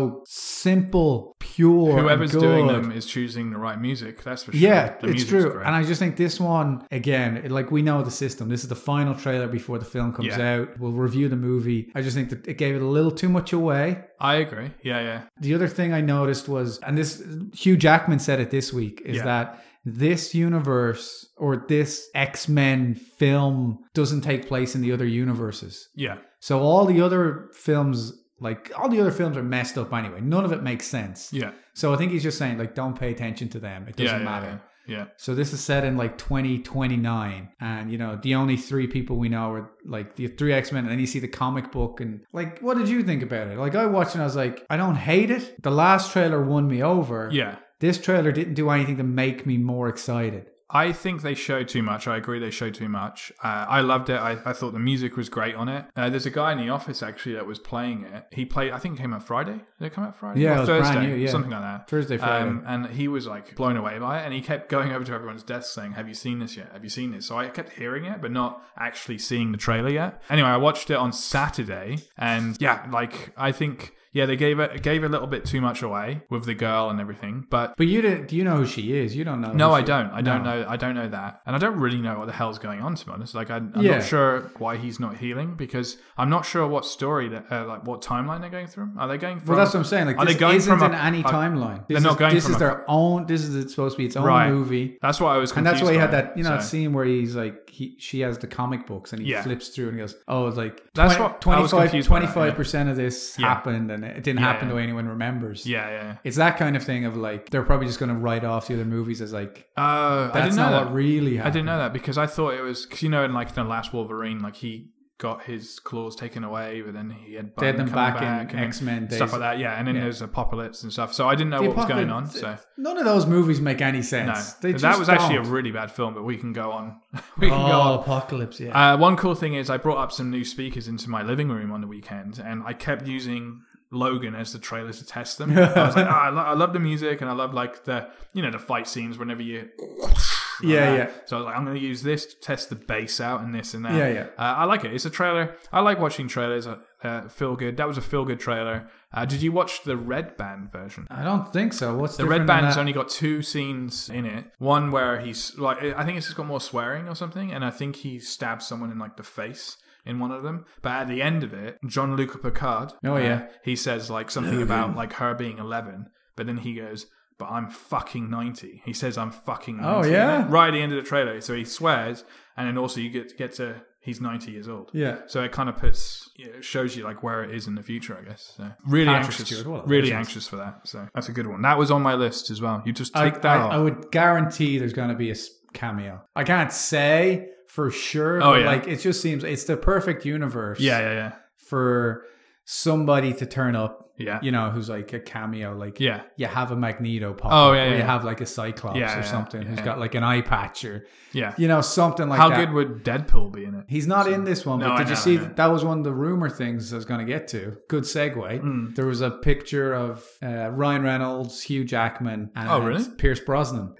simple, pure. and
Whoever's doing
good.
them is choosing the right music. That's for sure.
Yeah,
the
it's
music's
true.
great.
And I just think this one, again, it- like we know the system. This is the final trailer before the film comes
Yeah.
out. We'll review the movie. I just think that it gave it a little too much away.
I agree. Yeah, yeah,
The other thing I noticed was, and this Hugh Jackman said it this week, is
Yeah.
that this universe or this X Men film doesn't take place in the other universes.
yeah,
So all the other films, like all the other films, are messed up anyway. None of it makes sense.
yeah.
So I think he's just saying, like, don't pay attention to them. It doesn't
yeah,
matter.
Yeah, yeah.
So this is set in like 2029, and you know the only three people we know are like the three X Men, and then you see the comic book, and like, what did you think about it? Like, I watched and I was like, I don't hate it. The last trailer won me over.
yeah. yeah.
This trailer didn't do anything to make me more excited.
I think they show too much. I agree, they show too much. Uh, I loved it. I, I thought the music was great on it. Uh, there's a guy in the office actually that was playing it. He played. I think it came out Friday. Did it come out Friday?
Yeah,
Or
it was brand
Thursday,
new, yeah.
something like that.
Thursday, Friday.
Um, and he was like blown away by it, and he kept going over to everyone's desk saying, "Have you seen this yet? Have you seen this?" So I kept hearing it, but not actually seeing the trailer yet. Anyway, I watched it on Saturday, and yeah, like I think yeah they gave it gave a little bit too much away with the girl and everything, but.
but you didn't. Do you know who she is? You don't know.
No,
who
I
she-
don't. I don't
No.
know. I don't know that, and I don't really know what the hell's going on. To be honest, like I, I'm
Yeah.
not sure why he's not healing because I'm not sure what story that, uh, like what timeline they're going through. Are they going from?
Well, that's what I'm saying. Like,
Are
this
they going
isn't
from
in
a-
any
a-
timeline. This
they're not
is,
going
This
from
is
a-
their own. This is supposed to be its own
Right.
movie.
That's why I was.
and that's why he had
confused by it.
that you know that
So-
scene where he's like he she has the comic books and he
Yeah.
flips through and he goes oh it's like
That's
20,
what- I was confused by that, yeah.
25 percent of this
Yeah.
happened and it didn't
Yeah,
happen
yeah.
the way anyone remembers
Yeah, yeah.
it's that kind of thing of like they're probably just going to write off the other movies as like
Oh, I
that's
didn't know
not
that.
what really
I
happened
didn't know that because I thought it was because you know in like the last Wolverine, like he got his claws taken away, but then he had
They
Button
had them
coming
back in
and
X-Men
stuff
days.
like that. Yeah, and then
Yeah.
there's apocalypse and stuff. So I didn't know
The
what was going on.
apocalypse-
So.
none of those movies make any
No,
sense they
that
just
was actually a
don't.
really bad film, but we can go on. We can go
oh
on.
apocalypse yeah
Uh, one cool thing is I brought up some new speakers into my living room on the weekend, and I kept using Logan as the trailer to test them. I was like, ah, I, lo- I love the music, and I love like the you know the fight scenes whenever you something like
Yeah,
that.
yeah.
So I was like, I'm going to use this to test the bass out and this and that.
Yeah, yeah.
Uh, I like it. It's a trailer. I like watching trailers. Uh, Uh, feel good. That was a feel good trailer. Uh, did you watch the Red Band version?
I don't think so. What's
The Red Band's only got two scenes in it. One where he's like, I think it's just got more swearing or something, and I think he stabs someone in like the face in one of them. But at the end of it, John Luca Picard. uh,
Oh, yeah.
he says like something about like her being eleven, but then he goes. But I'm fucking ninety. He says I'm fucking. 90.
Oh, yeah?
Right at the end of the trailer, so he swears, and then also you get get to he's ninety years old.
Yeah.
So it kind of puts you know, shows you like where it is in the future, I guess. So really
Patrick
anxious,
Stewart, what a
really
legend.
anxious for that. So that's a good one. That was on my list as well. You just
I,
take that
I,
off.
I would guarantee there's going to be a s- cameo. I can't say for sure.
Oh,
but
yeah.
Like it just seems it's the perfect universe.
yeah, yeah, yeah,
For somebody to turn up,
yeah,
you know, who's like a cameo, like
yeah,
you have a Magneto pop.
Oh, yeah,
Or
yeah,
you
yeah.
have like a Cyclops
Yeah,
or
yeah,
something who's
yeah.
got like an eye patch or
yeah.
you know something like
How
that.
good would Deadpool be in it?
He's not in this one,
No,
but
I
did you
know,
see
I know.
that, that was one of the rumor things I was going to get to? Good segue.
Mm.
There was a picture of uh, Ryan Reynolds, Hugh Jackman, and
Oh, really?
Pierce Brosnan.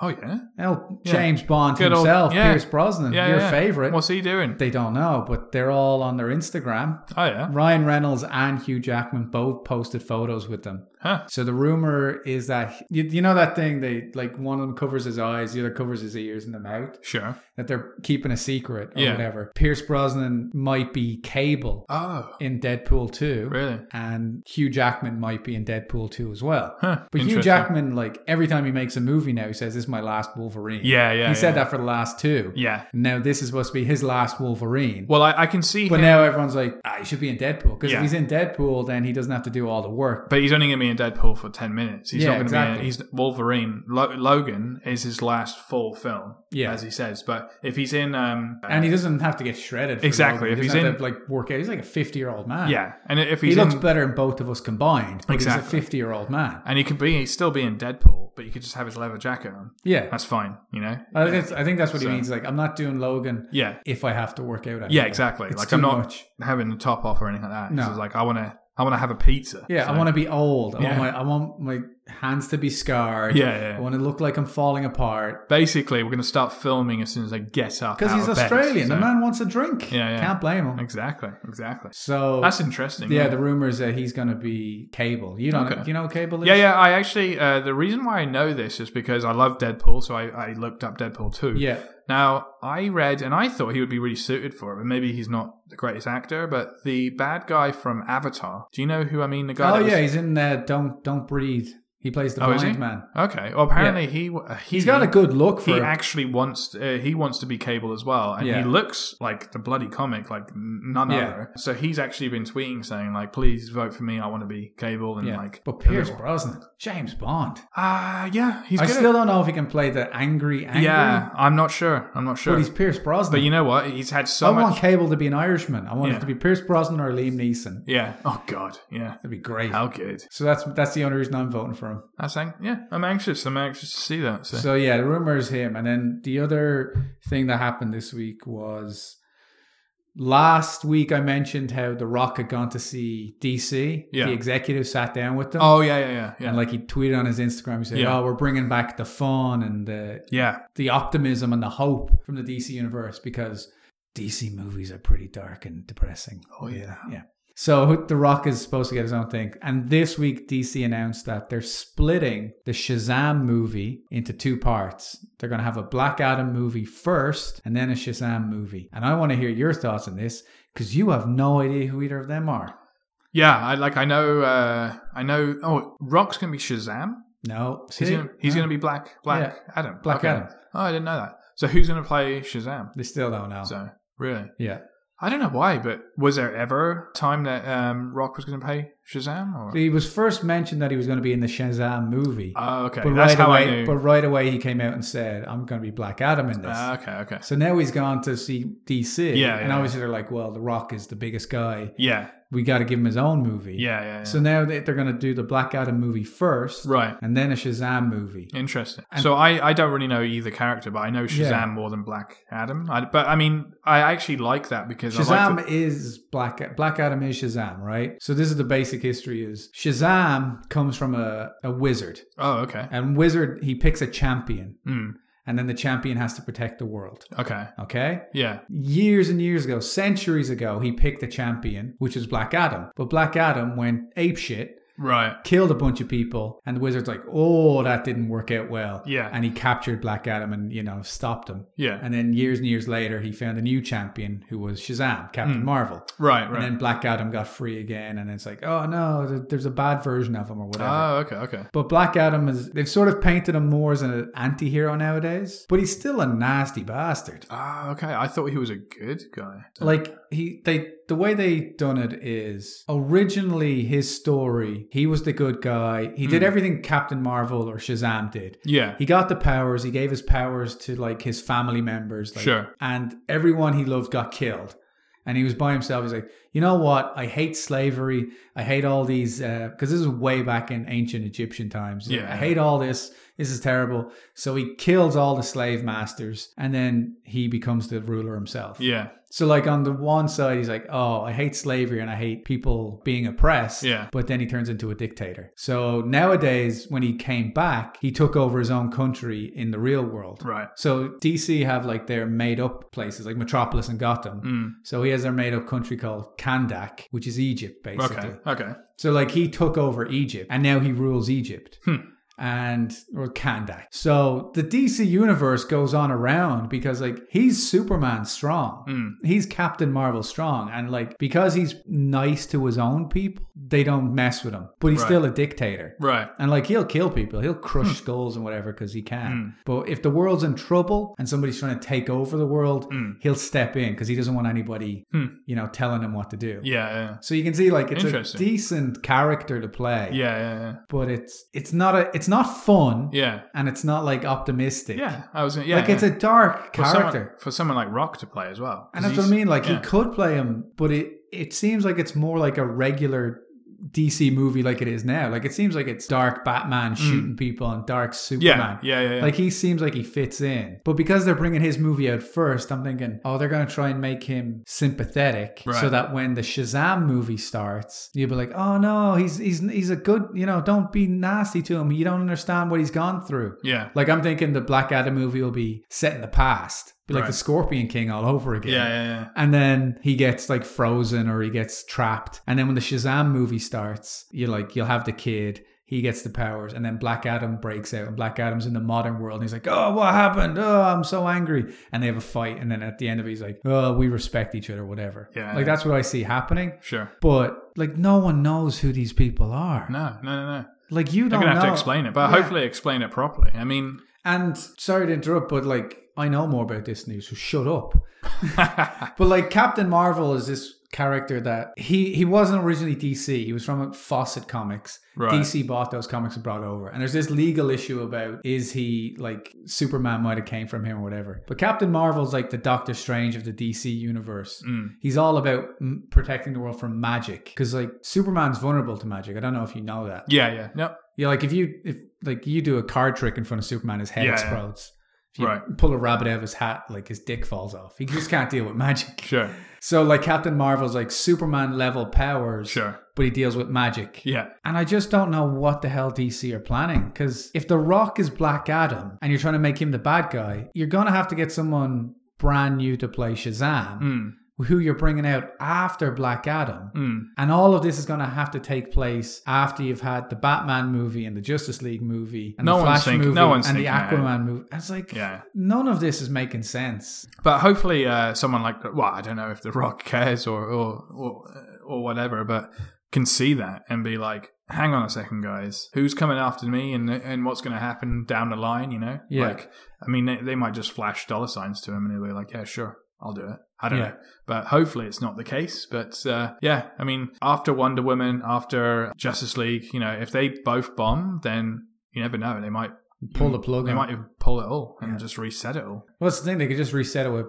Oh yeah,
Well,
Yeah.
James Bond
Good old-
himself,
yeah.
Pierce Brosnan,
yeah.
your
yeah.
favorite.
What's he doing?
they don't know, but they're all on their Instagram.
Oh yeah,
Ryan Reynolds and Hugh Jackman both posted photos with them.
huh?
So the rumor is that you, you know that thing they like one of them covers his eyes, the other covers his ears and the mouth.
Sure.
That they're keeping a secret or
Yeah.
whatever. Pierce Brosnan might be Cable
Oh,
in Deadpool 2.
really?
And Hugh Jackman might be in Deadpool 2 as well.
Huh.
But Hugh
Interesting.
Jackman, like every time he makes a movie now, he says, This is my last Wolverine.
Yeah,
He
yeah.
said
yeah.
that for the last two.
Yeah.
Now this is supposed to be his last Wolverine.
Well, I, I can see
but
him,
now everyone's like, ah, he should be in Deadpool. Because if
Yeah.
he's in Deadpool, then he doesn't have to do all the work.
but he's only going to be in Deadpool for ten minutes. He's
Yeah,
not going to
exactly.
be. In, he's Wolverine. Lo- Logan is his last full film,
Yeah.
as he says. But if he's in, um,
And he doesn't have to get shredded. For
Exactly.
Logan.
If
He
he's
doesn't have
in-
to, like work out, he's like a fifty-year-old man.
yeah, and if
he
he's
looks
in,
better than both of us combined. But he's a
Exactly.
fifty-year-old man.
and he could be he'd still be in Deadpool, but you could just have his leather jacket on.
Yeah,
That's fine, you know.
I think, that's, I think that's what he
So-
means. Like, I'm not doing Logan
Yeah,
if I have to work out. Anymore.
yeah, exactly.
It's
like
too
I'm not
much.
having the top off or anything like that. It's
No.
just like I want to, I want to have a pizza.
Yeah,
So-
I want to be old. I,
Yeah.
want my, I want my hands to be scarred.
Yeah, yeah.
I want to look like I'm falling apart.
Basically, we're going to start filming as soon as I get up
Because
out
he's
of bed,
Australian.
so-
The man wants a drink.
Yeah, yeah.
Can't blame him.
Exactly, exactly.
So
That's interesting.
yeah, the rumor is that he's going to be Cable. You don't
Okay.
you know who Cable is?
Yeah, yeah. I actually uh, the reason why I know this is because I love Deadpool, so I, I looked up Deadpool too.
yeah.
Now I read and I thought he would be really suited for it, but maybe he's not the greatest actor. But the bad guy from Avatar. Do you know who I mean? The guy.
Oh
that was-
yeah, he's in uh, Don't Don't Breathe. He plays the
Oh, is
blind
he?
man.
Okay. Well, apparently he uh, he
He's got a good look for.
he
a-
actually wants uh, he wants to be Cable as well, and
Yeah.
he looks like the bloody comic, like n- none
Yeah.
other. So he's actually been tweeting saying like, "Please vote for me. I want to be Cable." And
yeah.
like,
but Pierce Brosnan, James Bond.
ah, yeah, he's
I
good. at-
still don't know if he can play the angry angry.
yeah, I'm not sure. I'm not sure.
but
But,
he's Oh, Pierce Brosnan.
you know what? He's had so
I
much.
want Cable to be an Irishman. I want
Yeah.
it to be Pierce Brosnan or Liam Neeson.
yeah. Oh God. Yeah.
That'd be great.
How good.
So that's that's the only reason I'm voting for him.
I think. Yeah. I'm anxious. I'm anxious to see that. So,
So yeah, the rumor is him. And then the other thing that happened this week was last week I mentioned how The Rock had gone to see DC.
Yeah.
The executive sat down with them.
oh yeah, yeah, yeah, yeah.
And like he tweeted on his Instagram, he said,
Yeah.
"Oh, we're bringing back the fun and the
yeah.
the optimism and the hope from the DC universe because DC movies are pretty dark and depressing.
Oh, yeah.
Yeah. So The Rock is supposed to get his own thing. And this week DC announced that they're splitting the Shazam movie into two parts. They're going to have a Black Adam movie first and then a Shazam movie. And I want to hear your thoughts on this because you have no idea who either of them are.
Yeah, I like. I know. uh I know. Oh, Rock's gonna be Shazam.
No.
He's
See?
gonna, he's gonna be Black Black Adam.
Black
Okay.
Adam.
Oh, I didn't know that. So who's gonna play Shazam?
They still don't know.
So really,
yeah.
I don't know why, but was there ever a time that um Rock was gonna play Shazam? Or?
He was first mentioned that he was going to be in the Shazam movie.
Oh, okay,
But
that's
right
how
away,
I knew.
but right away he came out and said, "I'm going to be Black Adam in this."
Ah, okay, okay.
so now he's gone to see DC,
Yeah,
and
yeah.
obviously they're like, "Well, The Rock is the biggest guy.
Yeah,
We got to give him his own movie."
yeah, yeah. yeah.
So now they- they're going to do the Black Adam movie first,
right.
and then a Shazam movie.
Interesting. so I, I don't really know either character, but I know Shazam
Yeah.
more than Black Adam. I, but I mean, I actually like that because I
Shazam
like
is Black Black Adam is Shazam, right? So this is the basic history: is Shazam comes from a, a wizard,
the, oh okay,
and wizard he picks a champion,
Hmm.
and then the champion has to protect the world.
Okay.
Okay?
Yeah.
Years and years ago, centuries ago, he picked a champion, which was Black Adam. But Black Adam went apeshit
Right.
killed a bunch of people and the wizard's like oh that didn't work out well
Yeah.
and he captured black adam and you know stopped him
Yeah.
and then years and years later he found a new champion who was shazam captain
Mm.
marvel
right.
and
Right.
then black adam got free again and it's like oh no th- there's a bad version of him or whatever
oh, okay. Okay.
but Black Adam is, they've sort of painted him more as an anti hero nowadays, but he's still a nasty bastard.
Ah, okay. I thought he was a good guy.
Like he they the way they done it is originally his story, he was the good guy. He did
Hmm.
everything Captain Marvel or Shazam did.
yeah.
He got the powers, he gave his powers to like his family members, like,
Sure.
and everyone he loved got killed. And he was by himself. He's like, you know what? I hate slavery. I hate all these because this is way back in ancient Egyptian times. He's like,
Yeah.
I hate all this. This is terrible. So he kills all the slave masters, and then he becomes the ruler himself.
Yeah.
So, like, on the one side, he's like, oh, I hate slavery and I hate people being oppressed.
Yeah.
But then he turns into a dictator. So, nowadays, when he came back, he took over his own country in the real world.
Right.
So, DC have like their made up places like Metropolis and Gotham.
Mm.
So, he has their made up country called Kandak, which is Egypt, basically.
Okay. Okay.
So like he took over Egypt and now he rules Egypt.
Hmm.
And or Kandak. So the DC universe goes on around because like he's Superman strong.
Mm.
He's Captain Marvel strong. And like because he's nice to his own people, they don't mess with him. But he's
Right. Hmm.
still a dictator.
Right.
And like he'll kill people, he'll crush skulls and whatever because he
Hmm.
can. But if the world's in trouble and somebody's trying to take over the world,
Mm.
he'll step in because he doesn't want anybody,
Hmm.
you know, telling him what to do.
Yeah. Yeah.
So you can see like it's a
Interesting.
decent character to play.
Yeah. Yeah.
But it's it's not a it's not fun
Yeah.
and it's not like optimistic.
Yeah. yeah. I was. gonna- Yeah.
like
yeah.
it's a dark
for someone-
character.
for someone like Rock to play as well. 'Cause
and that's what I
he's-
mean. Like
yeah.
he could play him, but it it seems like it's more like a regular DC movie like it is now. Like it seems like it's dark Batman shooting people and dark Superman.
Hmm. Yeah. Yeah. Yeah. yeah.
Like he seems like he fits in, but because they're bringing his movie out first, I'm thinking, oh, they're gonna try and make him sympathetic, so
Right.
that when the Shazam movie starts, you'll be like, oh no, he's he's he's a good, you know, don't be nasty to him. You don't understand what he's gone through.
yeah.
Like I'm thinking, the Black Adam movie will be set in the past, be like
Right.
the Scorpion King all over again.
Yeah. Yeah. Yeah.
And then he gets like frozen or he gets trapped. And then when the Shazam movie starts, you're like, you'll have the kid. He gets the powers, and then Black Adam breaks out, and Black Adam's in the modern world, and he's like, "Oh, what happened? Oh, I'm so angry!" And they have a fight, and then at the end of it, he's like, "Oh, we respect each other, whatever."
Yeah.
like that's what I see happening.
Sure.
But like, no one knows who these people are.
No. No. No. No.
Like you
They're
don't
gonna have
know.
to explain it, but
Oh, Yeah.
hopefully explain it properly. I mean,
And sorry to interrupt, but like I know more about this news, so shut up. but like Captain Marvel is this character that he he wasn't originally DC. He was from Fawcett Comics.
Right.
DC bought those comics and brought over. And there's this legal issue about is he like Superman might have came from him or whatever. But Captain Marvel's like the Doctor Strange of the DC universe.
Mm.
He's all about m- protecting the world from magic because like Superman's vulnerable to magic. I don't know if you know that.
yeah. Yeah. Yep.
Yeah, like if you if like you do a card trick in front of Superman, his head
Yeah, yeah.
explodes. If you
Right.
pull a rabbit out of his hat, like his dick falls off. He just can't deal with magic.
Sure.
So like Captain Marvel's like Superman level powers,
Sure.
but he deals with magic.
Yeah.
And I just don't know what the hell DC are planning. Because if The Rock is Black Adam and you're trying to make him the bad guy, you're gonna have to get someone brand new to play Shazam,
Mm.
who you're bringing out after Black Adam.
Mm.
And all of this is going to have to take place after you've had the Batman movie and the Justice League movie and
No
the
one's
Flash
think-
movie
no one's
and the
thinking that.
Aquaman movie. It's like
Yeah.
none of this is making sense.
But hopefully, uh, someone like well, I don't know if The Rock cares or or or, or whatever, but can see that and be like, "Hang on a second, guys, who's coming after me, and and what's going to happen down the line?" You know,
Yeah.
like I mean, they, they might just flash dollar signs to him, and he'll be like, "Yeah, sure." I'll do it. I don't
Yeah.
know. But hopefully it's not the case. But uh, yeah, I mean, after Wonder Woman, after Justice League, you know, if they both bomb, then you never know. They might
Pull the plug.
Mm. They
on-
might pull it all and
Yeah.
just reset it all.
well, that's the thing. They could just reset it with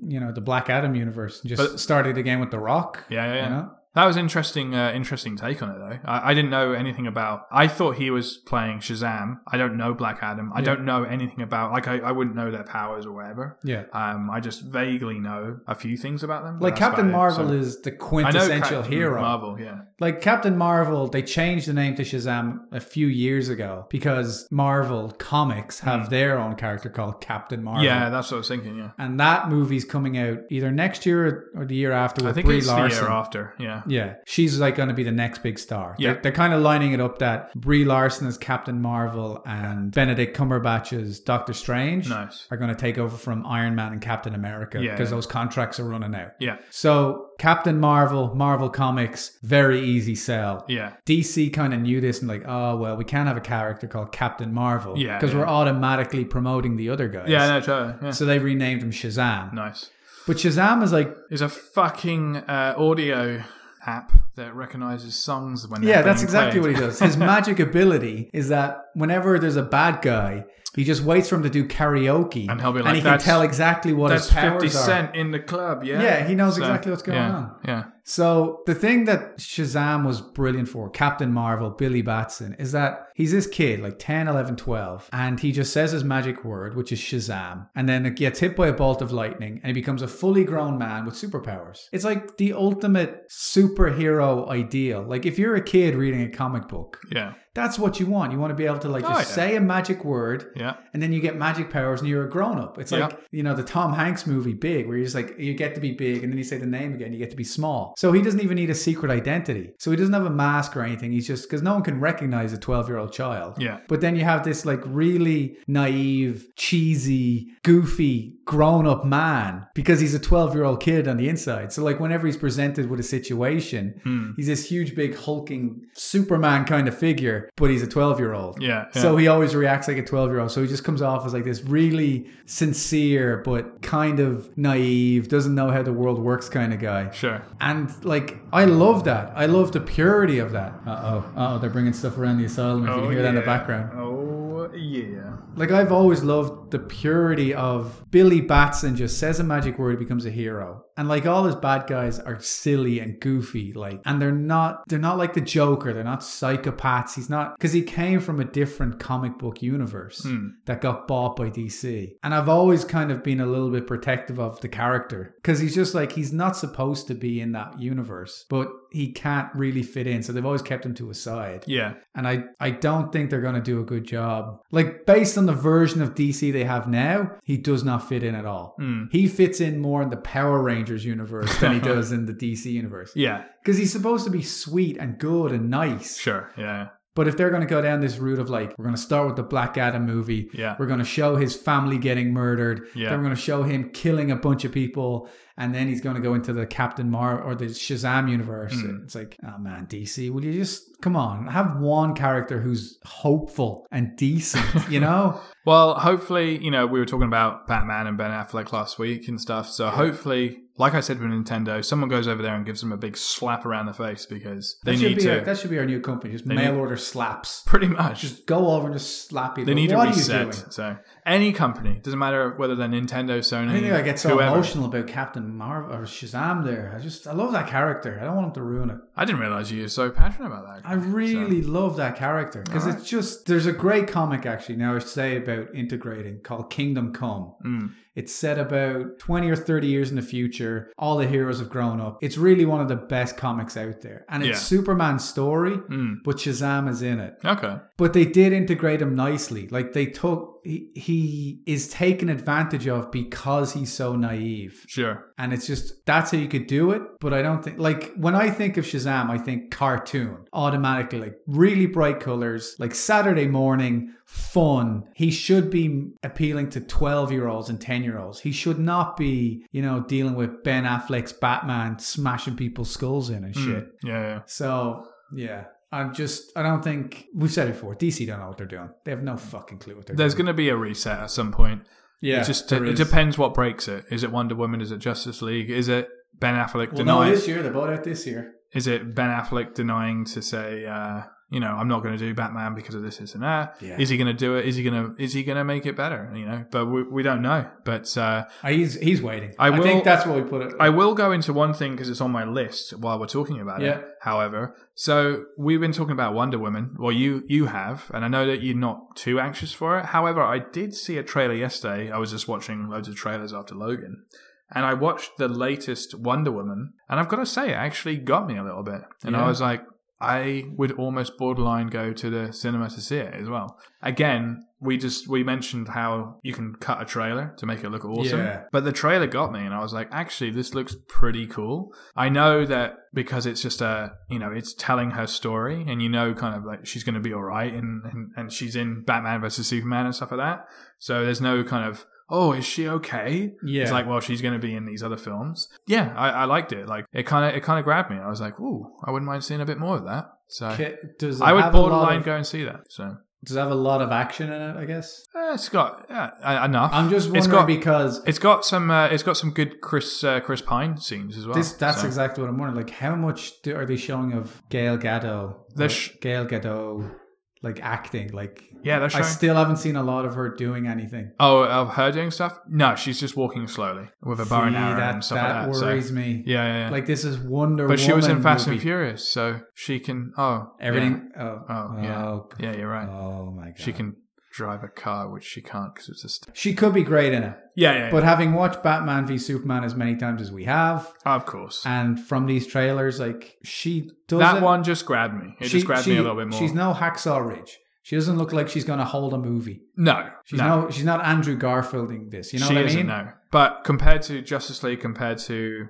you know the Black Adam universe and just
But-
start it again with the Rock.
Yeah, yeah, yeah.
You know?
That was interesting. Uh, interesting take on it, though. I, I didn't know anything about. I thought he was playing Shazam. I don't know Black Adam. I
Yeah.
don't know anything about. Like, I, I wouldn't know their powers or whatever.
Yeah.
Um, I just vaguely know a few things about them. but
Like
that's
Captain
about it.
Marvel
So-
is the
I know
quintessential
Captain
hero.
Marvel, yeah.
Like Captain Marvel, they changed the name to Shazam a few years ago because Marvel Comics have their own character called Captain Marvel.
Hmm. Yeah, that's what I was thinking. Yeah,
And that movie's coming out either next year or the year after with
I think
Brie
it's
Larson.
the year after. Yeah,
Yeah, she's like going to be the next big star.
Yeah.
They're, they're kind of lining it up that Brie Larson as Captain Marvel and Benedict Cumberbatch as Doctor Strange
nice.
are going to take over from Iron Man and Captain America
Yeah,
because
yeah.
those contracts are running out.
Yeah,
So, Captain Marvel, Marvel Comics, very easy sell.
yeah,
DC kind of knew this and like, oh well, we can't have a character called Captain Marvel
Yeah,
because
yeah.
we're automatically promoting the other guys.
yeah. No, totally. Yeah.
So they renamed him Shazam.
nice.
But Shazam is like,
There's a fucking uh, audio app that recognizes songs when they're
yeah, that's
being
exactly
played.
what he does. His magic ability is that whenever there's a bad guy, he just waits for him to do karaoke,
And he'll be like,
and he can
"That's-
tell exactly what his
That's
powers
Fifty
are.
Cent in the club. Yeah,
Yeah, he knows exactly what's going
yeah,
on.
Yeah,
So the thing that Shazam was brilliant for, Captain Marvel, Billy Batson, is that he's this kid, like 10, 11, 12, and he just says his magic word, which is Shazam, and then it gets hit by a bolt of lightning, and he becomes a fully grown man with superpowers. It's like the ultimate superhero ideal. Like if you're a kid reading a comic book,
yeah,
that's what you want. You want to be able to like
Oh,
just
yeah.
say a magic word
yeah.
and then you get magic powers and you're a grown up. It's like,
Yeah.
you know, the Tom Hanks movie Big, where you're just like, you get to be big and then you say the name again, you get to be small. So he doesn't even need a secret identity. So he doesn't have a mask or anything. He's just, because no one can recognize a 12 year old child.
Yeah.
But then you have this like really naive, cheesy, goofy, grown up man because he's a 12 year old kid on the inside. So, like, whenever he's presented with a situation,
Hmm.
he's this huge, big, hulking Superman kind of figure, but he's a 12 year old.
Yeah, yeah.
So he always reacts like a 12 year old. So he just comes off as like this really sincere, but kind of naive, doesn't know how the world works kind of guy.
Sure.
And like, I love that. I love the purity of that. Uh oh. Uh oh. They're bringing stuff around the asylum if you can hear that in the background.
Oh yeah.
Like, I've always loved the purity of Billy Batson just says a magic word, becomes a hero. And like, all his bad guys are silly and goofy. Like, and they're not, they're not like the Joker. They're not psychopaths. He's not, because he came from a different comic book universe that got bought by DC. And I've always kind of been a little bit protective of the character because he's just like, he's not supposed to be in that universe, but he can't really fit in. So they've always kept him to a side
Yeah.
and I, I don't think they're going to do a good job. Like, based on the version of DC they have now, he does not fit in at all. He fits in more in the Power Rangers universe than he does in the DC universe.
Yeah.
Because he's supposed to be sweet and good and nice.
Sure. Yeah.
But if they're going to go down this route of like, we're going to start with the Black Adam movie,
Yeah.
we're going to show his family getting murdered,
Yeah.
then we're going to show him killing a bunch of people, and then he's going to go into the Captain Mar or the Shazam universe.
Mm.
It's like, oh man, DC, will you just come on, have one character who's hopeful and decent, you know?
Well, hopefully, you know, we were talking about Batman and Ben Affleck last week and stuff. So hopefully, like I said with Nintendo, someone goes over there and gives them a big slap around the face because they
that, should
need
be
to.
Our, that should be our new company, just mail order slaps.
pretty much.
Just go over and just slap people.
they need to
what Are you
reset.
doing?
So any company doesn't matter whether they're Nintendo, Sony,
I think I get so
Mm. whoever.
emotional about Captain Marvel or Shazam there. I just, I love that character. I don't want him to ruin it.
I didn't realize you were so passionate about that.
I really love that character because it's just there's a great comic actually now I should say about integrating called Kingdom Come.
Mm,
It's set about 20 or 30 years in the future. All the heroes have grown up. It's really one of the best comics out there. And it's
Yeah. Mm.
Superman's story, but Shazam is in it.
okay.
But they did integrate him nicely. Like they took, he, he is taken advantage of because he's so naive.
Sure.
And it's just that's how you could do it. But I don't think like when I think of Shazam, I think cartoon automatically, like really bright colors, like Saturday morning, fun. He should be appealing to 12 year olds and 10 year olds. He should not be, you know, dealing with Ben Affleck's Batman smashing people's skulls in
Hmm.
and shit.
Yeah. yeah.
So yeah. I'm just, I don't think, we've said it before, DC don't know what they're doing. They have no fucking clue what they're
There's
doing.
going to be a reset at some point.
yeah,
it just
there
it
is.
depends what breaks it. Is it Wonder Woman? Is it Justice League? Is it Ben Affleck
Well, no,
denying?
this year, they're both out this year.
is it Ben Affleck denying to say, uh, you know, I'm not going to do Batman because of this, this, and that.
Yeah.
Is he going to do it? Is he going to is he going to make it better? You know, but we, we don't know. But uh,
He's he's waiting.
I
I,
will-
think that's what we put it.
I will go into one thing because it's on my list while we're talking about
Yeah.
it. However, so we've been talking about Wonder Woman. Well, you you have, and I know that you're not too anxious for it. However, I did see a trailer yesterday. I was just watching loads of trailers after Logan, and I watched the latest Wonder Woman, and I've got to say, it actually got me a little bit. And I
Yeah.
was like, I would almost borderline go to the cinema to see it as well. Again, we just we mentioned how you can cut a trailer to make it look awesome.
Yeah.
But the trailer got me and I was like, actually this looks pretty cool. I know that because it's just a you know, it's telling her story and you know kind of like she's gonna be alright and, and, and she's in Batman versus Superman and stuff like that. So there's no kind of Oh, is she okay?
yeah,
It's like, well, she's going to be in these other films. Yeah, I, I liked it. Like, it kind of it kind of grabbed me. I was like, ooh, I wouldn't mind seeing a bit more of that. So
Ca- does it
uh, I would
have a lot
borderline
of-
go and see that. So
Does it have a lot of action in it? I guess.
eh, it's got yeah, uh, enough.
I'm just wondering
It's got-
because
it's got some uh, it's got some good Chris uh, Chris Pine scenes as well.
this that's
So-
exactly what I'm wondering. Like, how much do, are they showing of Gail Gadot?
They're
or
sh-
Gail Gadot, like acting. Like,
yeah. They're
I
showing.
still haven't seen a lot of her doing anything.
oh, of her doing stuff? No, she's just walking slowly with a bow and
See,
arrow
that,
and stuff
that
like that. So,
worries me.
yeah, yeah, yeah.
Like this is Wonder
but
Woman.
she was in Fast
movie.
and Furious, so she can. Oh, yeah.
Everything. Oh,
Oh, yeah.
Oh,
Yeah, you're right.
oh my god.
She can drive a car, which she can't because it's a. St-
She could be great in it.
yeah, yeah.
But having watched Batman v Superman as many times as we have,
Of course.
and from these trailers, like she doesn't.
That one just grabbed me. It
she,
just grabbed
she-
me a little bit more.
She's no Hacksaw Ridge. She doesn't look like she's going to hold a movie.
no,
She's
no.
no. She's not Andrew Garfielding this. You know
she
what I
isn't,
mean?
no. But compared to Justice League, compared to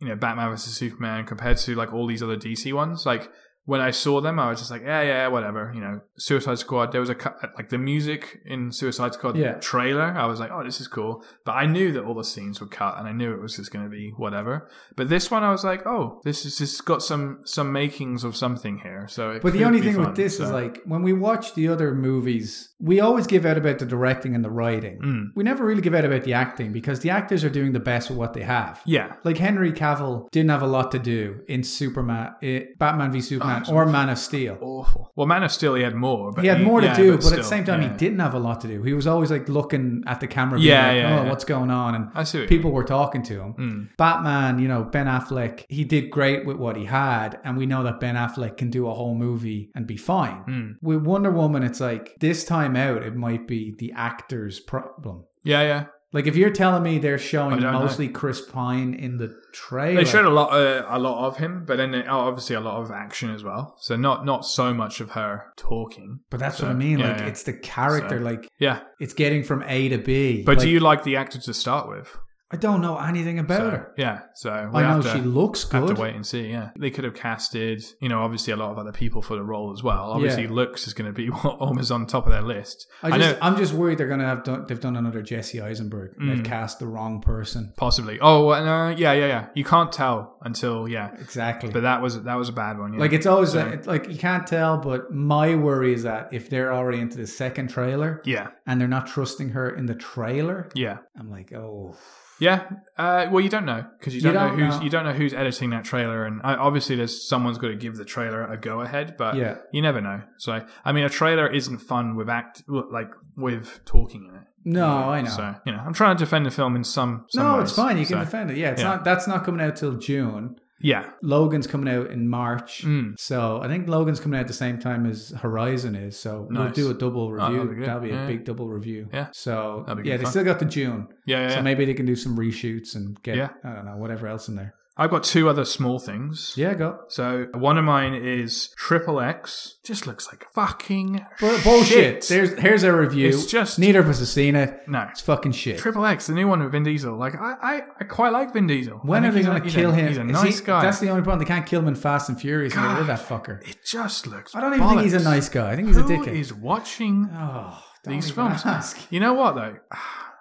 you know Batman versus Superman, compared to like all these other DC ones, like when I saw them, I was just like, yeah, yeah, whatever. You know, Suicide Squad. There was a cu- uh, like the music in Suicide Squad
Yeah.
trailer. I was like, oh, this is cool. But I knew that all the scenes were cut, and I knew it was just going to be whatever. But this one, I was like, oh, this is just got some some makings of something here. So, it
But the
could
only
be
thing
fun,
with this
so-
is like when we watch the other movies, we always give out about the directing and the writing.
Mm.
We never really give out about the acting because the actors are doing the best with what they have.
yeah,
Like Henry Cavill didn't have a lot to do in Superman, eh, Batman v Superman,
Ah, it's
or Man of Steel.
awful. Well, Man of Steel, he had more. But
he had more
yeah,
to do, but, at
still,
the same time,
yeah.
he didn't have a lot to do. He was always like looking at the camera, being
Yeah,
like,
yeah,
"Oh,
yeah.
what's going on?" And
I see what you
people were talking to him.
mean.
Batman, you know, Ben Affleck, he did great with what he had, and we know that Ben Affleck can do a whole movie and be fine.
Mm, mm.
With Wonder Woman, it's like this time out, it might be the actor's problem.
Yeah, yeah.
Like if you're telling me they're
I
showing
don't know.
mostly Chris Pine in the trailer,
They showed a lot, uh, a lot of him, but then uh, obviously a lot of action as well. So not not so much of her talking.
but that's
So,
what I mean.
yeah,
like
yeah.
it's the character,
So-
like
Yeah,
it's getting from A to B.
but
Like,
do you like the actor to start with?
I don't know anything about
So,
her.
yeah, so we
I know
have to,
she looks
have
good.
to wait and see. Yeah, they could have casted, you know, obviously a lot of other people for the role as well. Obviously,
Yeah.
looks is going to be almost on top of their list.
I
I
just,
know-
I'm just worried they're gonna have done. They've done another Jesse Eisenberg. and
Mm.
They've cast the wrong person.
Possibly. Oh, and, uh, yeah, yeah, yeah. You can't tell until yeah.
Exactly.
But that was that was a bad one. Yeah.
like it's always
So-
uh, it's like you can't tell. But my worry is that if they're already into the second trailer
yeah,
and they're not trusting her in the trailer,
yeah.
I'm like, oh,
Yeah. Uh, well, you don't know because you
You
don't,
don't
know who's
know.
you don't know who's editing that trailer, and I, obviously there's someone's got to give the trailer a go ahead, but
yeah,
you never know. So I mean, a trailer isn't fun with act like with talking in it.
no, I know.
So you know, I'm trying to defend the film in some. some
no,
ways.
it's fine. You can
So,
defend it. Yeah, it's
yeah.
not. That's not coming out till June.
Yeah.
Logan's coming out in March.
Mm.
So I think Logan's coming out at the same time as Horizon is. So
Nice.
we'll do a double
that'd
review.
be
that'll be,
good. Yeah.
a big double review.
Yeah.
So
That'd be
yeah,
good
they
fun.
still got the June.
Yeah. Yeah.
So
yeah.
maybe they can do some reshoots and get
Yeah.
I don't know whatever else in there.
I've got two other small things.
Yeah, go.
So one of mine is Triple X. Just looks like fucking
Bu- bullshit.
shit.
There's here's our review.
It's just-
neither of us has seen it.
No.
It's fucking shit.
Triple X, the new one with Vin Diesel. Like I, I, I quite like Vin Diesel.
when
I
are
think
they
he's a-
gonna
he's a-
kill him?
He's a
Is
nice
he-
guy.
That's the only problem. They can't kill him in Fast and Furious. and Get rid of that fucker.
It just looks.
I don't even think he's a
bollocks.
nice guy. I think he's a
Who
dickhead.
is watching?
oh, don't
These
even
films.
Ask.
You know what though?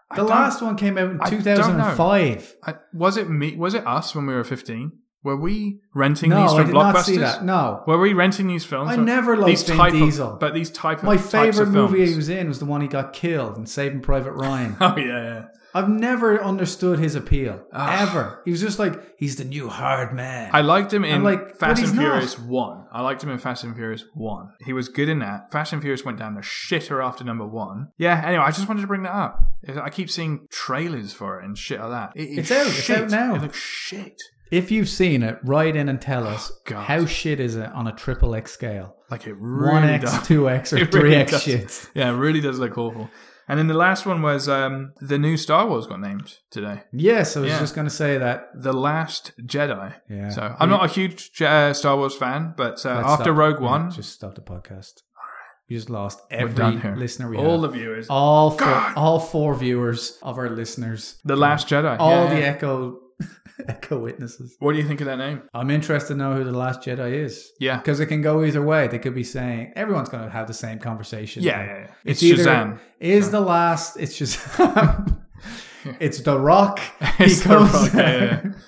I
The
don't-
last one came out in
I don't know.
2005.
I, was it me? Was it us when we were fifteen? Were we renting
No,
these
I
from
did
Blockbusters?
not see that. No.
Were we renting these films?
I never liked
these
Vin
type
Diesel.
Of, but these type of
My
types of
favorite movie
films.
he was in was the one he got killed in Saving Private Ryan.
Oh yeah, yeah.
I've never understood his appeal
Ah.
ever. He was just like he's the new hard man.
I liked him in
I'm like, but
Fast
he's
and
not.
Furious One. I liked him in Fast and Furious One. He was good in that. Fast and Furious went down the shitter after number one. Yeah. Anyway, I just wanted to bring that up. I keep seeing trailers for it and shit like that. It is
It's out. It's
shit.
out now.
It looks shit.
if you've seen it, write in and tell us
Oh, God.
how shit is it on a triple X scale.
Like it
One
really does.
X, two X, or
It really
three X
does.
shits.
Yeah, it really does look awful. And then the last one was um, the new Star Wars got named today.
Yes, I was
Yeah.
just gonna say that.
The Last Jedi.
Yeah.
So I'm not a huge Je- uh, Star Wars fan, but uh,
Let's
after
stop.
Rogue
Yeah,
One,
just stop the podcast. You just lost
we're done
every
here.
listener we
All
have.
the viewers.
all four,
God.
all four viewers of our listeners.
the Last Jedi.
All
Yeah,
the
yeah.
echo echo witnesses.
What do you think of that name?
I'm interested to know who the last Jedi is.
Yeah.
Because it can go either way. They could be saying everyone's going to have the same conversation.
Yeah, yeah, yeah.
It's,
It's,
either
Shazam.
is the last. It's Shazam. it's the Rock.
It's The
because-
Rock, yeah, yeah, yeah.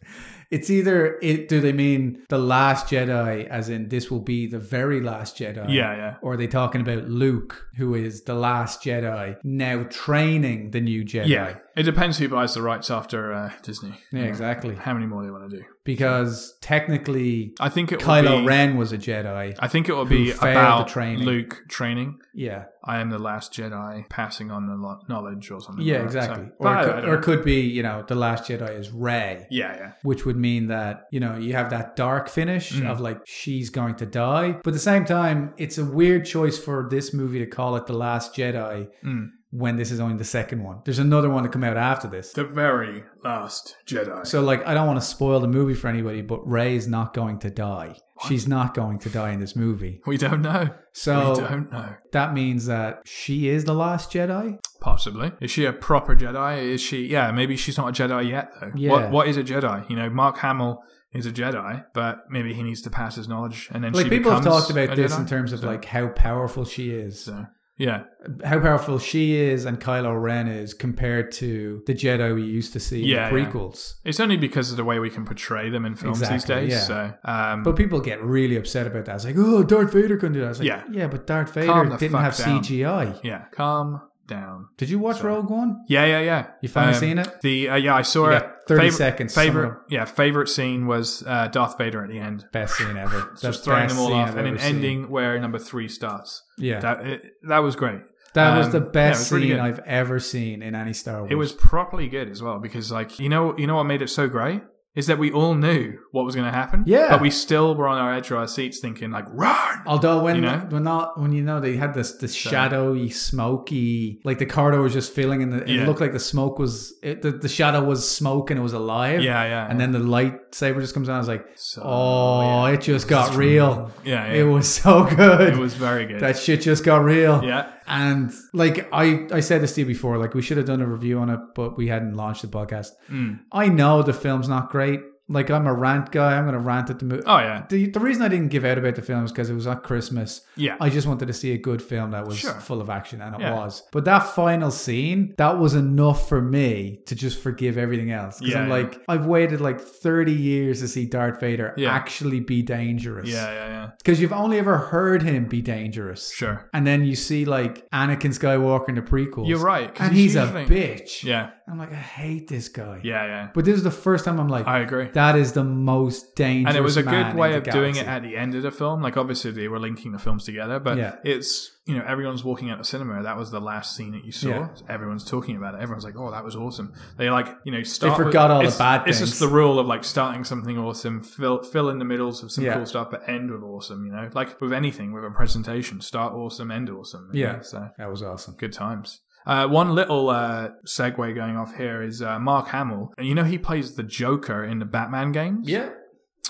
It's either it. Do they mean the last Jedi, as in this will be the very last Jedi?
Yeah, yeah.
Or are they talking about Luke, who is the last Jedi, now training the new Jedi?
Yeah. It depends who buys the rights after uh, Disney.
Yeah, exactly.
How many more they want to do?
Because technically,
I think it will
Kylo
be.
Ren was a Jedi.
I think it will be
failed the
about
training.
Luke training.
Yeah.
I am the last Jedi, passing on the lo- knowledge or something.
Yeah,
like that.
exactly.
So-
or,
But
it
I
could,
don't
or
know.
it could be, you know, The Last Jedi is Rey,
yeah, yeah,
which would mean that, you know, you have that dark finish
Mm.
of like, she's going to die. But at the same time, it's a weird choice for this movie to call it The Last Jedi
Mm.
when this is only the second one. There's another one to come out after this.
the very last Jedi.
So, like, I don't want to spoil the movie for anybody, but Rey is not going to die. She's not going to die in this movie.
we don't know.
So
we don't know.
that means that she is the last Jedi.
Possibly. Is she a proper Jedi? Is she? Yeah, maybe she's not a Jedi yet, though.
Yeah.
What What is a Jedi? You know, Mark Hamill is a Jedi, but maybe he needs to pass his knowledge, and then
Like
she
people have
becomes
talked about
a
this
Jedi.
in terms of
So-
like how powerful she is.
So yeah,
how powerful she is and Kylo Ren is compared to the Jedi we used to see
Yeah,
in the
yeah.
prequels.
it's only because of the way we can portray them in films
Exactly,
these days.
yeah.
So um,
But people get really upset about that. It's like, oh, Darth Vader couldn't do that. It's like, yeah,
Yeah.
but Darth
Calm
Vader
the
didn't
fuck
have
down.
CGI.
yeah, calm down.
Did you watch
So-
Rogue One?
Yeah, yeah, yeah.
You finally seen it?
The uh, yeah, I saw
You
it.
got 30
Favorite-
seconds, sum it
Favorite,
up.
yeah, favorite scene was uh, Darth Vader at the end,
Best scene ever. The
just throwing
best
them all
scene
off,
I've
and an
ever seen.
ending where number three starts.
Yeah, that,
That it, that was great.
was
um,
the
yeah, it was
best
really
scene
good.
I've ever seen in any Star Wars.
It was properly good as well because, like, you know, you know what made it so great is that we all knew what was going to happen.
Yeah.
but we still were on our edge of our seats, thinking like, "Run!"
Although when
You know?
when not when you know they had this this shadowy smoky like the corridor was just filling and the, it
Yeah.
looked like the smoke was it, the, the shadow was smoke and it was alive
Yeah, yeah,
and then the lightsaber just comes on I was like
So,
oh
yeah.
it just got real
Yeah, yeah.
it was so good
It was very good.
that shit just got real
yeah,
and like I, I said this to you before, like we should have done a review on it, but we hadn't launched the podcast.
Mm.
I know the film's not great. Like I'm a rant guy. I'm going to rant at the movie.
Oh, yeah.
Uh, The, the reason I didn't give out about the film is because it was at Christmas.
Yeah.
I just wanted to see a good film that was
Sure.
full of action, and it
Yeah.
was. But that final scene, that was enough for me to just forgive everything else. Because
Yeah,
I'm
yeah.
like, I've waited like 30 years to see Darth Vader
Yeah.
actually be dangerous.
yeah, yeah, yeah.
Because you've only ever heard him be dangerous.
Sure.
And then you see like Anakin Skywalker in the prequels.
You're right, 'cause
And
he's
he's, a
usually-
bitch.
Yeah,
I'm like, I hate this guy.
yeah, yeah.
But this is the first time I'm like,
I agree.
that is the most dangerous.
And it was a
man
good
in
way
the
of doing it
galaxy.
at the end of the film. Like, obviously, they were linking the films together, but
Yeah.
it's, you know, everyone's walking out the cinema. That was the last scene that you saw.
Yeah.
Everyone's talking about it. Everyone's like, oh, that was awesome. They, like, you know, start. with-
forgot all the
it's-
bad
It's
things.
just the rule of, like, starting something awesome, fill, fill in the middles of some
Yeah.
cool stuff, but end with awesome, you know? Like, with anything, with a presentation, start awesome, end awesome. you
Yeah.
know? So,
That was awesome.
good times. Uh, one little uh, segue going off here is uh, Mark Hamill. You know, he plays the Joker in the Batman games.
Yeah.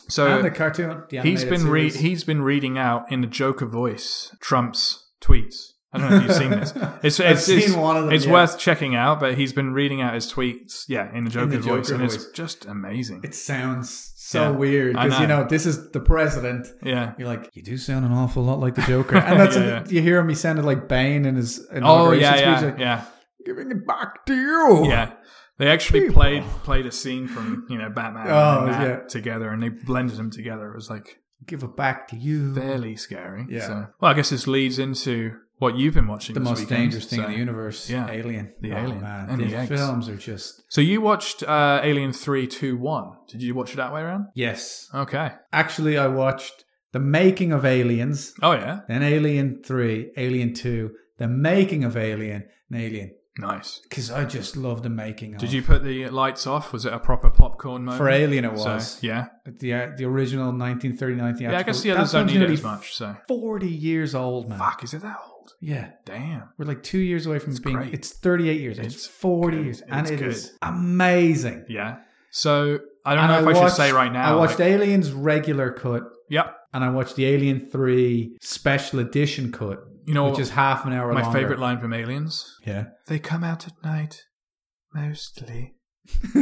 So
and the cartoon. The
uh, He's
animated
been re-
series.
he's been reading out in the Joker voice Trump's tweets. I don't know if you've seen this. It's,
I've
it's, it's-
seen one of them,
It's
yeah.
worth checking out, but he's been reading out his tweets, yeah, in the Joker
the
voice,
Joker
and
voice.
it's just amazing.
It sounds so
Yeah.
weird
I
because you
know.
know this is the president.
yeah.
You're like, you do sound an awful lot like the Joker, and that's
Yeah,
you hear him. He sounded like Bane in his
Oh
inauguration
yeah,
speech.
yeah,
like,
yeah,
Giving it back to you.
yeah. They actually
People.
played played a scene from you know Batman
Oh,
and that
yeah.
together, and they blended them together. It was like
Give it back to you.
fairly scary.
Yeah.
So, well, I guess this leads into what you've been watching.
the
this
most
weekend,
dangerous thing
so-
in the universe.
yeah.
Alien.
The
oh,
Alien.
Man.
And the
These
eggs.
films are just
So you watched uh, Alien Three Two One. Did you watch it that way around?
yes.
Okay.
Actually, I watched the making of Aliens,
Oh yeah.
then Alien Three, Alien Two, the making of Alien, and Alien.
Nice.
Because I just love the making. Of.
Did you put the lights off? Was it a proper popcorn moment?
for Alien? It
So,
was
yeah.
the uh, the original 1939.
Yeah, I guess the
theatrical-
others
that
don't
film's
need it
nearly
as much. So
Forty years old, man.
fuck, is it that old?
Yeah,
Damn.
we're like two years away from being.
great.
It's 38 years. It's,
It's
40
good.
years, and
It's
it
good.
is amazing.
Yeah. So I don't
And
know if I,
watched-
should say right now.
I watched
like-
Alien's regular cut,
Yep.
and I watched the Alien Three Special Edition cut,
You know,
which is half an hour.
my
longer.
favorite line from Aliens.
Yeah.
They come out at night, mostly.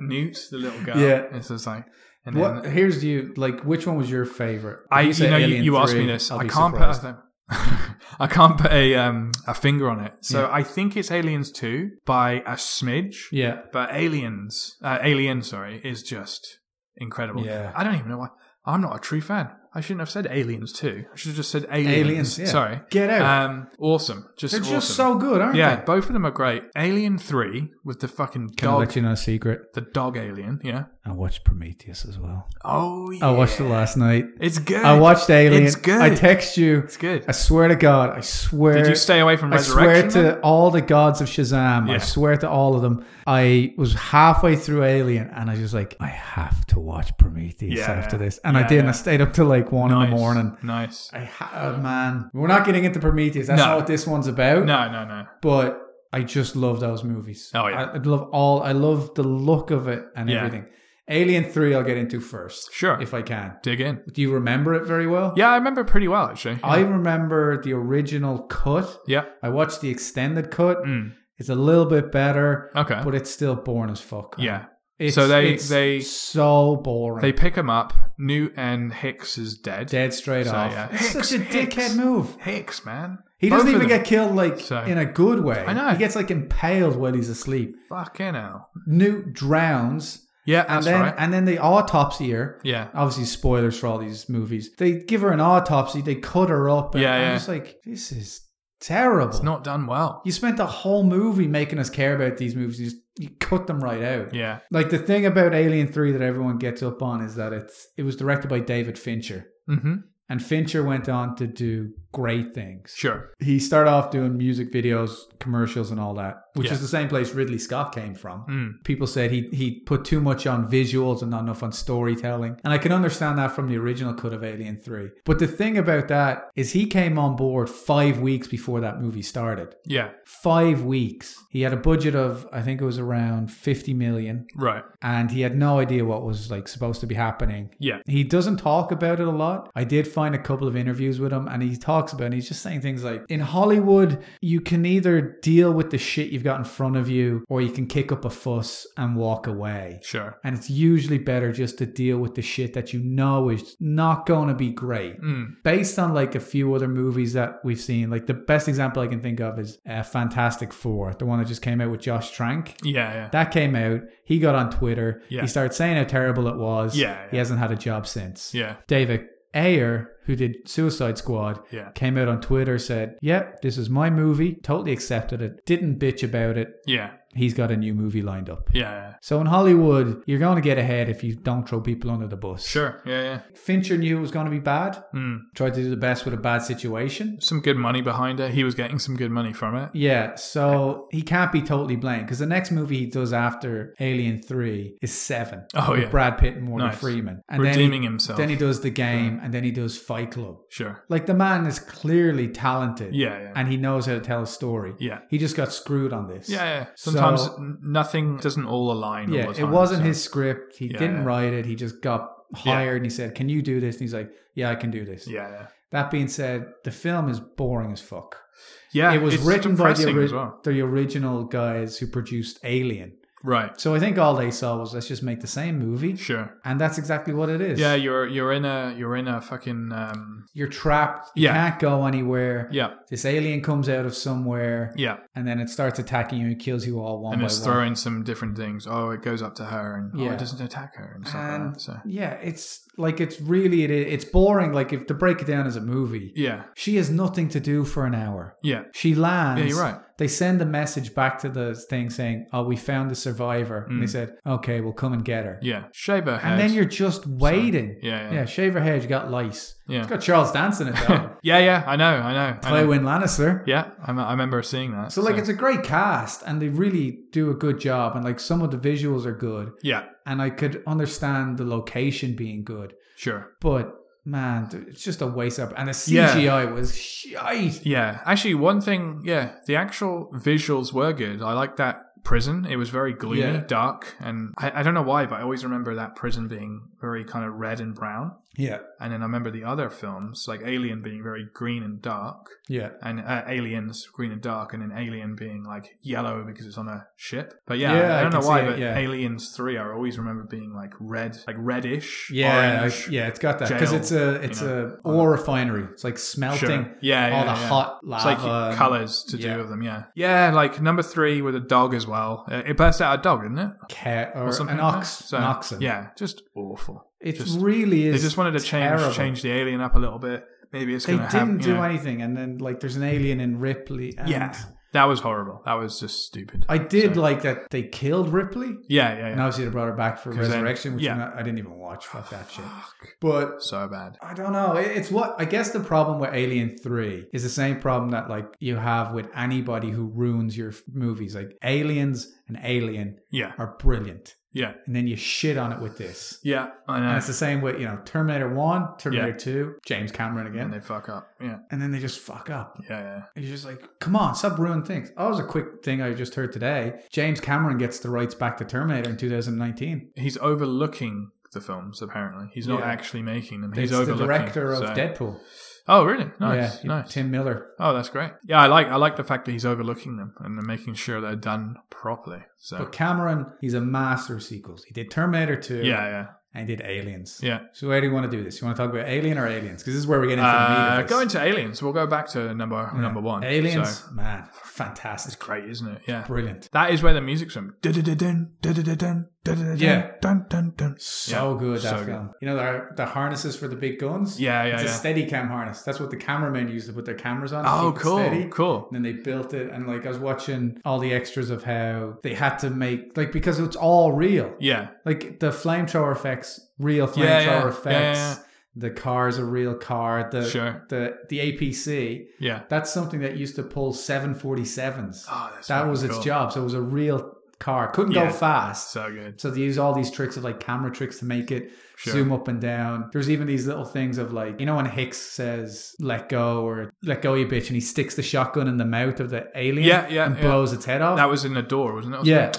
Newt, the little guy.
Yeah.
It's just like, and
what?
then
Here's you. Like, which one was your favorite? If
I, you
say
know, you,
Alien
you asked me
3,
this.
I'll
I
be
can't put,
surprised.
a- I can't put a um a finger on it. So
Yeah.
I think it's Aliens Two by a smidge.
Yeah,
But Aliens, uh, Alien, sorry, is just incredible.
Yeah.
I don't even know why. I'm not a true fan. I shouldn't have said Aliens too. I should have just said Aliens.
Aliens. yeah.
Sorry.
get out.
Um, awesome. Just
They're
awesome.
just so good, aren't
yeah,
they?
both of them are great. Alien Three with the fucking
Can I
dog,
let you know a secret?
the dog alien. Yeah.
I watched Prometheus as well.
Oh yeah.
I watched it last night.
It's good.
I watched Alien.
It's good.
I text you.
It's good.
I swear to God. I swear.
Did you stay away from
I swear
Resurrection?
to all the gods of Shazam. I
Yeah.
swear to all of them. I was halfway through Alien and I was just like, I have to watch Prometheus
Yeah.
after this. And I
Yeah,
did. And
yeah.
I stayed up till like one
nice.
in the morning.
Nice.
I ha- oh, man, we're not getting into Prometheus. That's
No.
not what this one's about.
No, no, no.
But I just love those movies.
Oh, yeah.
I, I love all. I love the look of it and
Yeah.
everything. Alien Three, I'll get into first,
Sure.
if I can.
Dig in.
Do you remember it very well?
Yeah, I remember pretty well actually.
I Uh-huh. remember the original cut.
yeah.
I watched the extended cut.
Mm.
It's a little bit better,
Okay.
but it's still boring as fuck. man.
yeah.
It's,
So they-
it's
they-
so boring.
They pick him up. Newt and Hicks is dead.
Dead straight
So,
off.
yeah.
It's
Hicks,
such a
Hicks.
dickhead move.
Hicks, man.
He
Both
doesn't
of
even
them.
get killed like
So-
in a good way.
I know.
He gets like impaled while he's asleep.
fucking hell.
Newt drowns,
Yeah,
and
that's
then
right.
and then they autopsy her.
Yeah,
Obviously, spoilers for all these movies. They give her an autopsy. They cut her up. And
Yeah,
I'm
yeah.
just like, this is terrible.
it's not done well.
You spent the whole movie making us care about these movies. You, just, you cut them right out.
Yeah,
Like the thing about Alien Three that everyone gets up on is that it's it was directed by David Fincher,
mm-hmm.
and Fincher went on to do great things.
sure.
He started off doing music videos, commercials, and all that, which
Yeah.
is the same place Ridley Scott came from.
Mm.
People said he he put too much on visuals and not enough on storytelling, and I can understand that from the original cut of Alien Three. But the thing about that is he came on board five weeks before that movie started
Yeah,
five weeks. He had a budget of, I think it was around 50 million,
right.
and he had no idea what was like supposed to be happening.
Yeah,
He doesn't talk about it a lot. I did find a couple of interviews with him, and he talks about it. He's just saying things like, In Hollywood, you can either deal with the shit you've got in front of you, or you can kick up a fuss and walk away.
sure.
And it's usually better just to deal with the shit that you know is not going to be great
Mm.
based on like a few other movies that we've seen like the best example i can think of is uh, fantastic four the one that just came out with josh trank
Yeah, yeah.
that came out he got on twitter
Yeah.
he started saying how terrible it was
Yeah, yeah.
he hasn't had a job since
yeah,
david ayer who did suicide squad
yeah,
came out on twitter said yep this is my movie totally accepted it didn't bitch about it
yeah,
he's got a new movie lined up
yeah, yeah.
so in hollywood you're going to get ahead if you don't throw people under the bus
Sure. Yeah, yeah.
fincher knew it was going to be bad
Mm.
tried to do the best with a bad situation
Some good money behind it. He was getting some good money from it.
Yeah, so he can't be totally blamed because the next movie he does after Alien Three is Seven.
Oh,
with
yeah.
Brad Pitt and Morgan
Nice.
Freeman, and
Redeeming
then he,
himself.
then he does The Game, and then he does Fight Club.
sure.
Like the man is clearly talented,
Yeah, yeah.
and he knows how to tell a story.
Yeah.
he just got screwed on this.
Yeah, yeah. Sometimes
So-
n- nothing doesn't all align.
yeah.
all the
it
time,
wasn't
so-
his script. He
Yeah,
didn't
yeah.
write it. He just got hired, and he said, "Can you do this?" And he's like, "Yeah, I can do this."
Yeah, yeah.
That being said, the film is boring as fuck.
Yeah,
it was
it's
written by the,
depressing
ori-
as well.
the original guys who produced Alien.
Right.
So I think all they saw was let's just make the same movie,
Sure.
and that's exactly what it is.
Yeah, you're you're in a you're in a fucking um,
you're trapped. You
Yeah.
can't go anywhere.
yeah
This alien comes out of somewhere,
yeah,
and then it starts attacking you and kills you all one
and
by
it's
one.
throwing some different things. Oh, it goes up to her, and oh,
Yeah.
it doesn't attack her, and stuff like
And
that. So
yeah, it's like it's really it, it's boring. Like if to break it down as a movie,
yeah,
she has nothing to do for an hour.
yeah,
She lands.
yeah, you're right.
They send a message back to the thing saying, "Oh, we found the survivor." And they
Mm.
said, "Okay, we'll come and get her."
Yeah, shave her head.
And then you're just waiting.
yeah,
Yeah, shave her head. You got lice.
yeah,
It's got Charles Dance in it though.
yeah, yeah, yeah. I know, I know. I know.
Tywin Lannister.
Yeah, I, me- I remember seeing that.
So like it's a great cast and they really do a good job and like some of the visuals are good
yeah,
and I could understand the location being good.
sure.
But man, dude, it's just a waste up and the
Yeah.
CGI was shite.
Yeah, actually, one thing. Yeah, the actual visuals were good. I like that prison. It was very gloomy,
Yeah.
dark, and I, I don't know why, but I always remember that prison being very kind of red and brown.
Yeah.
And then I remember the other films, like Alien being very green and dark,
Yeah.
and uh, Aliens green and dark, and then Alien being like yellow because it's on a ship. But yeah,
Yeah,
I,
I
don't
can
know why,
see it,
but
yeah.
Aliens three, I always remember being like red, like reddish,
Yeah,
orange.
yeah, it's got that because
jail,
it's a it's
you know.
a ore refinery. It's like smelting
Sure. Yeah,
all
yeah,
the
yeah.
hot
It's
lava.
like colors to
um, yeah.
do with them, yeah. Yeah, like number three with a dog as well. Uh, It burst out a dog, didn't it?
and ca- or,
Or something
an
like
ox,
that? So,
an oxen.
Yeah, just awful.
it
just-
really
They
is.
just wanted to change
terrible.
change the alien up a little bit. Maybe it's
They
going
didn't
to have.
do
you know-
anything, and then like there's an alien in Ripley. And
Yeah, that was horrible. That was just stupid.
I did
So-
like that they killed Ripley,
yeah, yeah,
and
yeah.
obviously they brought her back for
'Cause then-
resurrection, which
yeah.
I'm not- I didn't even watch. Fuck that shit.
Fuck.
But
So bad.
I don't know. It- It's what I guess the problem with Alien Three is the same problem that like you have with anybody who ruins your f- movies. Like Aliens and Alien
Yeah,
are brilliant,
yeah,
and then you shit on it with this.
yeah. I know.
And
And,
it's the same with you know Terminator One, Terminator Two, James Cameron again,
they fuck up. Yeah,
and then they just fuck up.
yeah, yeah.
And You're just like, come on, stop ruining things. Oh, it was a quick thing I just heard today. James Cameron gets the rights back to Terminator in 2019.
He's overlooking the films. Apparently, he's not
Yeah.
actually making them. He's
He's it's the
overlooking.
director of
so-
Deadpool.
Oh, really? Nice,
yeah,
nice.
Tim Miller.
Oh, that's great. Yeah, I like I like the fact that he's overlooking them and they're making sure they're done properly. So
But Cameron, he's a master of sequels. He did Terminator 2
yeah, yeah,
and he did Aliens.
yeah.
So where do you want to do this? You want to talk about Alien or Aliens? Because this is where we get into the meat
Uh,
of this.
going to aliens, we'll go back to number
Yeah.
number one.
Aliens,
So,
man,
it's
fantastic.
great, isn't it? Yeah.
Brilliant.
That is where the music's from. Dun-dun-dun-dun, dun-dun-dun, dun-dun-dun,
Yeah.
dun-dun-dun.
So
Yeah,
good, that
so
film. You know, the, the harnesses for the big guns?
Yeah, yeah,
It's a
yeah.
steady cam harness. That's what the cameramen used to put their cameras on. to
Oh,
keep it
cool,
steady.
cool.
And then they built it, and like I was watching all the extras of how they had to make like because it's all real,
Yeah,
like the flamethrower effects, real flamethrower
Yeah, yeah.
effects.
Yeah, yeah, yeah.
The car's a real car. The
Sure.
the the APC.
yeah.
That's something that used to pull 747s.
Oh, that's
that
fucking
was its
cool.
job. So it was a real car. Couldn't
Yeah.
go fast.
So good.
So they use all these tricks of like camera tricks to make it
Sure.
zoom up and down. There's even these little things of like, you know, when Hicks says "let go" or "let go, you bitch," and he sticks the shotgun in the mouth of the alien,
Yeah, yeah,
and
yeah.
blows its head off.
That was in the door, wasn't it?
yeah,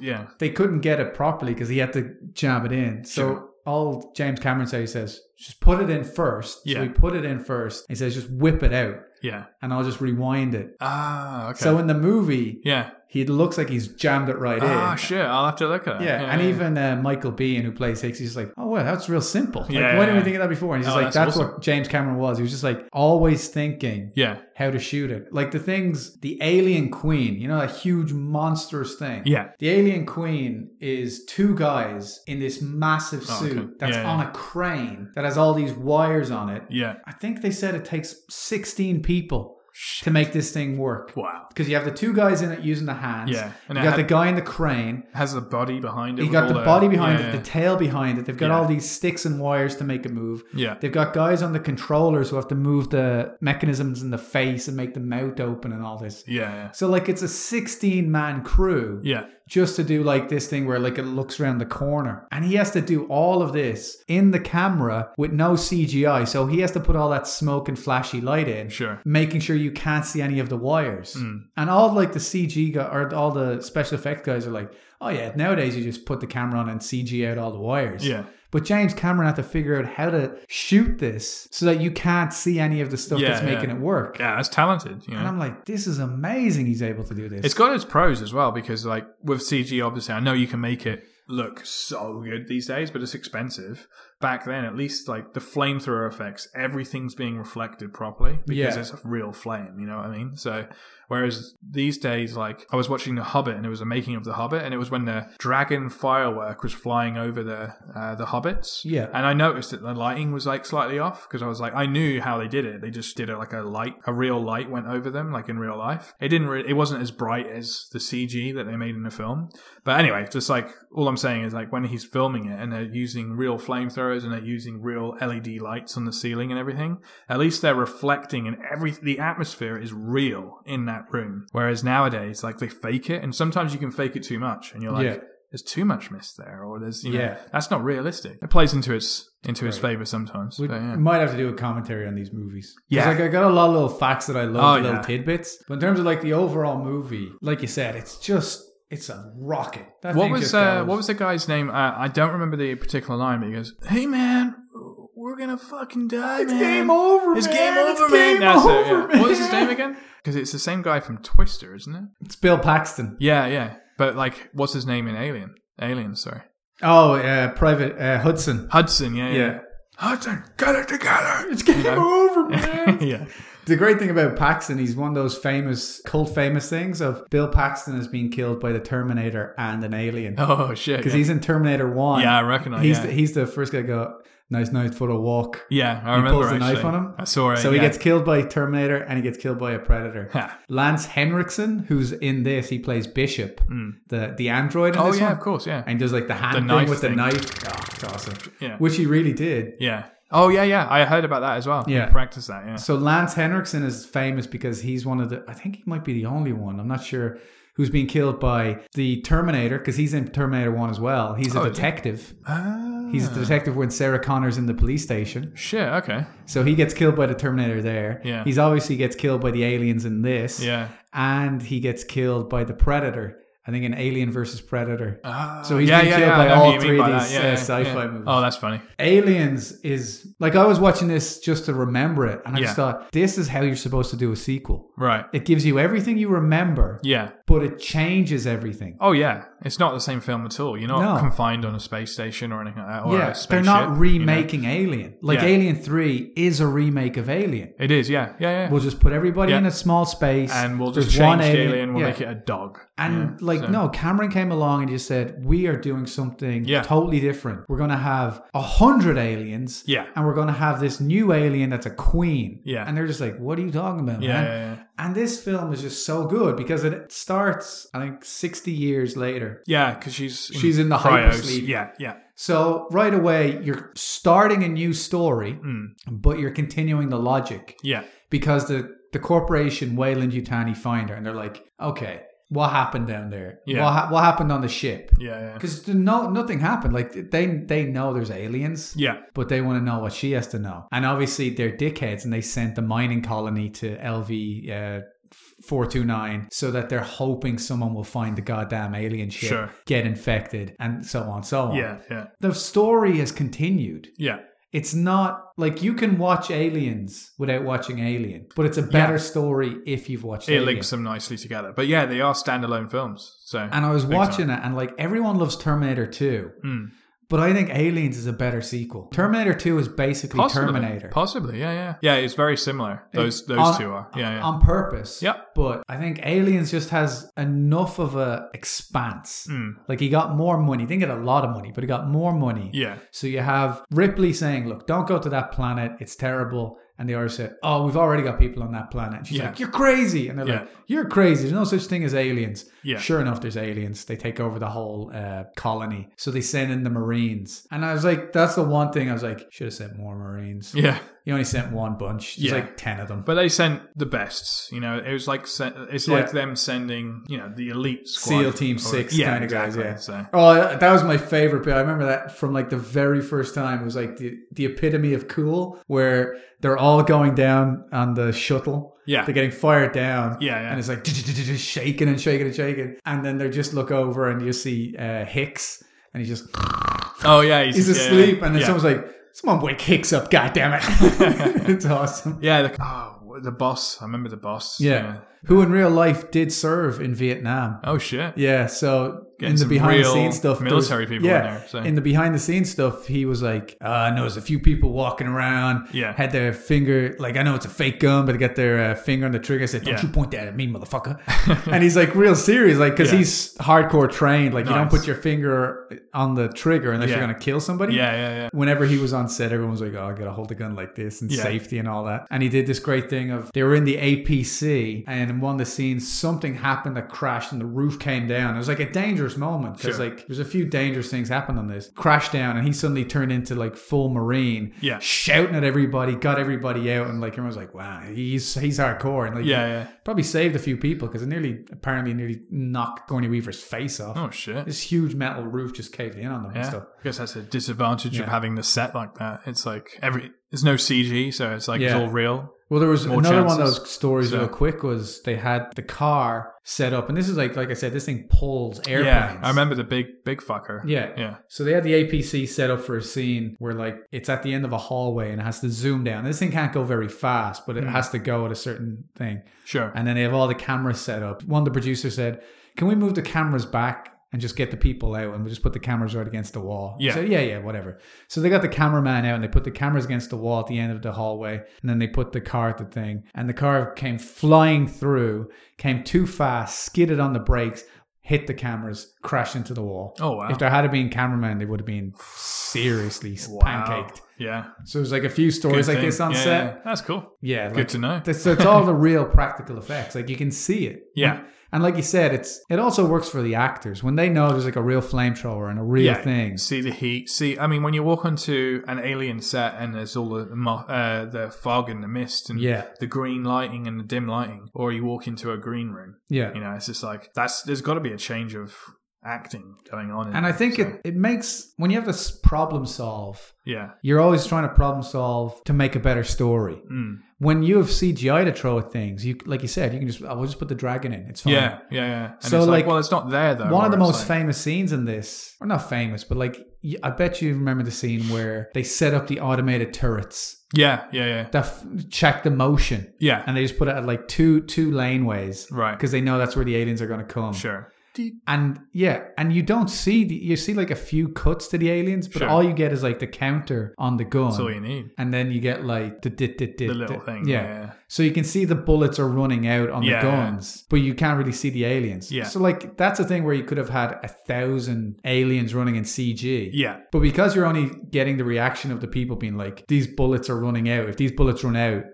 yeah,
they couldn't get it properly because he had to jam it in. So.
Sure.
All James Cameron says, he says, just put it in first. So
Yeah.
we put it in first. He says, just whip it out
yeah.
and I'll just rewind it.
Ah, okay.
So in the movie,
yeah.
he looks like he's jammed it right
Ah,
in.
shit. I'll have to look at that.
Yeah, and even uh, Michael Bean, who plays Hicks, he's like, "Oh well, that's real simple. Like,
Yeah.
why didn't we think of that before?" And he's
Oh,
just like, "That's,
that's
what James Cameron was. He was just like always thinking
yeah,
how to shoot it. Like the things, the Alien Queen, you know, that huge monstrous thing.
yeah,
The Alien Queen is two guys in this massive
Oh,
suit
okay.
that's
Yeah, yeah.
on a crane that has all these wires on it.
yeah.
I think they said it takes sixteen people
Shit.
to make this thing work.
Wow.
Because you have the two guys in it using the hands.
Yeah, and
you
it
got
had-
the guy in the crane.
Has the body behind it.
You
with
got
all
the body behind
yeah,
it, the tail behind it. They've got
Yeah.
all these sticks and wires to make it move.
Yeah.
They've got guys on the controllers who have to move the mechanisms in the face and make the mouth open and all this.
Yeah,
So like it's a 16 man crew
yeah,
just to do like this thing where like it looks around the corner. And he has to do all of this in the camera with no CGI. So he has to put all that smoke and flashy light in
Sure.
making sure you you can't see any of the wires.
Mm.
And all like the CG guy or all the special effect guys are like, oh yeah, nowadays you just put the camera on and CG out all the wires.
Yeah.
But James Cameron had to figure out how to shoot this so that you can't see any of the stuff
Yeah,
that's
yeah.
making it work.
Yeah, that's talented. You
And
know,
I'm like, this is amazing. He's able to do this.
it's got its pros as well because, like, with CG, obviously, I know you can make it look so good these days, but it's expensive. Back then, at least, like the flamethrower effects, everything's being reflected properly because
Yeah.
it's a real flame. You know what I mean? So, whereas these days, like, I was watching The Hobbit and it was a making of The Hobbit, and it was when the dragon firework was flying over the uh, the hobbits.
Yeah.
and I noticed that the lighting was like slightly off because I was like, I knew how they did it. They just did it like a light, a real light went over them, like in real life. It didn't, re- it wasn't as bright as the CG that they made in the film. But anyway, just like all I'm saying is like when he's filming it and they're using real flamethrowers and they're using real LED lights on the ceiling and everything, at least they're reflecting and every the atmosphere is real in that room. Whereas nowadays, like they fake it, and sometimes you can fake it too much, and you're like.
Yeah.
There's too much mist there, or there's you know,
Yeah.
that's not realistic. It plays into its into its favor sometimes.
We
but yeah.
might have to do a commentary on these movies. 'Cause,
Yeah.
like I got a lot of little facts that
Oh,
I love, little
yeah.
tidbits. But in terms of like the overall movie, like you said, it's just it's a rocket. That
What
thing
was
just
uh,
goes.
what was the guy's name? Uh, I don't remember the particular line, but he goes, "Hey man, we're gonna fucking die,
It's
man.
game over.
It's
man.
game
It's
over, man.
game
That's it,
over,
yeah. What was his
man.
name again? Because it's the same guy from Twister, isn't it?
It's Bill Paxton.
Yeah, yeah. But like, what's his name in Alien? Alien, sorry,
Oh, uh, Private uh, Hudson.
Hudson. Yeah, yeah.
Yeah.
Hudson, get it together.
It's game
Yeah.
over, man.
yeah,
The great thing about Paxton, he's one of those famous, cult famous things of Bill Paxton has been killed by the Terminator and an alien.
Oh shit.
Because
yeah.
he's in Terminator 1.
yeah, I recognize.
He's,
yeah.
the, he's the first guy to go, nice night for a walk.
yeah, I
he
remember.
pulls the knife
actually.
on him.
I saw it.
So he
yeah.
gets killed by Terminator and he gets killed by a Predator.
Ha.
Lance Henriksen, who's in this, he plays Bishop, the, the android in
Hmm. Oh
this
yeah,
one.
of course. Yeah,
And does like the hand
The
thing
knife
with the
thing.
knife. Oh, it's awesome.
Yeah.
Which he really did.
Yeah. Oh yeah, yeah. I heard about that as well.
Yeah.
Practice that. Yeah.
So Lance Henriksen is famous because he's one of the. I think he might be the only one. I'm not sure who's been killed by the Terminator because he's in Terminator One as well. He's a
Oh, is he?
detective.
Ah.
He's a detective when Sarah Connor's in the police station.
Shit. Okay.
So he gets killed by the Terminator there.
Yeah.
He's obviously gets killed by the aliens in this.
Yeah.
And he gets killed by the Predator. I think in Alien versus Predator.
Ah.
So he's
yeah,
been
yeah,
killed
yeah,
by
I know
all
what you mean
three of
by
these,
that.
uh, sci-fi movies.
Oh, that's funny.
Aliens is like I was watching this just to remember it, and I just
Yeah.
thought this is how you're supposed to do a sequel.
Right.
It gives you everything you remember,
Yeah.
but it changes everything.
Oh yeah. It's not the same film at all. You're not
No.
confined on a space station or anything like that. Or
yeah,
a spaceship,
they're not
you know?
remaking Alien. Like
Yeah.
Alien Three is a remake of Alien.
It is. Yeah. Yeah. Yeah.
We'll just put everybody
Yeah.
in a small space,
and we'll just
There's
change the alien. We'll
yeah.
make it a dog.
And
Yeah,
like
so-
no, Cameron came along and just said, "We are doing something
Yeah.
totally different. We're gonna have a hundred aliens,
Yeah.
and we're gonna have this new alien that's a queen,
Yeah.
And they're just like, "What are you talking about,
Yeah.
man?"
Yeah.
And this film is just so good because it starts, I think, sixty years later.
Yeah. Because she's
She's in the
Mm. cryos.
hypersleep.
Yeah. Yeah.
So right away, you're starting a new story,
Mm.
but you're continuing the logic
Yeah.
because the the corporation Wayland Yutani find her, and they're like, "Okay, what happened down there?
Yeah.
What, ha- what happened on the ship?"
Yeah. Yeah.
Because no, nothing happened. Like they they know there's aliens,
Yeah.
but they want to know what she has to know. And obviously they're dickheads, and they sent the mining colony to LV. Uh, 429 so that they're hoping someone will find the goddamn alien ship
Sure.
get infected and so on so on
Yeah. Yeah.
the story has continued
Yeah.
it's not like you can watch aliens without watching alien but it's a better
Yeah.
story if you've watched
It
alien
links them nicely together. But yeah, they are standalone films. So
and i was
Big
watching it and like everyone loves terminator 2
Mm.
But I think Aliens is a better sequel. Terminator 2 is basically
Possibly.
Terminator.
Possibly, yeah, yeah. Yeah, it's very similar. Those those
on-
two are. Yeah, yeah.
On purpose.
Yep.
But I think Aliens just has enough of a expanse.
Mm.
Like he got more money. He didn't get a lot of money, but he got more money.
yeah.
So you have Ripley saying, Look, don't go to that planet, it's terrible. And the others said, Oh, we've already got people on that planet. And she's
Yeah.
like, You're crazy. And they're
Yeah.
like, You're crazy. There's no such thing as aliens.
Yeah.
Sure enough, there's aliens. They take over the whole uh, colony. So they send in the Marines. And I was like, That's the one thing I was like, Should have sent more Marines.
Yeah.
You only sent one bunch. There's
Yeah.
like 10 of them.
But they sent the bests, you know. It was like sen- it's
Yeah.
like them sending, you know, the elite squad.
SEAL Team Six
yeah,
kind of guys,
exactly.
yeah.
So
Oh, that that was my favorite bit. I remember that from like the very first time. It was like the, the epitome of cool, where they're all going down on the shuttle.
Yeah.
They're getting fired down.
Yeah, yeah.
And it's like shaking and shaking and shaking. And then they just look over and you see uh, Hicks and he's just
Oh yeah, he's,
he's
yeah,
asleep. And then
yeah.
someone's like, someone wake Hicks up, goddammit. it's awesome.
Yeah, the, oh, the boss. I remember the boss.
Yeah. Who in real life did serve in Vietnam.
Oh shit.
Yeah, so
Getting
in the
some
behind the
real
scenes stuff, there was-
military people in
yeah,
there, so.
in the behind the scenes stuff, he was like, uh, "I know there's a few people walking around,
Yeah.
had their finger like I know it's a fake gun, but they got their uh, finger on the trigger." I said, "Don't
Yeah.
you point that at me, motherfucker!" and he's like, real serious, like because
Yeah.
he's hardcore trained. Like you don't
Nice.
put your finger on the trigger unless
Yeah.
you're gonna kill somebody.
Yeah, yeah, yeah.
Whenever he was on set, everyone was like, "Oh, I gotta hold the gun like this and
Yeah.
safety and all that." And he did this great thing of they were in the APC, and in one of the scenes, something happened that crashed, and the roof came down. It was like a dangerous moment because
Sure.
like there's a few dangerous things happened on this crash down, and he suddenly turned into like full marine,
Yeah.
shouting at everybody, got everybody out, and like everyone's like, "Wow, he's he's hardcore," and like
Yeah, yeah.
probably saved a few people because it nearly apparently nearly knocked Gorny Weaver's face off.
Oh shit.
This huge metal roof just caved in on them and
Yeah.
stuff.
I guess that's a disadvantage
Yeah.
of having the set like that. It's like every there's no CG, so it's like it's
Yeah.
all real.
Well, there was
more
another one of
chances.
those stories
So-
real quick was they had the car set up, and this is like like I said, this thing pulls airplanes.
Yeah, I remember the big big fucker.
Yeah.
yeah,
So they had the APC set up for a scene where like it's at the end of a hallway and it has to zoom down. This thing can't go very fast,
Hmm.
but it has to go at a certain thing.
sure.
And then they have all the cameras set up. One of the producers said, "Can we move the cameras back?" And just get the people out, and we just put the cameras right against the wall.
Yeah.
So yeah, yeah, whatever. So they got the cameraman out, and they put the cameras against the wall at the end of the hallway, and then they put the car at the thing, and the car came flying through, came too fast, skidded on the brakes, hit the cameras, crashed into the wall.
oh wow.
If there had been cameraman, they would have been seriously
Wow.
pancaked.
Yeah.
So there's like a few stories
Good
like
thing.
this on
Yeah,
set.
yeah. That's cool.
Yeah, like,
Good to know.
that's, so it's all the real practical effects. Like you can see it.
Yeah.
And like you said, it's it also works for the actors when they know there's like a real flamethrower and a real
yeah.
thing.
See the heat. See, I mean, when you walk onto an alien set and there's all the mo- uh, the fog and the mist and
Yeah.
the green lighting and the dim lighting, or you walk into a green room,
Yeah.
you know, it's just like that's. There's got to be a change of acting going on. in
And I
there,
think
so,
it, it makes when you have to s- problem solve,
Yeah.
you're always trying to problem solve to make a better story.
Mm.
When you have CGI to throw at things, you like you said, you can just oh, we'll just put the dragon in. It's fine.
Yeah, yeah, yeah. And
So,
it's like,
like,
well, it's not there though.
One of
or
the
it's
most
like,
famous scenes in this, or not famous, but like y- I bet you remember the scene where they set up the automated turrets
yeah, yeah, yeah,
that f- check the motion,
yeah.
and they just put it at like two two laneways,
right.
Because they know that's where the aliens are going to come.
Sure.
And yeah, and you don't see the, you see like a few cuts to the aliens, but
Sure.
all you get is like the counter on the gun.
That's all you need.
and then you get like the dit dit dit
The little
dit.
thing.
yeah.
yeah.
So you can see the bullets are running out on
Yeah.
the guns, but you can't really see the aliens.
Yeah.
So like that's a thing where you could have had a thousand aliens running in CG.
Yeah.
But because you're only getting the reaction of the people being like, these bullets are running out. If these bullets run out,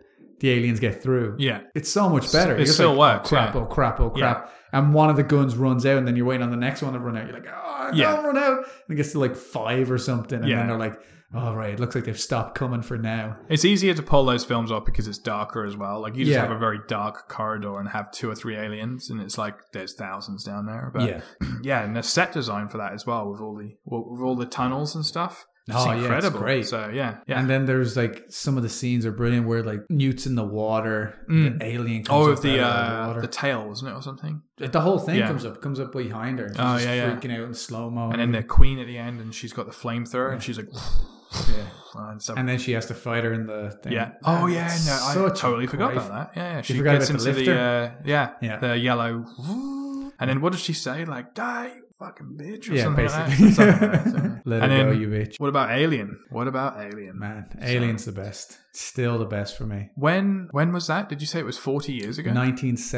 the aliens get through.
Yeah.
It's so much better.
it
You're just
still
like,
works,
Oh, crap!
yeah.
Oh crap! Oh crap! And one of the guns runs out, and then you're waiting on the next one to run out. You're like, oh, don't
Yeah.
run out! And it gets to like five or something, and
Yeah.
then they're like, all right, it looks like they've stopped coming for now.
It's easier to pull those films off because it's darker as well. Like you just
Yeah.
have a very dark corridor and have two or three aliens, and it's like there's thousands down there. But yeah, and the set design for that as well with all the with all the tunnels and stuff. It's
Oh, yeah, it's
incredible.
great.
So yeah, yeah.
And then there's like some of the scenes are brilliant where like Newt's in the water,
Mm.
the alien comes
Oh,
up
with the
out of
uh,
water.
the tail, wasn't it, or something?
the, whole thing
yeah.
comes up, comes up behind her. And she's
Oh,
just
yeah, yeah.
freaking out in slow mo.
And then the queen at the end, and she's got the flamethrower, and she's like,
yeah.
and stuff.
and then she has to fight her in the thing.
Yeah. Oh yeah.
It's
No, I
such a
totally forgot
great-
about that. Yeah. yeah. She
forgot
gets
about the
into the, uh, yeah,
Yeah.
the yellow, and then what does she say? Like, die, you fucking bitch, or
Yeah,
something like that.
basically.
Something like that, so.
Let
and
her go,
then-
you bitch.
What about Alien? What about Alien?
Man, Alien's the best. Still the best for me.
When when was that? Did you say it was forty years ago?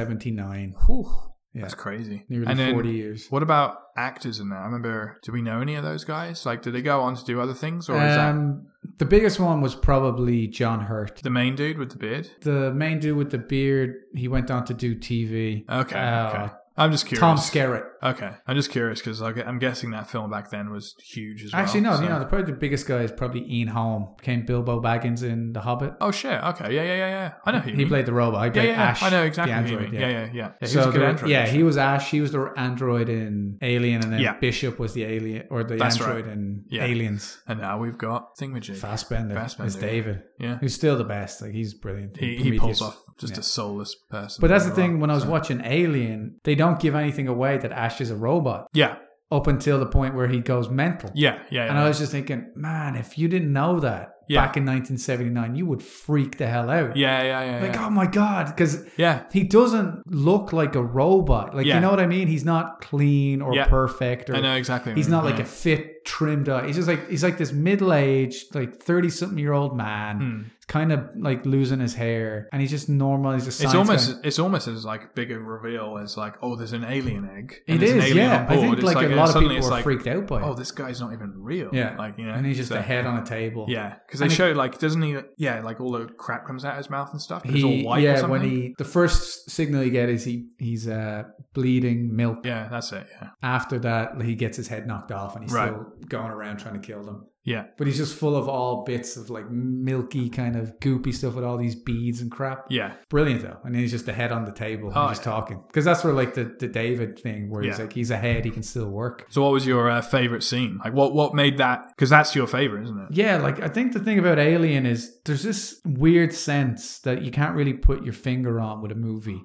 1979.
Whew.
Yeah.
That's crazy.
Nearly
and then
40 years.
what about actors in there? I remember. Do we know any of those guys? Like, did they go on to do other things, or is that
Um, the biggest one was probably John Hurt.
the main dude with the beard?
The main dude with the beard, he went on to do TV.
Okay.
Uh,
okay. I'm just curious.
Tom Skerritt.
Okay, I'm just curious because I'm guessing that film back then was huge as well.
Actually, no,
so-
you know, the, probably the biggest guy is probably Ian Holm. Became Bilbo Baggins in The Hobbit.
Oh shit! Okay, yeah, yeah, yeah, yeah. I know who you
He
mean.
played the robot. I
Yeah,
played
yeah, yeah.
Ash.
I know
the
exactly who you
android,
mean. Yeah, yeah, yeah. yeah. he was
So
a good
the-
android.
yeah,
actually.
he was Ash. He was the android in Alien, and then
Yeah.
Bishop was the alien or the
That's
android
right.
in
Yeah.
Aliens.
and now we've got Thingamajig.
Fassbender,
Fassbender,
is
yeah.
David,
Yeah,
who's still the best. Like he's brilliant.
he, he
Prometheus.
pulls off just
Yeah.
a soulless person.
But that's the
later on,
thing. When I was
so-
watching Alien, they don't give anything away that Ash is a robot
yeah,
up until the point where he goes mental.
yeah, yeah,
And
yeah.
I was just thinking, man, if you didn't know that
Yeah.
back in 1979, you would freak the hell out.
yeah, yeah, yeah,
Like,
yeah.
oh my God. Because
yeah.
he doesn't look like a robot. Like,
Yeah.
you know what I mean? He's not clean or
Yeah.
perfect or
I know exactly.
he's not like
yeah.
a fit, trimmed up. He's just like, he's like this middle aged, like 30 something year old man,
Hmm.
kind of like losing his hair. And he's just normal. He's just,
It's
science
almost
guy.
it's almost as like big a reveal as like oh there's an alien egg
It
there's
is,
an alien
yeah.
on
I
board.
think
it's
like,
like
a
and
lot of
suddenly
people
it's
were
like
freaked out by it.
oh this guy's not even real
yeah,
like you know
and he's just
so-
a head on a table.
yeah because they
And it-
show like doesn't he yeah like all the crap comes out of his mouth and stuff but it's all
he
white or
yeah
something
when he the first signal you get is he he's uh bleeding milk
yeah that's it yeah
after that he gets his head knocked off and he's
Right.
still going around trying to kill them
Yeah.
but he's just full of all bits of like milky kind of goopy stuff with all these beads and crap
yeah
brilliant though and he's just a head on the table and
Oh,
just talking because that's where like the, the david thing where he's
Yeah.
like he's a head he can still work
so what was your uh, favorite scene like what what made that because that's your favorite isn't it
Yeah, like I think the thing about Alien is there's this weird sense that you can't really put your finger on with a movie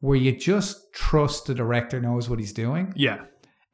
where you just trust the director knows what he's doing
yeah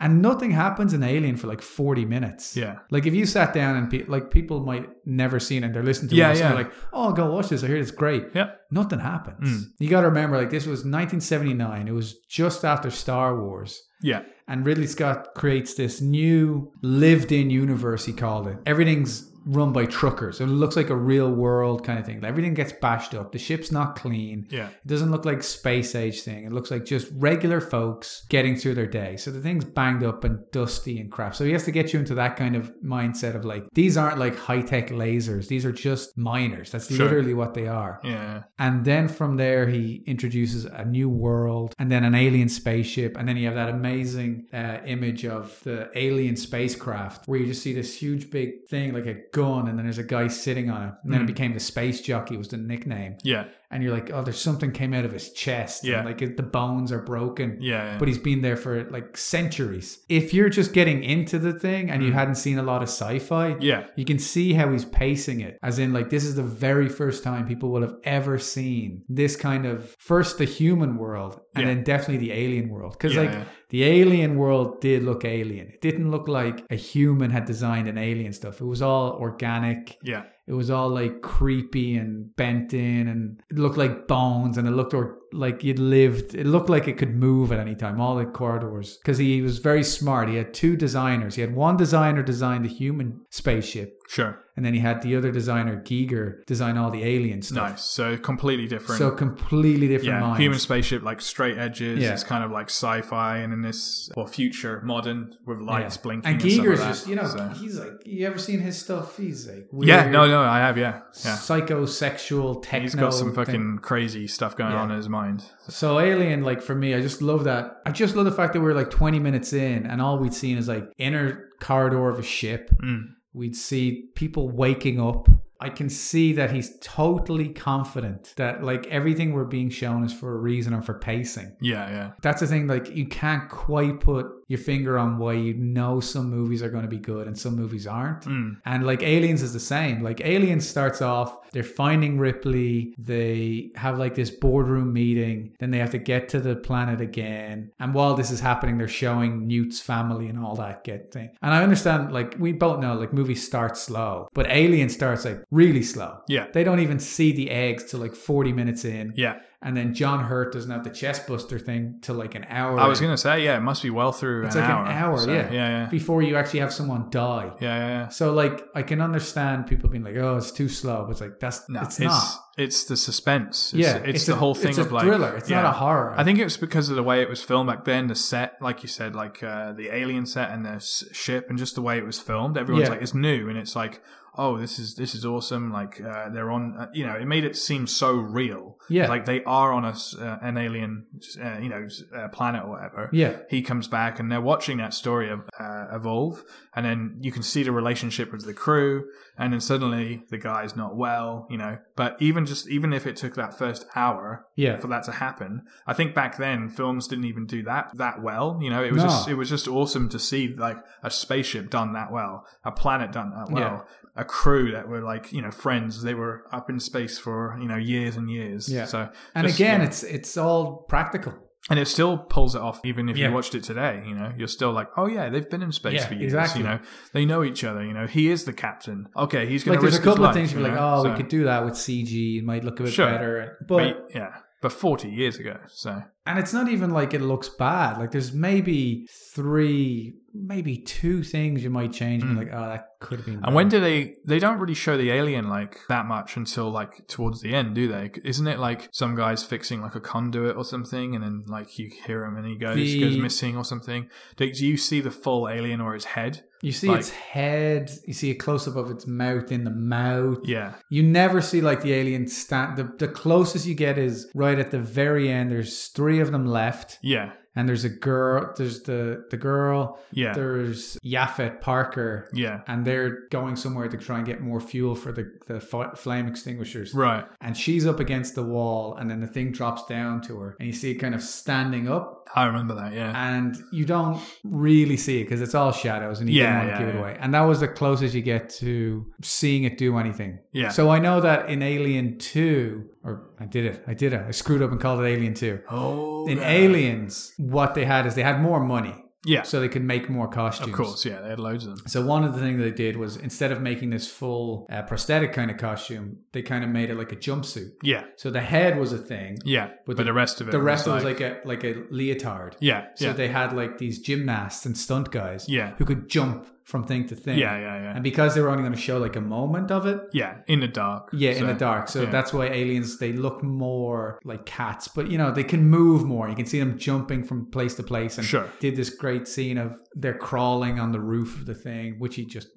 and nothing happens in Alien for like 40 minutes.
yeah
Like if you sat down and pe- like people might never seen it and they're listening to
Yeah,
us
yeah.
and they're like, "Oh, go watch this. I hear it's great."
Yeah.
Nothing happens.
Mm.
You got to remember like this was 1979. It was just after Star Wars.
yeah
And Ridley Scott creates this new lived in universe, he called it. Everything's run by truckers. It looks like a real world kind of thing. Everything gets bashed up. The ship's not clean.
yeah
It doesn't look like space age thing. It looks like just regular folks getting through their day. So the thing's banged up and dusty and crap. So he has to get you into that kind of mindset of like, these aren't like high tech lasers. These are just miners. That's
Sure.
literally what they are.
yeah
And then from there, he introduces a new world and then an alien spaceship. And then you have that amazing uh, image of the alien spacecraft where you just see this huge big thing like a gun, and then there's a guy sitting on it. And then it
Mm.
became the space jockey, was the nickname.
yeah
And you're like, oh, there's something came out of his chest.
Yeah.
And like it- the bones are broken.
yeah
But he's been there for like centuries. If you're just getting into the thing and you
Mm.
hadn't seen a lot of sci fi,
yeah
you can see how he's pacing it, as in, like, this is the very first time people will have ever seen this kind of first the human world and
Yeah.
then definitely the alien world. Because,
Yeah,
like,
yeah.
the alien world did look alien. It didn't look like a human had designed an alien stuff, it was all organic.
yeah
It was all like creepy and bent in, and it looked like bones, and it looked or like you'd lived. It looked like it could move at any time, all the corridors. Because he was very smart. He had two designers. He had one designer design the human spaceship,
sure
and then he had the other designer, Giger, design all the alien stuff.
nice so completely different
So completely different
yeah,
minds.
human spaceship, like straight edges.
Yeah.
It's kind of like sci-fi, and in this well, future modern with
Yeah.
lights blinking.
And
And, stuff like
Giger's
that,
just, you know,
so.
he's like, you ever seen his stuff? He's like, weird,
yeah, no, no, I have, yeah, yeah.
psychosexual techno.
He's got some
thing.
fucking crazy stuff going
Yeah.
on in his mind.
So Alien, like for me, I just love that. I just love the fact that we are like 20 minutes in, and all we'd seen is like inner corridor of a ship.
Mm.
We'd see people waking up. I can see that he's totally confident that like everything we're being shown is for a reason and for pacing.
Yeah, yeah,
That's the thing. Like you can't quite put your finger on why you know some movies are going to be good and some movies aren't.
mm.
And like Aliens is the same. Like Aliens starts off, they're finding Ripley, they have like this boardroom meeting, then they have to get to the planet again. And while this is happening, they're showing Newt's family and all that get thing. And I understand, like, we both know, like, movies start slow, but Alien starts like really slow.
yeah,
They don't even see the eggs till like 40 minutes in.
yeah.
And then John Hurt doesn't have the chest buster thing till like an hour.
I was
in
gonna say, yeah, it must be well through.
It's
an
like an
hour,
hour,
so,
yeah.
yeah, yeah,
before you actually have someone die.
yeah, yeah. yeah.
So like I can understand people being like, "Oh, it's too slow," but it's like that's
No,
it's,
it's
not.
it's the suspense. It's,
Yeah,
it's, the
a-
whole thing
it's
of
a
like
thriller. It's not
yeah.
a horror.
I think it was because of the way it was filmed back then. The set, like you said, like uh, the alien set and the s- ship, and just the way it was filmed. Everyone's
Yeah.
like, it's new, and it's like, oh, this is this is awesome. Like uh, they're on, uh, you know, it made it seem so real.
Yeah.
like they are on a s- uh, an alien, uh, you know, s- uh, planet or whatever.
Yeah.
he comes back and they're watching that story of, uh, evolve, and then you can see the relationship with the crew, and then suddenly the guy's not well, you know. But even just even if it took that first hour,
Yeah.
for that to happen. I think back then films didn't even do that that well. You know, it was
No.
just it was just awesome to see like a spaceship done that well, a planet done that well, a crew that were like you know friends. They were up in space for you know years and years.
Yeah.
So
And
just,
again,
yeah.
it's it's all practical.
and it still pulls it off even if
Yeah.
you watched it today. You know, you're still like, oh yeah, they've been in space
Yeah,
for years.
exactly.
You know, they know each other. You know, he is the captain. Okay, he's going
Like
to
there's
risk
a couple
his life,
of things you're
you
like,
know?
oh,
So-
we could do that with CG. It might look a bit
Sure.
better, but,
but yeah, but forty years ago. So
and it's not even like it looks bad. Like there's maybe three, maybe two things you might change. And be like, oh, that could have been.
Hmm. And when do they? They don't really show the alien like that much until like towards the end, do they? Isn't it like some guy's fixing like a conduit or something, and then like you hear him and he goes
The-
goes missing or something? Do, do you see the full alien or his head?
you see
like-
its head, you see a close up of its mouth in the mouth.
Yeah,
You never see like the alien stand. The, the closest you get is right at the very end. There's three of them left,
yeah,
and there's a girl. There's the the girl.
yeah,
There's Yafet Parker,
yeah.
and they're going somewhere to try and get more fuel for the the fi- flame extinguishers.
Right.
And she's up against the wall, and then the thing drops down to her, and you see it kind of standing up,
I remember that. Yeah.
and you don't really see it because it's all shadows, and you
Yeah,
don't want
yeah,
to give it
yeah.
away. And that was the closest you get to seeing it do anything.
Yeah.
So I know that in Alien Two, or I did it, I did it, I screwed up and called it Alien Two.
oh,
In
yeah.
Aliens, what they had is they had more money,
Yeah.
so they could make more costumes.
Of course. Yeah. They had loads of them.
So one of the things they did was instead of making this full uh, prosthetic kind of costume, they kind of made it like a jumpsuit.
Yeah.
So the head was a thing.
Yeah. But,
But the-
the rest of it.
The rest was like a like a leotard.
Yeah.
So
yeah.
they had like these gymnasts and stunt guys
yeah.
who could jump from thing to thing.
Yeah. Yeah. Yeah.
And because they were only going to show like a moment of it,
Yeah. In the dark.
yeah,
So,
in the dark. So
yeah.
that's why aliens they look more like cats, but you know they can move more. You can see them jumping from place to place. And
Sure.
did this great scene of they're crawling on the roof of the thing, which he just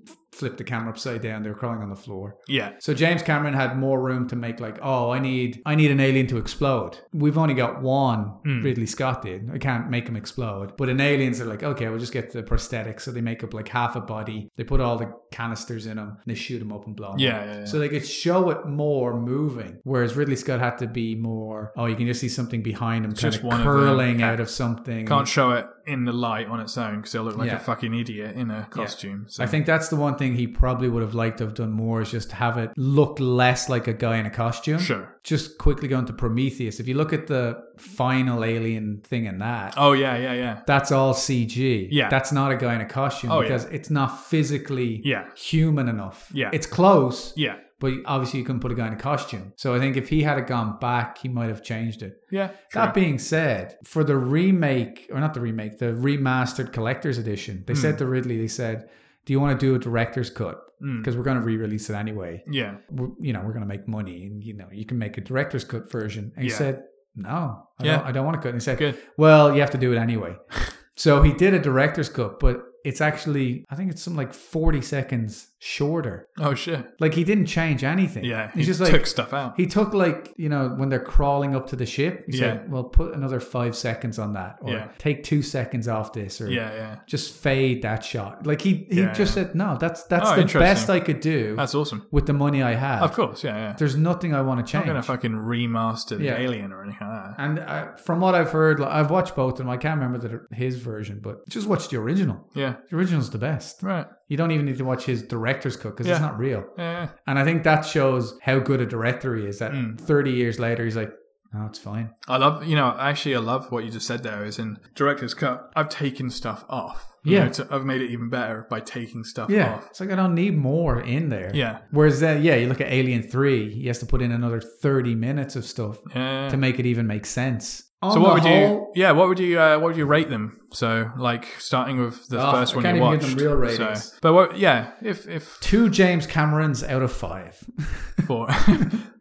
flipped the camera upside down. They're crawling on the floor.
Yeah.
So James Cameron had more room to make like, oh, I need I need an alien to explode. We've only got one
Hmm.
Ridley Scott did. I can't make him explode. But in aliens, they're like, okay, we'll just get the prosthetics. So they make up like half a body. They put all the canisters in them and they shoot them up and blow 'em
Yeah,
up.
yeah, yeah.
So they could show it more moving. Whereas Ridley Scott had to be more, oh, you can just see something behind him kind
just
of
one of them.
curling
Yeah.
out of something.
Can't show it in the light on its own because it'll look like
Mm. Yeah.
a fucking idiot in a costume. So.
I think that's the one thing he probably would have liked to have done more is just have it look less like a guy in a costume.
sure.
just quickly going to Prometheus, if you look at the final alien thing in that,
Oh yeah, yeah, yeah,
that's all CG.
Yeah.
That's not a guy in a costume
Oh, yeah.
because it's not physically
Yeah.
human enough.
Yeah.
It's close,
yeah,
but obviously you can put a guy in a costume. So I think if he had gone back, he might have changed it.
yeah.
That being said, for the remake, or not the remake, the remastered collector's edition, they
Hmm.
said to Ridley, they said, Do you want to do a director's cut? Because we're going to re release it anyway
sure. Mm. yeah,
we're- you know, we're going to make money and, you know, you can make a director's cut version. And he
Yeah.
said, no, I,
Yeah.
don't, I don't want to cut. And he said,
Good.
well, you have to do it anyway. so he did a director's cut, but it's actually, I think it's something like 40 seconds shorter.
Oh shit,
Like he didn't change anything.
yeah.
He's
he
just like,
took stuff out.
he took like, you know, when they're crawling up to the ship, he said, well, put another five seconds on that or
Yeah.
take two seconds off this or
yeah, yeah.
just fade that shot. Like he, he
Yeah,
just
yeah.
said, no, that's, that's
Oh,
the
interesting.
best I could do
That's awesome.
with the money I have
Of course, yeah, yeah.
there's nothing I want to
I'm not
change.
gonna fucking remaster the
Yeah.
alien or anything like that.
and I, from what I've heard, like, I've watched both of them. I can't remember the, his version, but just watch the original.
Yeah,
The original's the best.
right.
You don't even need to watch his director's cut because it's
Yeah.
not real.
Yeah,
And I think that shows how good a director he is. That
Mm.
30 years later, he's like, no, it's fine.
I love. You know, actually, I love what you just said there. Is in director's cut, I've taken stuff off. you
Yeah.
know, to- I've made it even better by taking stuff
Yeah.
off.
It's like, I don't need more in there.
Yeah.
Whereas, then, yeah, you look at Alien 3, he has to put in another 30 minutes of stuff
Yeah.
to make it even make sense.
so what would you? Yeah, what would you? Uh, what would you rate them? So like starting with the
Oh,
first
I
one
can't
you
even give
watched.
them real
So-
ratings.
but what? Yeah, if if
Two James Camerons out of five.
four,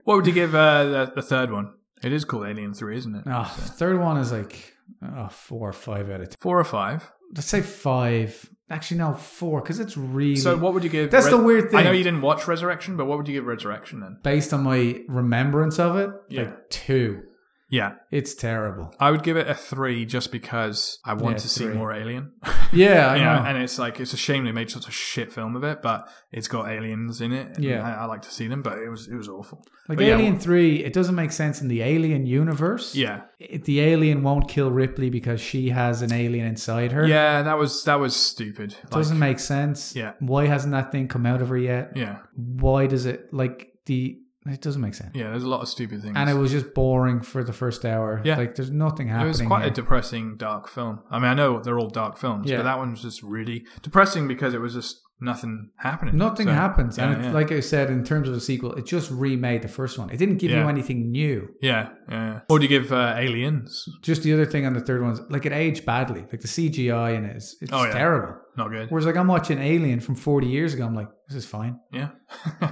what would you give uh, the, the third one? It is called Alien Three, isn't it?
Oh, third one is like oh, uh, four or five out of ten.
Four or five.
Let's say five. Actually, no, four because it's really
So what would you give?
That's the weird
I know
thing.
you didn't watch Resurrection, but what would you give Resurrection then?
based on my remembrance of it.
Yeah.
Like two,
Yeah,
it's terrible.
I would give it a three just because I want
Yeah,
to see
three.
more Alien.
Yeah, I
you know,
know.
and it's like it's a shame they made such a shit film of it, but it's got aliens in it. and
Yeah.
I, I like to see them, but it was it was awful.
like
but yeah,
Alien Three, it doesn't make sense in the Alien universe.
Yeah,
It- the alien won't kill Ripley because she has an alien inside her.
yeah, that was that was stupid. Like,
doesn't make sense.
Yeah.
Why hasn't that thing come out of her yet?
yeah,
Why does it like the? It doesn't make sense.
yeah. There's a lot of stupid things.
And it was just boring for the first hour.
Yeah.
Like there's nothing
It
happening.
was quite
here.
a depressing, dark film. I mean, I know they're all dark films,
Yeah.
but that one was just really depressing because it was just nothing happening.
nothing
So,
happens.
yeah,
and it,
yeah.
like I said, in terms of a sequel, it just remade the first one. It didn't give you
Yeah.
anything new.
Yeah, yeah. Or do you give uh, Aliens?
Just the other thing on the third one's like it aged badly. Like the CGI in it is it's
Oh, yeah.
terrible.
Not good.
Whereas like I'm watching Alien from 40 years ago, I'm like, this is fine.
Yeah.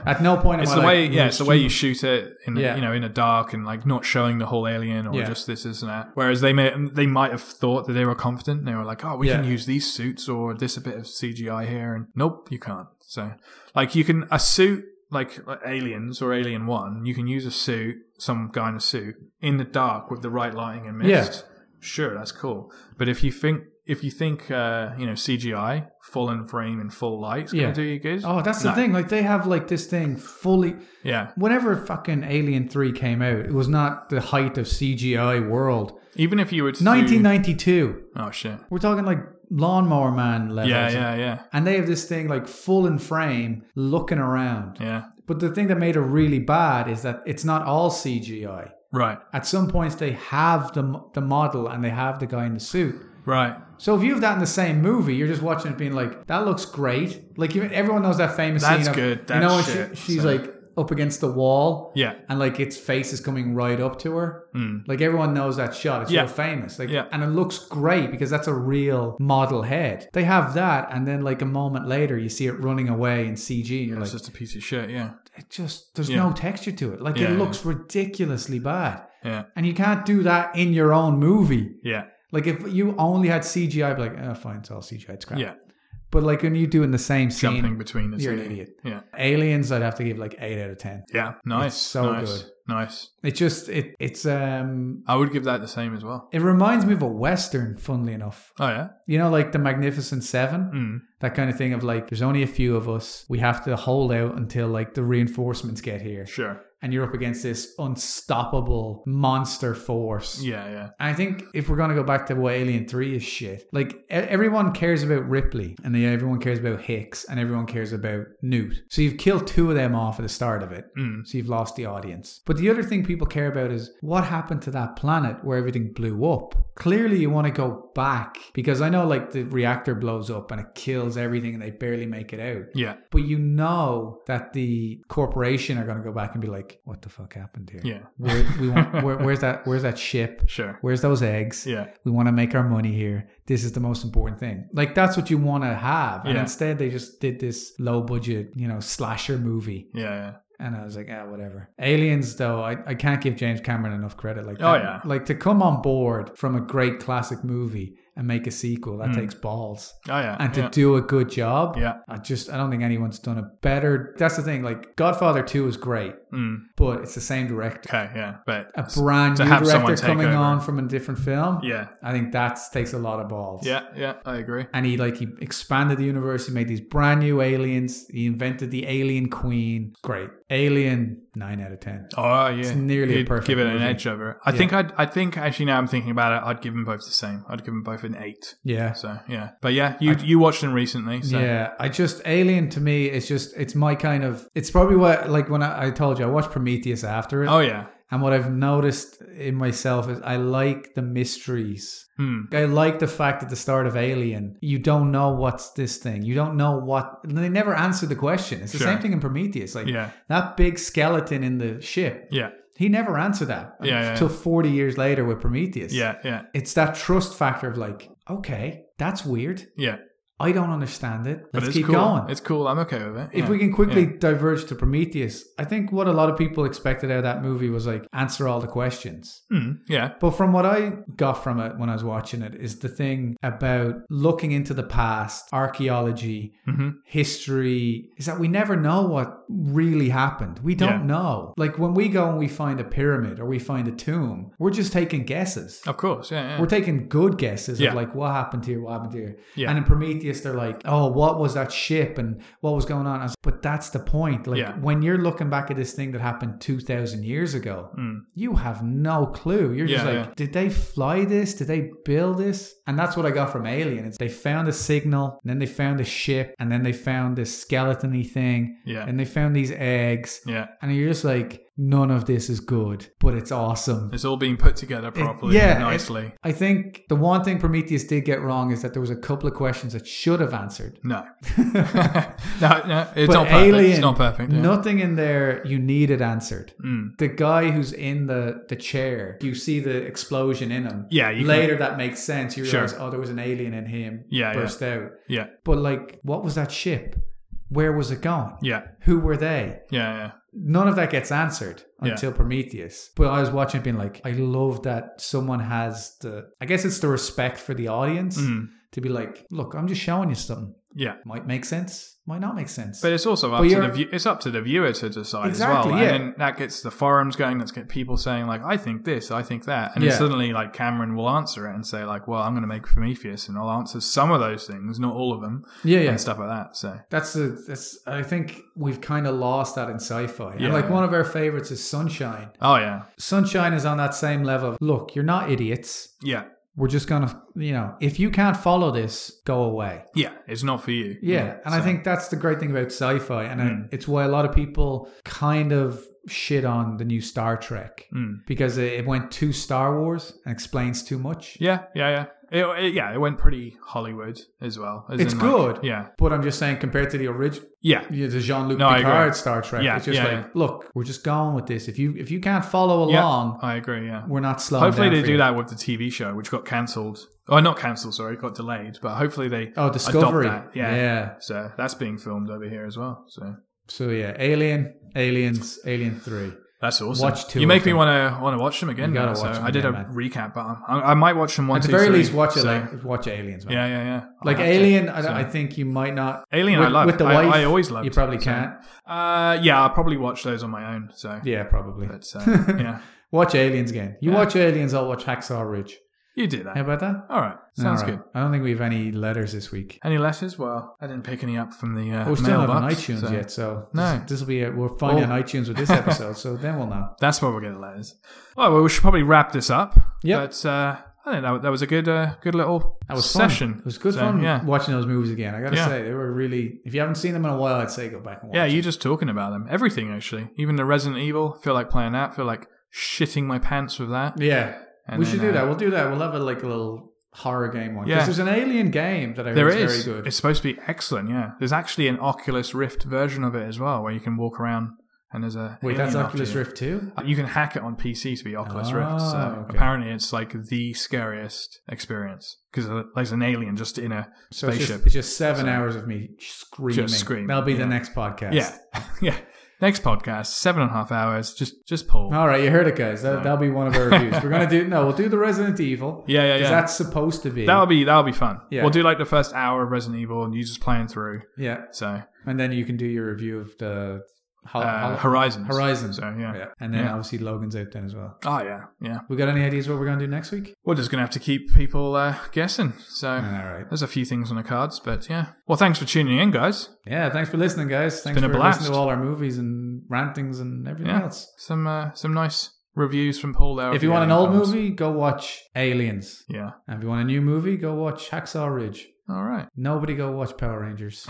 At no point
It's
am I
the
like,
way, yeah, it's
"This is
the way you
stupid."
shoot it in,
Yeah.
you know, in a dark and like not showing the whole alien or
Yeah.
just this, this, and that. Whereas they may, they might have thought that they were confident. And they were like, oh, we can
Yeah.
use these suits or this a bit of CGI here, and nope, you can't. So, like, you can a suit like aliens or Alien One, you can use a suit, some guy in a suit in the dark with the right lighting and
Yeah.
mist. Sure, that's cool. But if you think if you think uh, you know CGI, full in frame and full light's gonna
Yeah.
do you good.
Oh, that's
No.
the thing. Like they have like this thing fully.
Yeah,
Whenever fucking Alien Three came out, it was not the height of CGI world.
even if you were to do-
1992.
Oh shit.
We're talking like Lawnmower Man levels.
Yeah, yeah, yeah,
And they have this thing like full in frame, looking around.
yeah.
But the thing that made it really bad is that it's not all CGI.
Right,
At some points, they have the m- the model and they have the guy in the suit.
right.
So if you have that in the same movie, you're just watching it being like, that looks great. Like you, everyone knows that famous
That's
scene. of-
good.
you
That's
know, when
shit.
She, she's
So-
like up against the wall.
Yeah.
And like its face is coming right up to her.
Mm.
Like everyone knows that shot. It's
Yeah.
real famous. Like,
Yeah.
and it looks great because that's a real model head. They have that, and then like a moment later, you see it running away in CG, and you're
It's
like,
just a piece of shit. Yeah,
it just there's
Yeah.
no texture to it. Like
Yeah,
it
yeah.
looks ridiculously bad,
yeah,
and you can't do that in your own movie.
yeah,
Like if you only had CGI, I'd be like, oh, fine, it's all CGI, it's crap.
yeah.
But like when you do in the same scene,
Jumping between the
you're
two.
an idiot.
Yeah,
Aliens, I'd have to give like eight out of ten.
yeah. Nice,
so
nice,
good.
nice.
It just it it's um
I would give that the same as well.
it reminds me of a western, funnily enough.
Oh yeah.
You know, like the Magnificent Seven,
Mm.
that kind of thing of like, there's only a few of us. We have to hold out until like the reinforcements get here,
Sure.
and you're up against this unstoppable monster force.
Yeah, yeah,
I think if we're gonna go back to what Alien Three is shit, like e- everyone cares about Ripley, and they, everyone cares about Hicks, and everyone cares about Newt. So you've killed two of them off at the start of it,
Mm.
so you've lost the audience. But the other thing people care about is what happened to that planet where everything blew up. Clearly, you want to go back because I know like the reactor blows up and it kills everything, and they barely make it out.
yeah,
But you know that the corporation are going to go back and be like, "What the fuck happened here?
yeah.
Where, we want, where, where's that? Where's that ship?"
Sure.
Where's those eggs?
Yeah,
We want to make our money here. This is the most important thing. Like that's what you want to have. And
Yeah.
instead they just did this low budget, you know, slasher movie.
yeah,
And I was like, ah, whatever. Aliens though, I, I can't give James Cameron enough credit. Like
Oh,
that-
yeah.
Like to come on board from a great classic movie and make a sequel, that takes balls.
yeah. Oh yeah.
And to
Hmm. yeah.
do a good job,
Yeah.
I just I don't think anyone's done it better. That's the thing. Like Godfather Two is great,
Mm.
but it's the same director,
Okay. Yeah. But
a brand
To
new
have someone
director
take
coming
over.
on from a different film.
yeah,
I think that takes a lot of balls.
yeah, yeah. I agree.
And he like he expanded the universe. He made these brand new aliens. He invented the alien queen. Great. Alien nine out of ten.
Oh yeah,
nearly a
You'd
perfect
Give it an
movie.
edge over. it. I think I'd. I think actually now I'm thinking about it. I'd give them both the same. I'd give them both an eight.
Yeah.
So yeah, but yeah, you you watched them recently. So.
Yeah. I just Alien to me it's just it's my kind of it's probably what like when I, I told you I watched Prometheus after it.
Oh yeah.
And what I've noticed in myself is I like the mysteries.
Hmm.
I like the fact at the start of Alien, you don't know what's this thing. You don't know what. They never answer the question. It's the
Sure.
same thing in Prometheus. Like
Yeah.
that big skeleton in the ship,
Yeah.
he never answered that
Yeah, yeah,
until 40 years later with Prometheus.
Yeah. Yeah.
It's that trust factor of like, okay, that's weird.
Yeah.
I don't understand it.
But
Let's
it's
keep
cool.
going.
It's cool. I'm okay with it.
if
Yeah.
we can quickly
Yeah.
diverge to Prometheus, I think what a lot of people expected out of that movie was like answer all the questions.
Mm, yeah.
But from what I got from it when I was watching it is the thing about looking into the past, archaeology,
hmm
history is that we never know what really happened. We don't
Yeah.
know. Like when we go and we find a pyramid or we find a tomb, we're just taking guesses.
Of course. Yeah. yeah.
We're taking good guesses
Yeah.
of like what happened here, what happened here.
Yeah.
And in Prometheus, they're like, oh, what was that ship and what was going on? I was like, but that's the point. Like
Yeah.
when you're looking back at this thing that happened 2,000 years ago,
Mm.
you have no clue. You're just
Yeah,
like,
yeah.
did they fly this? Did they build this? And that's what I got from Alien. It's they found a signal, and then they found a ship, and then they found this skeletony thing,
Yeah.
and they found these eggs.
yeah.
And you're just like, none of this is good, but it's awesome.
It's all being put together properly,
yeah, it-
nicely.
I think the one thing Prometheus did get wrong is that there was a couple of questions that should have answered.
no. no, no, it's
But
not perfect.
Alien,
it's not perfect. Yeah.
Nothing in there you needed answered.
Mm.
The guy who's in the, the chair, you see the explosion in him.
Yeah, you can-
Later that makes sense. You
Sure.
realize, oh, there was an alien in him.
Yeah, yeah.
burst out.
yeah,
But like, what was that ship? Where was it going?
yeah,
Who were they?
yeah, yeah.
None of that gets answered
Yeah.
until Prometheus. But I was watching, it being like, I love that someone has the. I guess it's the respect for the audience
Mm.
to be like, look, I'm just showing you something.
yeah.
Might make sense. Might not make sense.
But it's also up
But
to the
you're-
view, it's up to the viewer to decide
Exactly,
as well,
yeah.
and then that gets the forums going. That's get people saying like, "I think this, I think that," and
Yeah.
then suddenly like Cameron will answer it and say like, "Well, I'm going to make Prometheus, and I'll answer some of those things, not all of them,
yeah, yeah.
and stuff like that." So
That's the that's I think we've kind of lost that in sci-fi.
Yeah.
And like one of our favorites is Sunshine.
oh yeah,
Sunshine is on that same level of look, you're not idiots.
yeah,
We're just gonna you know, if you can't follow this, go away.
yeah. It's not for you.
Yeah. and I
so-
think that's the great thing about sci-fi. And I-
Mm.
it's why a lot of people kind of shit on the new Star Trek.
Mm.
Because it it went too Star Wars and explains too much.
yeah, yeah, yeah. It, it- yeah, it went pretty Hollywood as well. as
It's
like-
good.
yeah,
But I'm just saying, compared to the original,
yeah,
yeah, the Jean Luc
No, I agree.
Picard Star Trek.
Yeah,
it's just
yeah,
like,
yeah.
look, we're just going with this. If you if you can't follow
yeah.
along,
I agree. Yeah.
we're not slowing.
Hopefully
down
they
for
do
you.
that with the TV show, which got cancelled. Oh, not cancelled. Sorry, got delayed. But hopefully they
Oh, Discovery.
adopt that. Yeah.
yeah.
So that's being filmed over here as well. So
So yeah, Alien, Aliens, Alien Three.
that's awesome.
Watch two
you make
of
me
them.
want to want to watch them again.
You gotta
now, so
watch them
I did
again,
a
man.
recap, but I, I might watch them one,
At the
two,
very
three.
least, watch it.
So-
Like watch Aliens. Man.
yeah, yeah, yeah.
Like
I'll have to.
Alien, I,
So-
I think you might not.
Alien,
with,
I love.
with the
I,
wife.
I always loved.
You probably
so-
can't.
Uh, yeah, I'll probably watch those on my own. So,
Yeah, probably.
but uh, yeah,
Watch Aliens again. You
Yeah.
watch Aliens, I'll watch Hacksaw Ridge.
you do
How
that.
about that?
All right, sounds
All right.
good.
I don't think we have any letters this week.
Any letters? Well, I didn't pick any up from the uh,
Oh, we still don't have an
mailbox,
iTunes
so-
yet, so
No.
this, this will be it. We're finally
Oh.
on iTunes with this episode, so then we'll know.
That's where we'll get the letters. Well, well, we should probably wrap this up.
Yep.
But uh, I think that, that was a good, uh, good little
That was
session.
Fun. It was good
So,
fun
Yeah.
watching those movies again. I gotta
Yeah.
say, they were really. If you haven't seen them in a while, I'd say go back and watch.
Yeah, you just talking about them. Everything actually, even the Resident Evil. Feel like playing that. Feel like shitting my pants with that.
yeah.
And
we
then,
should do
uh,
that. We'll do that. We'll have a like a little horror game one. 'Cause
Yeah.
there's an alien game that I heard
There
is,
is.
very good.
It's supposed to be excellent. Yeah, there's actually an Oculus Rift version of it as well, where you can walk around and there's a
Wait,
alien
that's
after
Oculus
you. Uh,
Rift too.
You can hack it on PC to be Oculus
Ah,
Rift. So
okay.
apparently, it's like the scariest experience because there's an alien just in a
So it's
spaceship.
just, it's just seven hours of me screaming.
scream,
That'll be
yeah.
the next podcast.
Yeah, yeah. Next podcast, seven and a half hours. Just, just Paul.
All right, you heard it, guys. That, That'll be one of our reviews. We're gonna do no. We'll do the Resident Evil.
Yeah, yeah,
'cause
yeah.
That's supposed to be.
That'll be that'll be fun.
Yeah.
We'll do like the first hour of Resident Evil and you just playing through.
yeah,
So
and then you can do your review of the Hol-
uh,
Hol-
Horizons.
Horizon.
So yeah.
Yeah. And then
Yeah.
obviously Logan's out then as well.
Oh yeah, yeah.
We got any ideas what we're going to do next week?
We're just gonna have to keep people uh, guessing. So
All right.
there's a few things on the cards, but yeah. Well, thanks for tuning in, guys.
Yeah, thanks for listening, guys. thanks
been a
for listening
blast.
to all our movies and rantings and everything
Yeah.
else.
Some uh, some nice reviews from Paul there.
If
of
you
the
want an
Alien
old
films.
movie, go watch Aliens.
yeah.
And if you want a new movie, go watch Hacksaw Ridge.
All right.
Nobody go watch Power Rangers.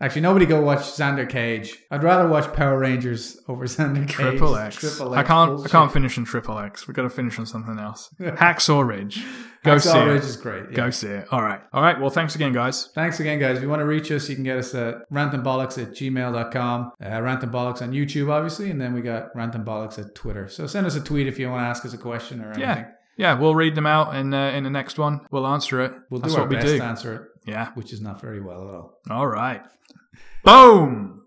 Actually, nobody go watch Xander Cage. I'd rather watch Power Rangers over Xander Cage.
Triple X.
Triple
I can't.
bullshit.
I can't finish on Triple X. We've got to finish on something else. Hacksaw Ridge. Go see
Hacksaw
it.
Ridge is great. yeah.
Go see it. All right. All right. Well, thanks again, guys.
Thanks again, guys. If you want to reach us, you can get us at rantandbollocks at gmail.com, uh, rantandbollocks on YouTube, obviously, and then we got rantandbollocks at Twitter. So send us a tweet if you want to ask us a question or anything.
Yeah. Yeah, we'll read them out in uh, in the next one. We'll answer it.
We'll do
That's
our
what we
best
do.
to answer it.
Yeah.
which is not very well at all.
All right. Boom.